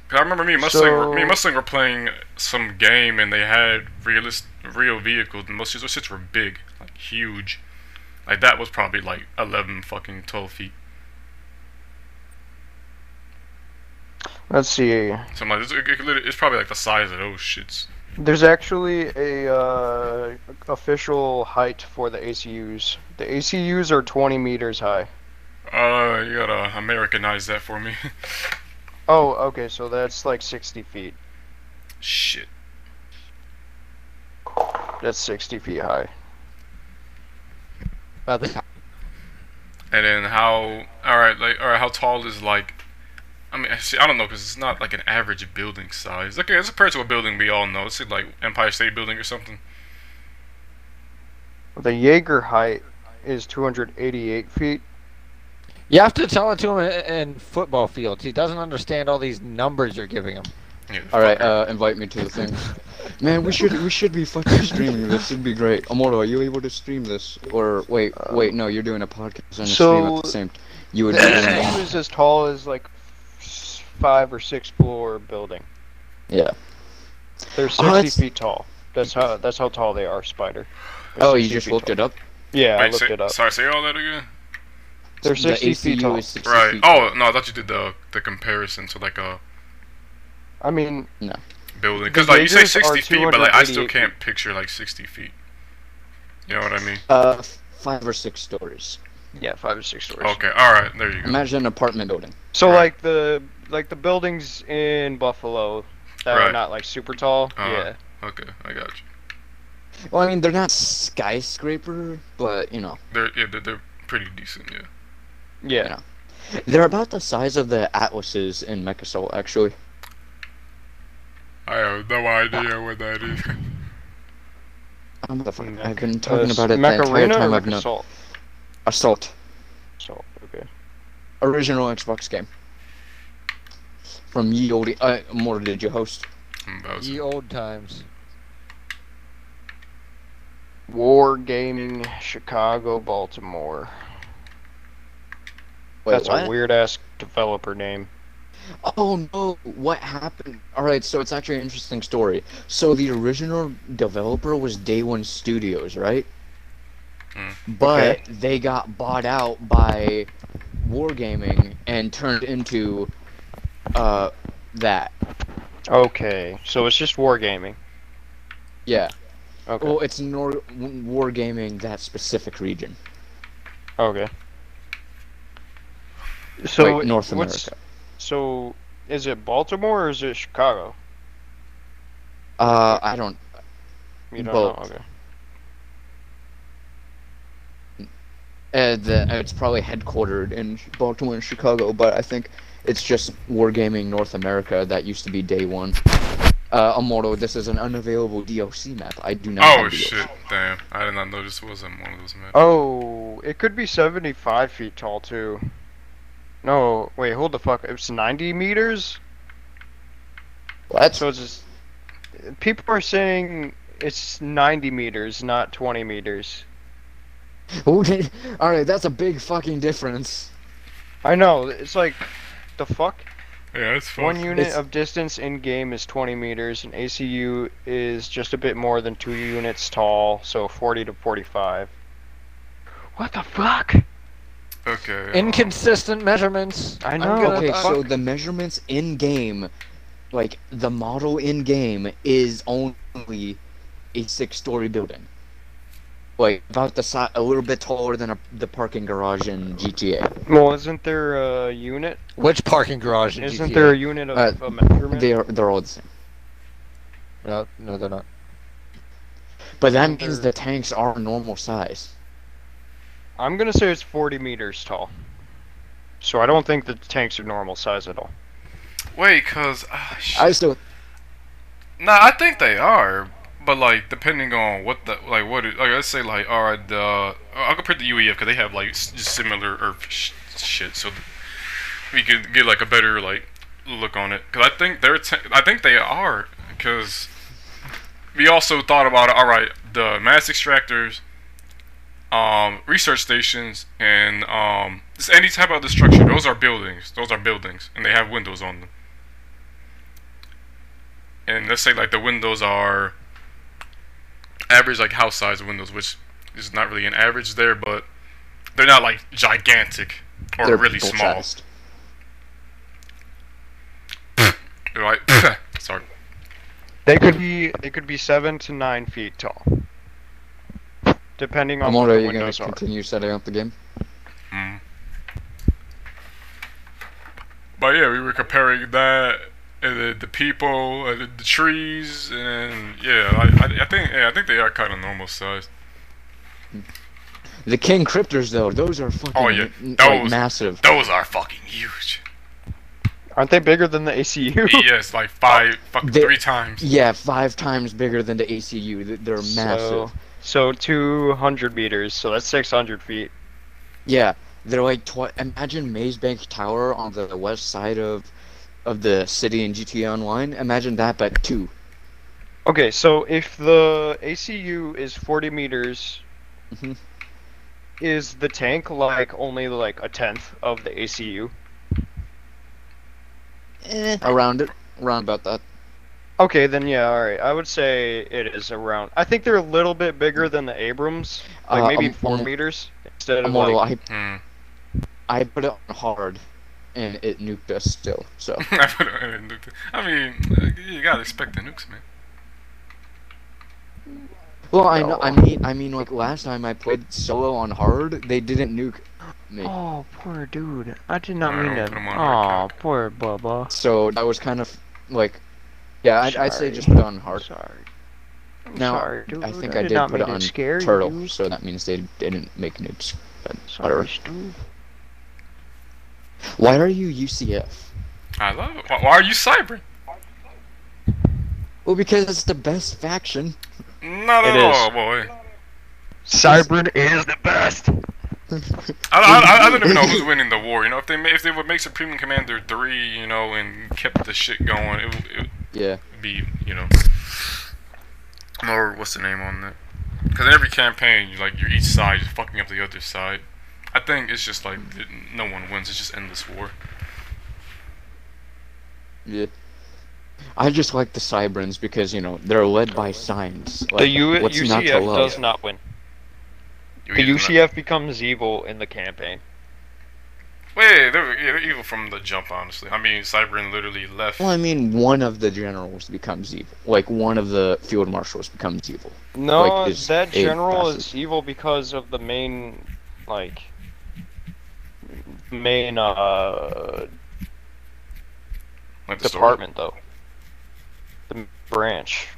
[SPEAKER 2] 'Cause I remember me and Mustang, were, me and
[SPEAKER 4] So-
[SPEAKER 2] Mustang were playing some game and they had realist real vehicles and most of those shits were big, like huge. Like that was probably like eleven fucking twelve feet.
[SPEAKER 4] Let's see.
[SPEAKER 2] So I'm like, it's, it, could lit- it's probably like the size of those shits.
[SPEAKER 4] There's actually a uh, official height for the ACUs. The ACUs are 20 meters high.
[SPEAKER 2] Uh, you gotta Americanize that for me. [laughs]
[SPEAKER 4] Oh, okay. So that's like 60 feet.
[SPEAKER 2] Shit.
[SPEAKER 4] That's 60 feet high.
[SPEAKER 2] And then how? All right, like, all right, how tall is like? I mean, see, I don't know because it's not like an average building size. Okay, it's compared to a building we all know. It's like Empire State Building or something.
[SPEAKER 4] The Jaeger height is 288 feet.
[SPEAKER 1] you have to tell it to him in, in football fields. He doesn't understand all these numbers you're giving him.
[SPEAKER 2] Yeah.
[SPEAKER 3] All right, uh, invite me to the thing. Man, we should we should be fucking streaming this. It'd be great. Amoro, are you able to stream this? Or wait, wait, no, you're doing a podcast and a stream at
[SPEAKER 4] So-
[SPEAKER 3] the same. you would.
[SPEAKER 4] [laughs] he was as tall as like s- five or six floor building.
[SPEAKER 3] Yeah.
[SPEAKER 4] They're
[SPEAKER 3] Oh,
[SPEAKER 4] sixty
[SPEAKER 3] that's-
[SPEAKER 4] feet tall. That's how that's how tall they are, spider. They're
[SPEAKER 3] oh, you
[SPEAKER 4] 60
[SPEAKER 3] just
[SPEAKER 4] feet
[SPEAKER 3] looked
[SPEAKER 4] tall.
[SPEAKER 3] it up.
[SPEAKER 4] Yeah, I
[SPEAKER 2] Wait,
[SPEAKER 4] looked
[SPEAKER 2] say-
[SPEAKER 4] it up.
[SPEAKER 2] Sorry, say all that again.
[SPEAKER 4] [laughs] They're
[SPEAKER 3] The
[SPEAKER 4] 60 feet
[SPEAKER 3] ACU
[SPEAKER 4] tall.
[SPEAKER 3] is 60
[SPEAKER 2] Right.
[SPEAKER 3] feet
[SPEAKER 2] Oh no, I thought you did the the comparison to like a
[SPEAKER 4] I mean,
[SPEAKER 2] building
[SPEAKER 4] The
[SPEAKER 2] because like you say
[SPEAKER 4] Lakers are
[SPEAKER 2] 60 feet, but like I still
[SPEAKER 4] 288
[SPEAKER 2] can't picture like 60 feet. You know what I mean?
[SPEAKER 3] Uh, five or six stories.
[SPEAKER 4] yeah, five or six stories.
[SPEAKER 2] Okay. All right. There you go.
[SPEAKER 3] Imagine an apartment building.
[SPEAKER 4] So
[SPEAKER 2] Right.
[SPEAKER 4] like the like the buildings in Buffalo that
[SPEAKER 2] Right.
[SPEAKER 4] are not like super tall.
[SPEAKER 2] Uh-huh.
[SPEAKER 4] Yeah.
[SPEAKER 2] Okay, I got you.
[SPEAKER 3] Well, I mean, they're not skyscraper, but you know,
[SPEAKER 2] They're yeah, they're, they're pretty decent. Yeah.
[SPEAKER 4] Yeah.
[SPEAKER 3] they're about the size of the atlases in Mechasol, actually.
[SPEAKER 2] I have no idea what that is. [laughs]
[SPEAKER 3] I don't know the fuck-
[SPEAKER 4] Mech-
[SPEAKER 3] I've been talking
[SPEAKER 4] Uh,
[SPEAKER 3] about it the entire
[SPEAKER 4] Macarena
[SPEAKER 3] time.
[SPEAKER 4] or
[SPEAKER 3] I've known
[SPEAKER 4] salt?
[SPEAKER 3] Assault,
[SPEAKER 4] Salt. Okay.
[SPEAKER 3] original Xbox game from ye olde. Uh, more did you host?
[SPEAKER 2] Hmm, that was-
[SPEAKER 1] Ye old times.
[SPEAKER 4] War Gaming Chicago Baltimore.
[SPEAKER 3] Wait,
[SPEAKER 4] That's
[SPEAKER 3] what?
[SPEAKER 4] a weird ass developer name.
[SPEAKER 3] Oh no, what happened? Alright, so it's actually an interesting story. So the original developer was Day One Studios, right?
[SPEAKER 2] Mm,
[SPEAKER 3] But they got bought out by Wargaming and turned into uh that.
[SPEAKER 4] Okay, so it's just War Gaming.
[SPEAKER 3] Yeah.
[SPEAKER 4] Okay.
[SPEAKER 3] Well, it's nor- Wargaming that specific region.
[SPEAKER 4] okay. So
[SPEAKER 3] like North
[SPEAKER 4] what's-
[SPEAKER 3] America.
[SPEAKER 4] So is it Baltimore or is it Chicago?
[SPEAKER 3] Uh I don't
[SPEAKER 4] You don't know.
[SPEAKER 3] Both.
[SPEAKER 4] Okay.
[SPEAKER 3] uh, the, it's probably headquartered in Baltimore and Chicago, but I think it's just Wargaming North America that used to be Day One. Uh, Immortal, this is an unavailable DLC map. I do not.
[SPEAKER 2] Oh
[SPEAKER 3] have DLC.
[SPEAKER 2] shit! Damn, I did not know this wasn't one of those maps.
[SPEAKER 4] Oh, it could be 75 feet tall too. No, wait, hold the fuck. It's 90 meters.
[SPEAKER 3] What?
[SPEAKER 4] So it's just, people are saying it's 90 meters, not 20 meters.
[SPEAKER 3] Who did- [laughs] All right, that's a big fucking difference.
[SPEAKER 4] I know. It's like the fuck.
[SPEAKER 2] Yeah, that's fun.
[SPEAKER 4] One unit
[SPEAKER 3] It's-
[SPEAKER 4] of distance in game is 20 meters, and ACU is just a bit more than two units tall, so 40 to 45. What the fuck?
[SPEAKER 2] Okay. uh,
[SPEAKER 1] Inconsistent measurements.
[SPEAKER 4] I
[SPEAKER 1] I'm
[SPEAKER 4] know.
[SPEAKER 1] gonna-
[SPEAKER 3] Okay,
[SPEAKER 1] uh,
[SPEAKER 3] so the measurements in game, like the model in game, is only a six-story building, like about the si- a little bit taller than a, the parking garage in GTA.
[SPEAKER 4] Well, isn't there a unit?
[SPEAKER 1] Which parking garage in
[SPEAKER 4] Isn't
[SPEAKER 1] GTA?
[SPEAKER 4] there a unit of
[SPEAKER 3] Uh,
[SPEAKER 4] a measurement?
[SPEAKER 3] They are they're all the same.
[SPEAKER 1] No, no, they're not.
[SPEAKER 3] But that means the tanks are normal size.
[SPEAKER 4] I'm gonna say it's 40 meters tall. So I don't think the tanks are normal size at all.
[SPEAKER 2] Wait, cause ah, shit.
[SPEAKER 3] I still
[SPEAKER 2] Nah, I think they are, but like depending on what the like what it, like let's say like all right, uh, I'll compare the UEF because they have like s- just similar Earth sh- shit, so we could get like a better like look on it. Because I think they're te- I think they are because we also thought about all right the mass extractors, um, research stations, and um, just any type of destruction. Those are buildings. Those are buildings, and they have windows on them and let's say like the windows are average like house size windows which is not really an average there but they're not like gigantic or
[SPEAKER 3] they're
[SPEAKER 2] really small
[SPEAKER 3] sized.
[SPEAKER 2] right [laughs] sorry
[SPEAKER 4] They could be they could be seven to nine feet tall, depending on
[SPEAKER 3] I'm
[SPEAKER 4] what the
[SPEAKER 3] already gonna
[SPEAKER 4] windows are.
[SPEAKER 3] continue setting up the game.
[SPEAKER 2] mm. but yeah we were comparing that and the, the people and the, the trees and yeah I, I, I think yeah, I think they are kind of normal size
[SPEAKER 3] The King Cryptors though, those are fucking
[SPEAKER 2] Oh, yeah.
[SPEAKER 3] like,
[SPEAKER 2] Those-
[SPEAKER 3] massive.
[SPEAKER 2] those are fucking huge
[SPEAKER 4] Aren't they bigger than the ACU?
[SPEAKER 2] [laughs] yes like five fucking
[SPEAKER 3] They-
[SPEAKER 2] three times
[SPEAKER 3] Yeah, five times bigger than the ACU. Th- They're massive.
[SPEAKER 4] So, so 200 meters, so that's 600 feet.
[SPEAKER 3] Yeah, they're like twi- imagine Mazebank Tower on the west side of of the city in GTA Online. Imagine that, but two. Mm-hmm.
[SPEAKER 4] Okay, so if the ACU is 40 meters,
[SPEAKER 3] Mhm.
[SPEAKER 4] is the tank like only like a tenth of the ACU?
[SPEAKER 3] Around it. Around about that.
[SPEAKER 4] Okay, then yeah, all right. I would say it is around. I think they're a little bit bigger than the Abrams, like
[SPEAKER 3] Uh,
[SPEAKER 4] maybe
[SPEAKER 3] I'm-
[SPEAKER 4] four
[SPEAKER 3] I'm-
[SPEAKER 4] meters instead of
[SPEAKER 3] Immortal,
[SPEAKER 4] like.
[SPEAKER 2] Hmm. [laughs]
[SPEAKER 3] I, I put it on hard, and it nuked us still. So
[SPEAKER 2] I put it in nuke. I mean, you gotta expect the nukes, man.
[SPEAKER 3] Well, I know. I mean, I mean, like last time I played solo on hard, they didn't nuke me,
[SPEAKER 4] Oh, poor dude! I did
[SPEAKER 2] not I mean don't to- put 'em on hard
[SPEAKER 4] Oh, poor Bubba.
[SPEAKER 3] so I was kind of like, yeah, I'd, I'd say just put it on hard.
[SPEAKER 4] Sorry. I'm
[SPEAKER 3] No,
[SPEAKER 4] dude.
[SPEAKER 3] I think I did put it on turtle, so that means they didn't make nukes. But whatever.
[SPEAKER 4] Stu.
[SPEAKER 3] Why are you UCF?
[SPEAKER 2] I love it. Why, why are you cyber?
[SPEAKER 3] Well, because it's the best faction.
[SPEAKER 2] Not
[SPEAKER 4] It
[SPEAKER 2] at
[SPEAKER 4] is.
[SPEAKER 2] all, boy.
[SPEAKER 4] Cybern is the best.
[SPEAKER 2] I, I, I, I don't even know who's winning the war. You know, if they ma- if they would make Supreme Commander three, you know, and kept the shit going, it, would- it
[SPEAKER 3] Yeah.
[SPEAKER 2] would be you know, or what's the name on that? Because in every campaign, you like you're each side is fucking up the other side. I think it's just like it, no one wins. It's just endless war.
[SPEAKER 3] Yeah. I just like the Cybrans because you know they're led by science. Like,
[SPEAKER 4] The U-
[SPEAKER 3] what's not to
[SPEAKER 4] UCF
[SPEAKER 3] love?
[SPEAKER 4] does not win.
[SPEAKER 2] You
[SPEAKER 4] The
[SPEAKER 2] either not-
[SPEAKER 4] UCF becomes evil in the campaign.
[SPEAKER 2] Wait, they're, yeah, they're evil from the jump. Honestly, I mean, Cyberin literally left.
[SPEAKER 3] Well, I mean, one of the generals becomes evil. Like one of the field marshals becomes evil.
[SPEAKER 4] No,
[SPEAKER 3] Like, is
[SPEAKER 4] that
[SPEAKER 3] a
[SPEAKER 4] general
[SPEAKER 3] facet.
[SPEAKER 4] is evil because of the main, like, main uh
[SPEAKER 2] Like the story.
[SPEAKER 4] department though. The branch.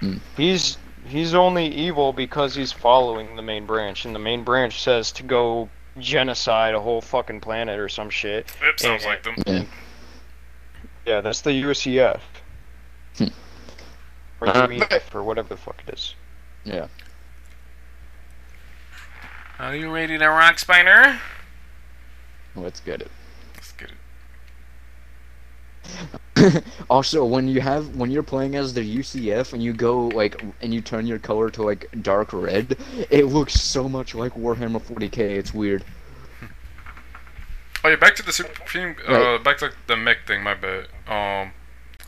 [SPEAKER 3] Hmm.
[SPEAKER 4] He's he's only evil because he's following the main branch, and the main branch says to go genocide a whole fucking planet or some shit.
[SPEAKER 2] Yep, sounds like them.
[SPEAKER 4] Yeah, that's the UCF.
[SPEAKER 3] Hmm.
[SPEAKER 4] Or UEF, or whatever the fuck it is.
[SPEAKER 3] Yeah.
[SPEAKER 2] Are you ready to rock, Spiner?
[SPEAKER 3] Let's get it. [coughs]
[SPEAKER 2] Let's get it.
[SPEAKER 3] also, when you have when you're playing as the UCF and you go like and you turn your color to like dark red, it looks so much like Warhammer 40k. It's weird.
[SPEAKER 2] Oh yeah, back to the supreme. Uh, back to the mech thing. My bad. Um,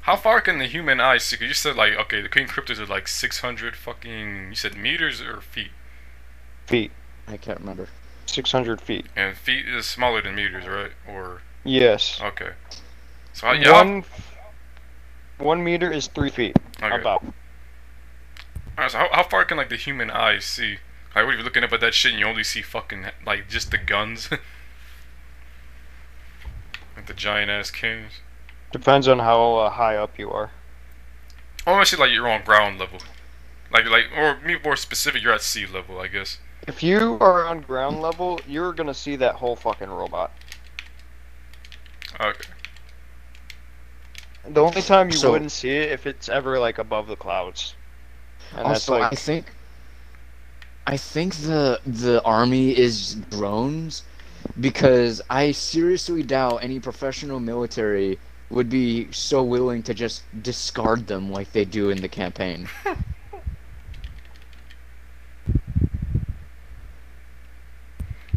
[SPEAKER 2] how far can the human eye see? 'Cause you said like okay, the queen cryptids are like 600 fucking. You said meters or feet,
[SPEAKER 4] Feet.
[SPEAKER 3] I can't remember.
[SPEAKER 4] 600 feet.
[SPEAKER 2] and feet is smaller than meters, right? Or
[SPEAKER 4] Yes.
[SPEAKER 2] okay. So how, Uh, yeah,
[SPEAKER 4] One, one meter is three feet.
[SPEAKER 2] okay.
[SPEAKER 4] About.
[SPEAKER 2] Alright, so how, how far can like the human eye see? Like, what if you're looking up at that shit and you only see fucking like just the guns, [laughs] like the giant ass cannons.
[SPEAKER 4] Depends on how uh, high up you are.
[SPEAKER 2] Oh, unless you like you're on ground level, like like or be more specific, you're at sea level, I guess.
[SPEAKER 4] If you are on ground level, you're gonna see that whole fucking robot.
[SPEAKER 2] Okay.
[SPEAKER 4] The only time you
[SPEAKER 3] So-
[SPEAKER 4] wouldn't see it if it's ever like above the clouds. And that's
[SPEAKER 3] also,
[SPEAKER 4] like
[SPEAKER 3] I think I think the the army is drones because I seriously doubt any professional military would be so willing to just discard them like they do in the campaign.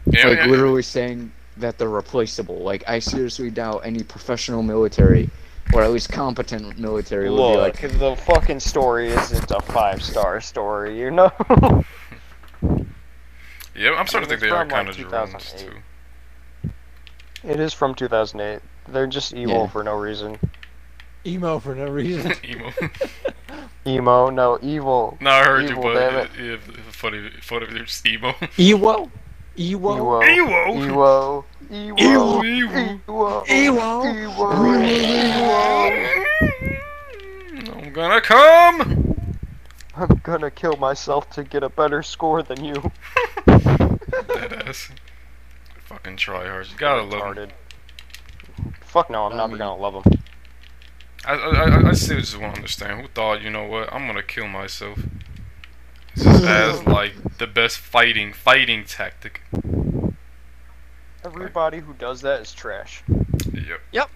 [SPEAKER 2] Yeah, [laughs]
[SPEAKER 3] like
[SPEAKER 2] yeah, yeah.
[SPEAKER 3] literally saying that they're replaceable. Like I seriously doubt any professional military or at least competent military would be
[SPEAKER 4] look,
[SPEAKER 3] like
[SPEAKER 4] the fucking story isn't a five star story, you know. [laughs]
[SPEAKER 2] Yeah, I'm starting to
[SPEAKER 4] It
[SPEAKER 2] think
[SPEAKER 4] was
[SPEAKER 2] they are
[SPEAKER 4] from, like,
[SPEAKER 2] kind of drones
[SPEAKER 4] 2008.
[SPEAKER 2] too.
[SPEAKER 4] it is from 2008. They're just evil
[SPEAKER 3] Yeah.
[SPEAKER 4] for no reason.
[SPEAKER 1] Emo for no [laughs] reason.
[SPEAKER 2] [laughs] Emo. [laughs]
[SPEAKER 4] Emo, no evil.
[SPEAKER 2] no, I heard
[SPEAKER 4] Evil,
[SPEAKER 2] you,
[SPEAKER 4] damn
[SPEAKER 2] but yeah, yeah, funny, funny. They're just emo. [laughs]
[SPEAKER 1] Ewo. Ewo.
[SPEAKER 4] Ewo.
[SPEAKER 2] Ewo.
[SPEAKER 4] Ewo. Ewo.
[SPEAKER 2] Ewo.
[SPEAKER 4] Ewo.
[SPEAKER 1] Ewo.
[SPEAKER 4] Ewo.
[SPEAKER 2] I'm gonna come.
[SPEAKER 4] I'm gonna kill myself to get a better score than you.
[SPEAKER 2] Deadass. Fucking tryhards. You gotta love 'em.
[SPEAKER 4] Retarded. Fuck no, I'm
[SPEAKER 3] I
[SPEAKER 4] never
[SPEAKER 3] mean-
[SPEAKER 4] gonna love him.
[SPEAKER 2] I, I, I, I still just want to understand who thought, you know what? I'm gonna kill myself. Just
[SPEAKER 4] [laughs]
[SPEAKER 2] as like the best fighting fighting tactic.
[SPEAKER 4] Everybody who does that is trash.
[SPEAKER 2] Yep.
[SPEAKER 1] Yep.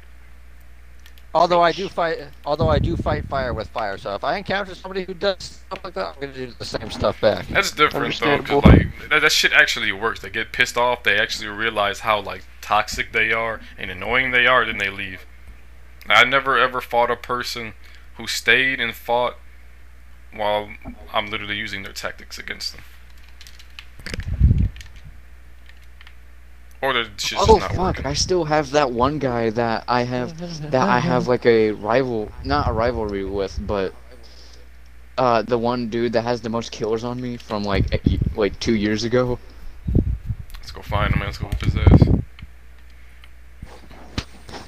[SPEAKER 1] Although I do fight, although I do fight fire with fire. So if I encounter somebody who does stuff like that, I'm gonna do the same stuff back.
[SPEAKER 2] That's different though, 'cause,
[SPEAKER 4] Understandable.
[SPEAKER 2] like that, that shit actually works. They get pissed off. They actually realize how like toxic they are and annoying they are. Then they leave. I never ever fought a person who stayed and fought while I'm literally using their tactics against them. Or their shit's just
[SPEAKER 3] oh
[SPEAKER 2] not
[SPEAKER 3] fuck!
[SPEAKER 2] working.
[SPEAKER 3] I still have that one guy that I have that I have like a rival, not a rivalry with, but uh, the one dude that has the most killers on me from like a ye- like two years ago.
[SPEAKER 2] Let's go find him. man. Let's go whoop his ass.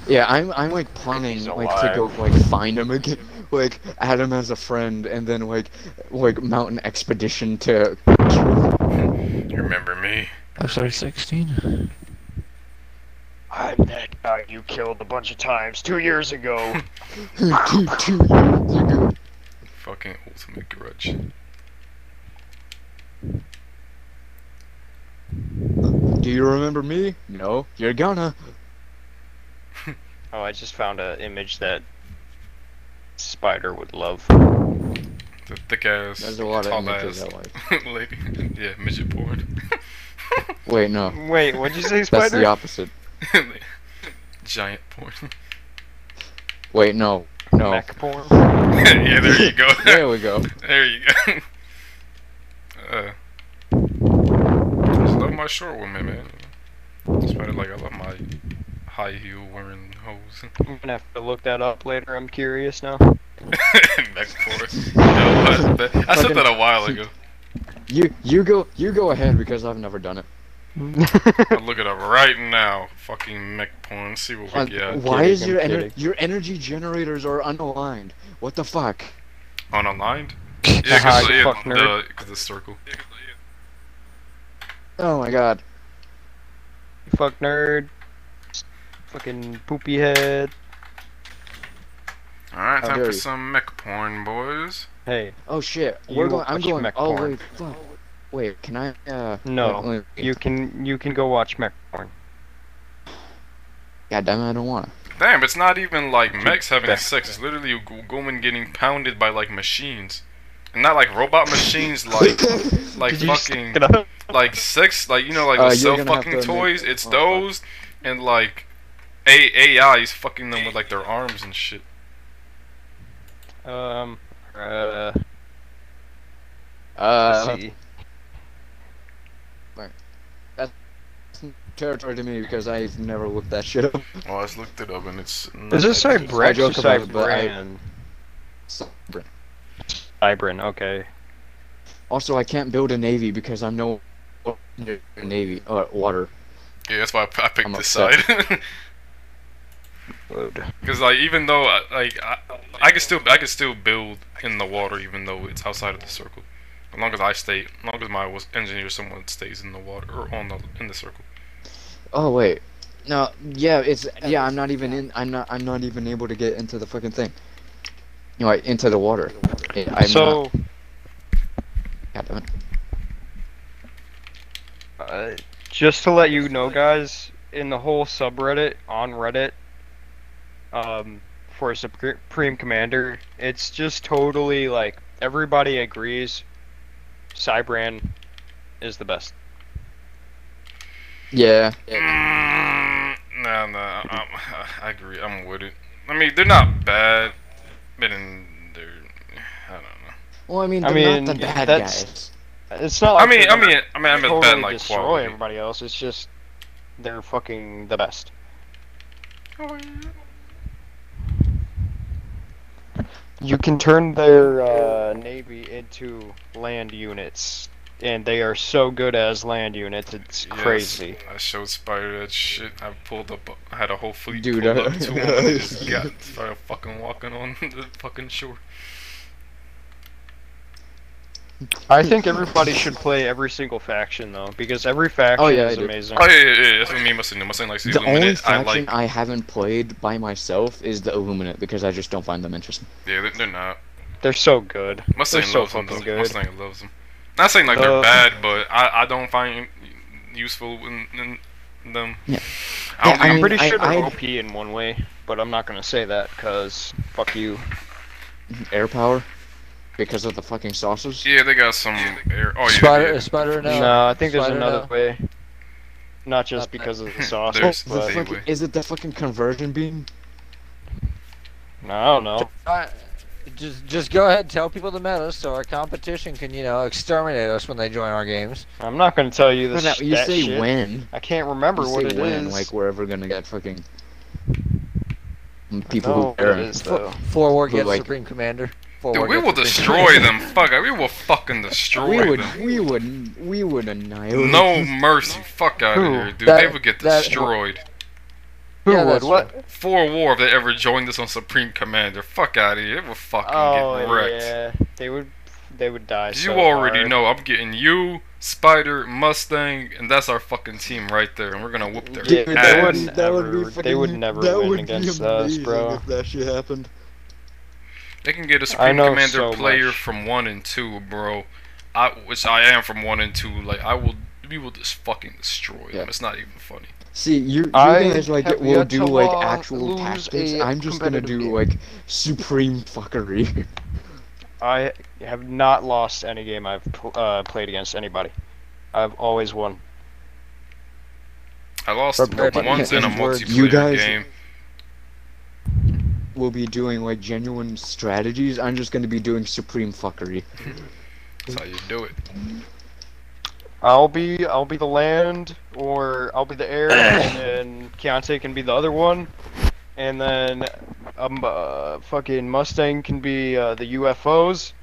[SPEAKER 3] Yeah, I'm I'm like planning
[SPEAKER 4] he's
[SPEAKER 3] like to go like find him again, [laughs] like add him as a friend, and then like like mount an expedition to.
[SPEAKER 2] You remember me?
[SPEAKER 6] I'm sorry, 16.
[SPEAKER 4] I'm that guy you killed a bunch of times two years [laughs] ago.
[SPEAKER 3] two, two years ago.
[SPEAKER 2] Fucking ultimate grudge.
[SPEAKER 3] Do you remember me? No, you're gonna.
[SPEAKER 4] oh, I just found an image that Spider would love.
[SPEAKER 2] The thick ass,
[SPEAKER 3] There's a lot of
[SPEAKER 2] tall
[SPEAKER 3] images
[SPEAKER 2] ass
[SPEAKER 3] I
[SPEAKER 2] [laughs]
[SPEAKER 3] like.
[SPEAKER 2] lady. Yeah, midget porn.
[SPEAKER 3] Wait, no,
[SPEAKER 4] Wait, what'd you say,
[SPEAKER 3] that's the opposite.
[SPEAKER 2] Giant porn.
[SPEAKER 3] Wait, no, no.
[SPEAKER 4] Mech porn.
[SPEAKER 2] yeah, there you go.
[SPEAKER 3] There we go.
[SPEAKER 2] [laughs] there you go. [laughs] uh, just love my short women, man. Despite it, like I love my high heel wearing hoes. [laughs]
[SPEAKER 4] I'm gonna have to look that up later. I'm curious [laughs] now.
[SPEAKER 2] Back forth. You know what? That- I said that a while ago.
[SPEAKER 3] You you go you go ahead because I've never done it.
[SPEAKER 2] I'll look it up right now. Fucking mech porn. See what we get.
[SPEAKER 3] Why kidding, is your I'm ener- kidding. your energy generators are unaligned? What the fuck? [laughs]
[SPEAKER 2] Unaligned? Yeah, because
[SPEAKER 4] you fuck
[SPEAKER 2] the,
[SPEAKER 4] nerd.
[SPEAKER 2] 'cause the circle.
[SPEAKER 3] Oh my god.
[SPEAKER 4] You fuck nerd. Fucking poopy head.
[SPEAKER 2] Alright,
[SPEAKER 3] How
[SPEAKER 2] time
[SPEAKER 3] dare
[SPEAKER 2] for
[SPEAKER 3] you.
[SPEAKER 2] some mech porn, boys.
[SPEAKER 4] Hey,
[SPEAKER 3] Oh shit.
[SPEAKER 4] You
[SPEAKER 3] We're going. I'm
[SPEAKER 4] watch
[SPEAKER 3] going.
[SPEAKER 4] mech
[SPEAKER 3] Oh
[SPEAKER 4] porn.
[SPEAKER 3] wait. Fuck. Wait. Can I? Uh.
[SPEAKER 4] No,
[SPEAKER 3] let- let me-
[SPEAKER 4] you can you can go watch mech porn.
[SPEAKER 3] God damn it! I don't wanna.
[SPEAKER 2] Damn, it's not even like mechs having
[SPEAKER 4] back.
[SPEAKER 2] sex. It's literally a g- woman getting pounded by like machines, and not like robot machines, [laughs]
[SPEAKER 4] [laughs]
[SPEAKER 2] like like
[SPEAKER 4] Did you just
[SPEAKER 2] fucking
[SPEAKER 4] look
[SPEAKER 2] [laughs]
[SPEAKER 4] it up?
[SPEAKER 2] like sex, like you know, like
[SPEAKER 3] Uh,
[SPEAKER 2] the
[SPEAKER 3] you're
[SPEAKER 2] self
[SPEAKER 3] gonna have to
[SPEAKER 2] fucking
[SPEAKER 3] admit-
[SPEAKER 2] toys. It's
[SPEAKER 3] oh, fuck.
[SPEAKER 2] those, and like a AI is fucking them with like their arms and shit.
[SPEAKER 4] Um. Uh.
[SPEAKER 3] [laughs] Uh.
[SPEAKER 4] let's see.
[SPEAKER 3] Territory to me because I've never looked that shit up.
[SPEAKER 2] Well, I just looked it up, and it's.
[SPEAKER 4] Is this Cybrex or
[SPEAKER 3] joke about it, but I-
[SPEAKER 4] Cybran?
[SPEAKER 3] So-
[SPEAKER 4] Cybran. Okay.
[SPEAKER 3] Also, I can't build a navy because I'm no navy uh, water.
[SPEAKER 2] Yeah, that's why I, p- I picked
[SPEAKER 3] I'm
[SPEAKER 2] this
[SPEAKER 3] upset.
[SPEAKER 2] side. [laughs]
[SPEAKER 4] Load.
[SPEAKER 2] Because like even though I- like I, I can still I can still build in the water even though it's outside of the circle, as long as I stay, as long as my was- engineer someone stays in the water or on the in the circle.
[SPEAKER 3] Oh wait. No, yeah, it's yeah. I'm not even in. I'm not. I'm not even able to get into the fucking thing. You know, like, into the water. Yeah, I'm
[SPEAKER 4] so,
[SPEAKER 3] not, God damn it.
[SPEAKER 4] uh, just to let you know, guys, in the whole subreddit on Reddit, um, for Supre- Supreme Commander, it's just totally like everybody agrees. Cybran is the best.
[SPEAKER 3] Yeah.
[SPEAKER 2] Mm, nah, nah, I'm, [laughs] I agree. I'm with it. I mean, they're not bad, but in they're I don't know.
[SPEAKER 3] Well, I mean,
[SPEAKER 4] I
[SPEAKER 3] they're not
[SPEAKER 4] mean,
[SPEAKER 3] the bad
[SPEAKER 4] that's-
[SPEAKER 3] guys.
[SPEAKER 4] It's not.
[SPEAKER 2] I
[SPEAKER 4] Like
[SPEAKER 2] mean,
[SPEAKER 4] they're
[SPEAKER 2] I
[SPEAKER 4] gonna
[SPEAKER 2] mean, I mean, I meant bad
[SPEAKER 4] totally
[SPEAKER 2] in, like
[SPEAKER 4] destroy
[SPEAKER 2] quality.
[SPEAKER 4] everybody else. It's just they're fucking the best. You can turn their uh, navy into land units, and they are so good as land units. It's
[SPEAKER 2] Yes,
[SPEAKER 4] crazy.
[SPEAKER 2] I showed Spider that shit. I pulled up, I had a whole fleet
[SPEAKER 3] Dude,
[SPEAKER 2] pulled
[SPEAKER 3] I-
[SPEAKER 4] [laughs]
[SPEAKER 2] up to him and just got started fucking walking on [laughs] the fucking shore.
[SPEAKER 4] I think everybody should play every single faction though, because every faction
[SPEAKER 3] yeah, I
[SPEAKER 4] is
[SPEAKER 3] do.
[SPEAKER 4] amazing.
[SPEAKER 2] Oh yeah, yeah, yeah. That's what me and my son do. My son likes the,
[SPEAKER 3] The only
[SPEAKER 2] Illuminate. I
[SPEAKER 3] faction
[SPEAKER 2] like.
[SPEAKER 3] I haven't played by myself is the Illuminate because I just don't find them interesting.
[SPEAKER 2] Yeah, they're, they're not.
[SPEAKER 4] They're so good.
[SPEAKER 2] My son
[SPEAKER 4] They're so
[SPEAKER 2] loves them.
[SPEAKER 4] fucking
[SPEAKER 2] Though. My
[SPEAKER 4] good.
[SPEAKER 2] son loves them. Not saying like they're
[SPEAKER 4] Uh,
[SPEAKER 2] bad, but I, I don't find useful in, in them.
[SPEAKER 3] Yeah.
[SPEAKER 2] I don't
[SPEAKER 3] Yeah, I
[SPEAKER 2] think
[SPEAKER 4] I'm
[SPEAKER 3] mean,
[SPEAKER 4] pretty
[SPEAKER 3] I-
[SPEAKER 4] sure they're
[SPEAKER 3] I-
[SPEAKER 4] OP in one way, but I'm not gonna say that because fuck you.
[SPEAKER 3] Air power? Because of the fucking saucers?
[SPEAKER 2] Yeah, they got some air. Oh yeah.
[SPEAKER 1] spider,
[SPEAKER 2] yeah.
[SPEAKER 1] spider
[SPEAKER 4] No,
[SPEAKER 1] now.
[SPEAKER 4] I think there's
[SPEAKER 1] Spider
[SPEAKER 4] another
[SPEAKER 1] now.
[SPEAKER 4] way. Not just
[SPEAKER 1] Not that-
[SPEAKER 4] because of
[SPEAKER 2] [laughs]
[SPEAKER 4] the
[SPEAKER 2] There's-
[SPEAKER 4] sauce,
[SPEAKER 3] Oh,
[SPEAKER 2] There's-
[SPEAKER 4] but
[SPEAKER 3] the
[SPEAKER 2] they
[SPEAKER 3] fucking-
[SPEAKER 2] would.
[SPEAKER 3] is it the fucking conversion beam?
[SPEAKER 4] no, I don't know.
[SPEAKER 1] Uh, just, just go ahead and tell people the meta so our competition can, you know, exterminate us when they join our games.
[SPEAKER 4] I'm not gonna tell you this.
[SPEAKER 3] No, you
[SPEAKER 4] that
[SPEAKER 3] say
[SPEAKER 4] shit.
[SPEAKER 3] when.
[SPEAKER 4] I can't remember
[SPEAKER 3] you
[SPEAKER 4] what
[SPEAKER 3] say
[SPEAKER 4] it is.
[SPEAKER 3] when, like we're ever gonna get fucking
[SPEAKER 4] I
[SPEAKER 3] people
[SPEAKER 4] know
[SPEAKER 3] who
[SPEAKER 4] what
[SPEAKER 3] care.
[SPEAKER 4] it is though.
[SPEAKER 1] Forward
[SPEAKER 3] Who
[SPEAKER 1] gets
[SPEAKER 3] like-
[SPEAKER 1] Supreme Commander. Forward
[SPEAKER 2] Dude, we
[SPEAKER 1] gets
[SPEAKER 2] will
[SPEAKER 1] Supreme
[SPEAKER 2] destroy them. Fuck, we will fucking
[SPEAKER 3] we
[SPEAKER 2] destroy
[SPEAKER 3] would,
[SPEAKER 2] them.
[SPEAKER 3] we would, we would annihilate.
[SPEAKER 2] No mercy. Fuck out of
[SPEAKER 4] Who?
[SPEAKER 2] here, dude.
[SPEAKER 1] That-
[SPEAKER 2] they would get
[SPEAKER 1] that-
[SPEAKER 2] destroyed.
[SPEAKER 4] Who
[SPEAKER 1] Yeah,
[SPEAKER 4] would
[SPEAKER 1] that's
[SPEAKER 4] what?
[SPEAKER 2] For war, if they ever joined us on Supreme Commander, fuck out of here. They would fucking get
[SPEAKER 4] Oh
[SPEAKER 2] wrecked.
[SPEAKER 4] yeah, they would. They would die.
[SPEAKER 2] You
[SPEAKER 4] so
[SPEAKER 2] already
[SPEAKER 4] hard.
[SPEAKER 2] know I'm getting you, Spider, Mustang, and that's our fucking team right there, and we're gonna whoop their
[SPEAKER 4] Dude,
[SPEAKER 2] ass.
[SPEAKER 4] that wouldn't ever- they would never
[SPEAKER 3] that
[SPEAKER 4] win
[SPEAKER 3] would
[SPEAKER 4] against
[SPEAKER 3] be
[SPEAKER 4] us,
[SPEAKER 3] amazing
[SPEAKER 4] bro.
[SPEAKER 3] If that shit happened.
[SPEAKER 2] They can get a
[SPEAKER 4] I
[SPEAKER 2] Supreme
[SPEAKER 4] know
[SPEAKER 2] Commander
[SPEAKER 4] so
[SPEAKER 2] player
[SPEAKER 4] much.
[SPEAKER 2] from one and two, bro. I which I am from one and two. Like I will, we will just fucking destroy
[SPEAKER 3] Yeah.
[SPEAKER 2] them. It's not even funny.
[SPEAKER 3] See, you, you
[SPEAKER 4] I
[SPEAKER 3] guys like
[SPEAKER 4] have
[SPEAKER 3] will
[SPEAKER 4] yet to
[SPEAKER 3] do like
[SPEAKER 4] lo-
[SPEAKER 3] actual
[SPEAKER 4] lose
[SPEAKER 3] tactics.
[SPEAKER 4] a
[SPEAKER 3] I'm just gonna do
[SPEAKER 4] competitive game.
[SPEAKER 3] like supreme fuckery. [laughs]
[SPEAKER 4] I have not lost any game I've pl- uh, played against anybody. I've always won.
[SPEAKER 2] I lost
[SPEAKER 1] But- but-
[SPEAKER 2] once in a
[SPEAKER 1] but-
[SPEAKER 2] multiplayer
[SPEAKER 3] you guys-
[SPEAKER 2] game.
[SPEAKER 3] we'll be doing like genuine strategies. I'm just gonna be doing supreme fuckery.
[SPEAKER 2] That's how you do it.
[SPEAKER 4] I'll be I'll be the land, or I'll be the
[SPEAKER 2] [coughs]
[SPEAKER 4] air, and then Keontae can be the other one, and then um uh, fucking Mustang can be uh, the UFOs,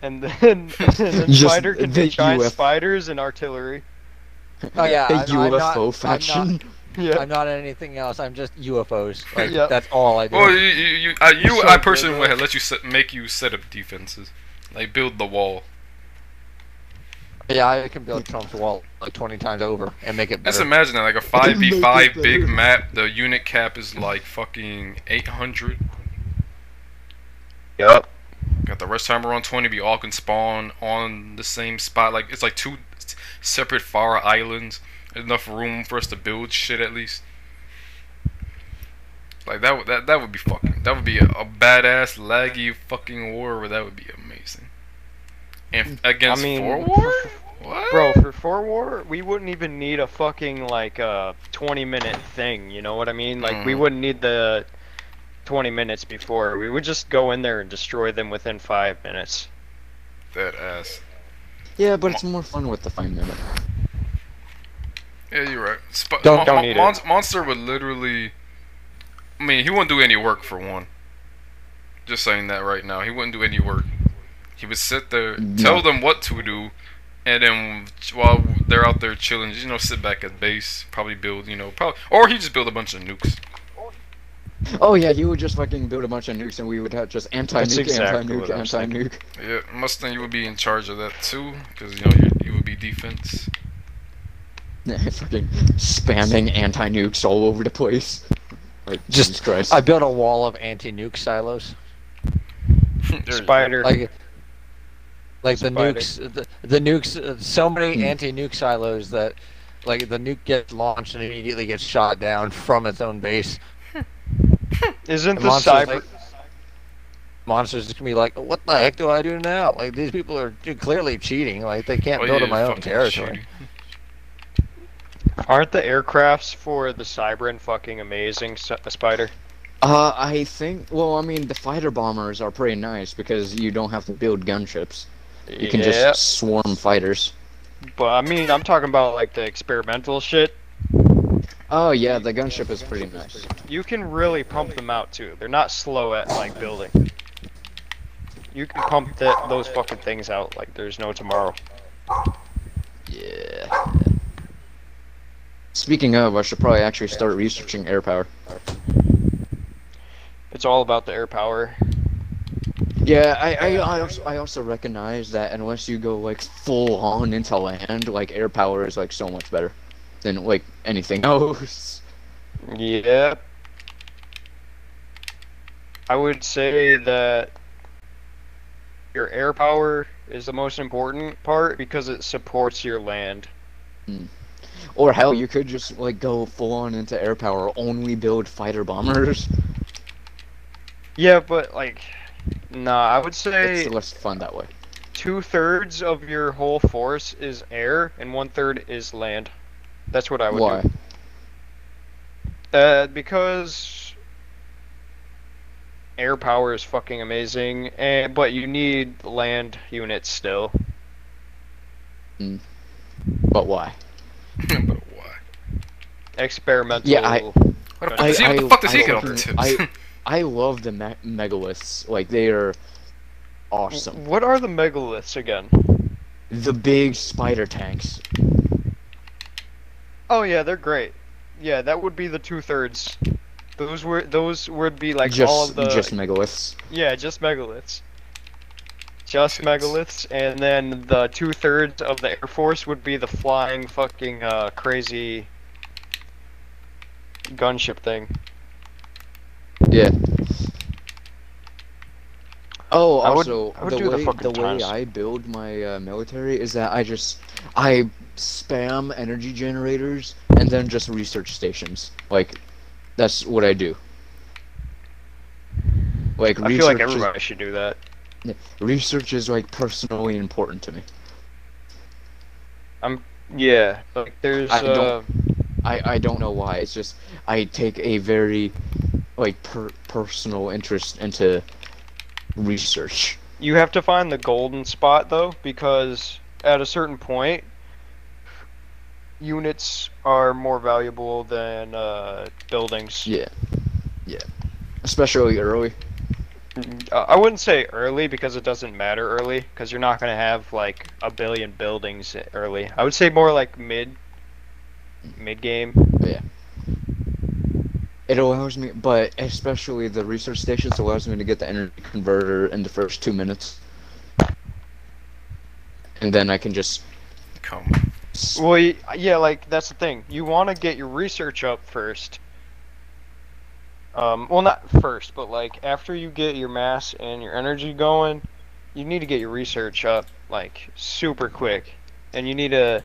[SPEAKER 4] and then, [laughs] and then
[SPEAKER 3] Just
[SPEAKER 4] Spider can
[SPEAKER 3] the
[SPEAKER 4] be giant
[SPEAKER 3] UFO.
[SPEAKER 4] spiders and artillery. [laughs]
[SPEAKER 2] [laughs]
[SPEAKER 1] Oh yeah,
[SPEAKER 3] the
[SPEAKER 1] I'm, I'm
[SPEAKER 3] UFO
[SPEAKER 1] not, I'm not- [laughs]
[SPEAKER 3] faction.
[SPEAKER 4] Yeah.
[SPEAKER 1] I'm not anything else. I'm just UFOs. Like
[SPEAKER 4] Yep.
[SPEAKER 1] that's all I do.
[SPEAKER 2] Well, you, you, you, I, you,
[SPEAKER 4] So
[SPEAKER 2] I
[SPEAKER 4] good,
[SPEAKER 2] personally
[SPEAKER 4] though.
[SPEAKER 2] would have let you set, make you set up defenses, like build the wall.
[SPEAKER 1] yeah, I can build Trump's wall like 20 times over and make it
[SPEAKER 2] Just
[SPEAKER 1] better.
[SPEAKER 2] imagine that, like a
[SPEAKER 3] Make [laughs] it
[SPEAKER 2] 5v5 big
[SPEAKER 3] better.
[SPEAKER 2] map. The unit cap is like fucking 800.
[SPEAKER 4] Yep.
[SPEAKER 2] Got the rest timer on 20. We all can spawn on the same spot. Like it's like two s- separate far islands. Enough room for us to build shit at least. Like that would that that would be fucking that would be a, a badass laggy fucking war where that would be amazing.
[SPEAKER 3] Hmm.
[SPEAKER 2] And f- against
[SPEAKER 4] mean,
[SPEAKER 2] four war? What?
[SPEAKER 4] Bro, for four war, we wouldn't even need a fucking like uh, 20 minute thing. You know what I mean? Like we
[SPEAKER 2] Mhm.
[SPEAKER 4] wouldn't need the 20 minutes before. We would just go in there and destroy them within five minutes.
[SPEAKER 2] that ass.
[SPEAKER 3] Yeah, but it's more fun with the five minute.
[SPEAKER 2] Yeah, you're right. Sp-
[SPEAKER 4] Don't- don't need it.
[SPEAKER 2] Monster would literally. I mean, he wouldn't do any work for one. Just saying that right now, he wouldn't do any work. He would sit there,
[SPEAKER 3] No.
[SPEAKER 2] tell them what to do, and then while they're out there chilling, you know, sit back at base, probably build, you know, probably, or he just build a bunch of nukes.
[SPEAKER 3] Oh yeah, he would just fucking build a bunch of nukes, and we would have just anti
[SPEAKER 4] That's
[SPEAKER 3] nuke,
[SPEAKER 4] exactly
[SPEAKER 3] anti nuke,
[SPEAKER 4] what I was
[SPEAKER 3] anti nuke.
[SPEAKER 2] Yeah, Mustang, you would be in charge of that too, because you know you, you would be [laughs] defense.
[SPEAKER 3] [laughs] fucking spamming anti nukes all over the place. Like
[SPEAKER 1] Just-
[SPEAKER 3] Jesus Christ.
[SPEAKER 1] I built a wall of anti-nuke silos.
[SPEAKER 2] There you go.
[SPEAKER 4] Spider.
[SPEAKER 1] Like, like the
[SPEAKER 4] Spider.
[SPEAKER 1] nukes, the, the nukes. uh, So many
[SPEAKER 3] Hmm.
[SPEAKER 1] anti-nuke silos that, like, the nuke gets launched and immediately gets shot down from its own base.
[SPEAKER 4] Isn't
[SPEAKER 1] The
[SPEAKER 4] the
[SPEAKER 1] monsters,
[SPEAKER 4] cyber?
[SPEAKER 1] like- Monsters just gonna be like, "What the heck do I do now? Like, these people are dude, clearly cheating. Like, they can't
[SPEAKER 2] Oh,
[SPEAKER 1] build
[SPEAKER 2] yeah,
[SPEAKER 1] in my own
[SPEAKER 2] fucking
[SPEAKER 1] territory."
[SPEAKER 2] shitty.
[SPEAKER 4] Aren't the aircrafts for the Cybran fucking amazing, S- Spider?
[SPEAKER 3] Uh, I think. Well, I mean, the fighter bombers are pretty nice because you don't have to build gunships. You can
[SPEAKER 4] yeah,
[SPEAKER 3] just swarm fighters.
[SPEAKER 4] but I mean, I'm talking about like the experimental shit.
[SPEAKER 3] Oh yeah, the gunship is pretty nice.
[SPEAKER 4] You can really pump them out too. They're not slow at like building. You can pump that those fucking things out like there's no tomorrow.
[SPEAKER 3] Yeah. Speaking of, I should probably actually start researching air power.
[SPEAKER 4] It's all about the air power.
[SPEAKER 3] Yeah, I, I, I, also, I also recognize that unless you go like full on into land, like air power is like so much better than like anything [laughs] else.
[SPEAKER 4] Yeah. I would say that your air power is the most important part because it supports your land.
[SPEAKER 3] Or hell, you could just like go full on into air power, only build fighter bombers.
[SPEAKER 4] Yeah, but like, nah. I would say
[SPEAKER 3] It's less fun that way.
[SPEAKER 4] two thirds of your whole force is air, and one third is land. That's what I would
[SPEAKER 3] Why?
[SPEAKER 4] do. Uh, because air power is fucking amazing, and but you need land units still.
[SPEAKER 3] But why?
[SPEAKER 2] [laughs] but why?
[SPEAKER 4] Experimental.
[SPEAKER 3] Yeah, I-
[SPEAKER 2] What the fuck
[SPEAKER 4] I-
[SPEAKER 2] does he, what the fuck does he
[SPEAKER 3] I
[SPEAKER 2] get off
[SPEAKER 3] love-
[SPEAKER 2] the
[SPEAKER 3] I,
[SPEAKER 2] tips?
[SPEAKER 3] I love the me- megaliths. Like they are awesome.
[SPEAKER 4] What are the megaliths again?
[SPEAKER 3] The big spider tanks.
[SPEAKER 4] Oh yeah, they're great. Yeah, that would be the two thirds. Those were those would be like
[SPEAKER 3] just
[SPEAKER 4] all of the
[SPEAKER 3] just megaliths.
[SPEAKER 4] yeah just megaliths, just
[SPEAKER 2] Shit.
[SPEAKER 4] megaliths, and then the two thirds of the air force would be the flying fucking uh, crazy gunship thing.
[SPEAKER 3] Yeah. Oh,
[SPEAKER 4] I would-
[SPEAKER 3] also
[SPEAKER 4] I would
[SPEAKER 3] the
[SPEAKER 4] do the
[SPEAKER 3] way the,
[SPEAKER 4] fucking
[SPEAKER 3] way
[SPEAKER 4] times.
[SPEAKER 3] I build my uh, military is that I just I spam energy generators and then just research stations. Like that's what I do. Like
[SPEAKER 4] I feel like
[SPEAKER 3] research is-
[SPEAKER 4] everybody should do that.
[SPEAKER 3] research is like personally important to me.
[SPEAKER 4] Yeah, like there's
[SPEAKER 3] I don't-
[SPEAKER 4] uh,
[SPEAKER 3] I, I don't know why. It's just I take a very like per- personal interest into research.
[SPEAKER 4] You have to find the golden spot though, because at a certain point, units are more valuable than uh, buildings.
[SPEAKER 3] Yeah. Yeah. Especially early.
[SPEAKER 4] Uh, I wouldn't say early because it doesn't matter early, because you're not gonna have like a billion buildings early. I would say more like mid, mid game.
[SPEAKER 3] It allows me, but especially the research stations allows me to get the energy converter in the first two minutes, and then I can just.
[SPEAKER 2] [laughs] Come.
[SPEAKER 3] s-
[SPEAKER 4] Well, y- yeah, like that's the thing. You want to get your research up first. Um, well, not first, but like after you get your mass and your energy going, you need to get your research up like super quick, and you need to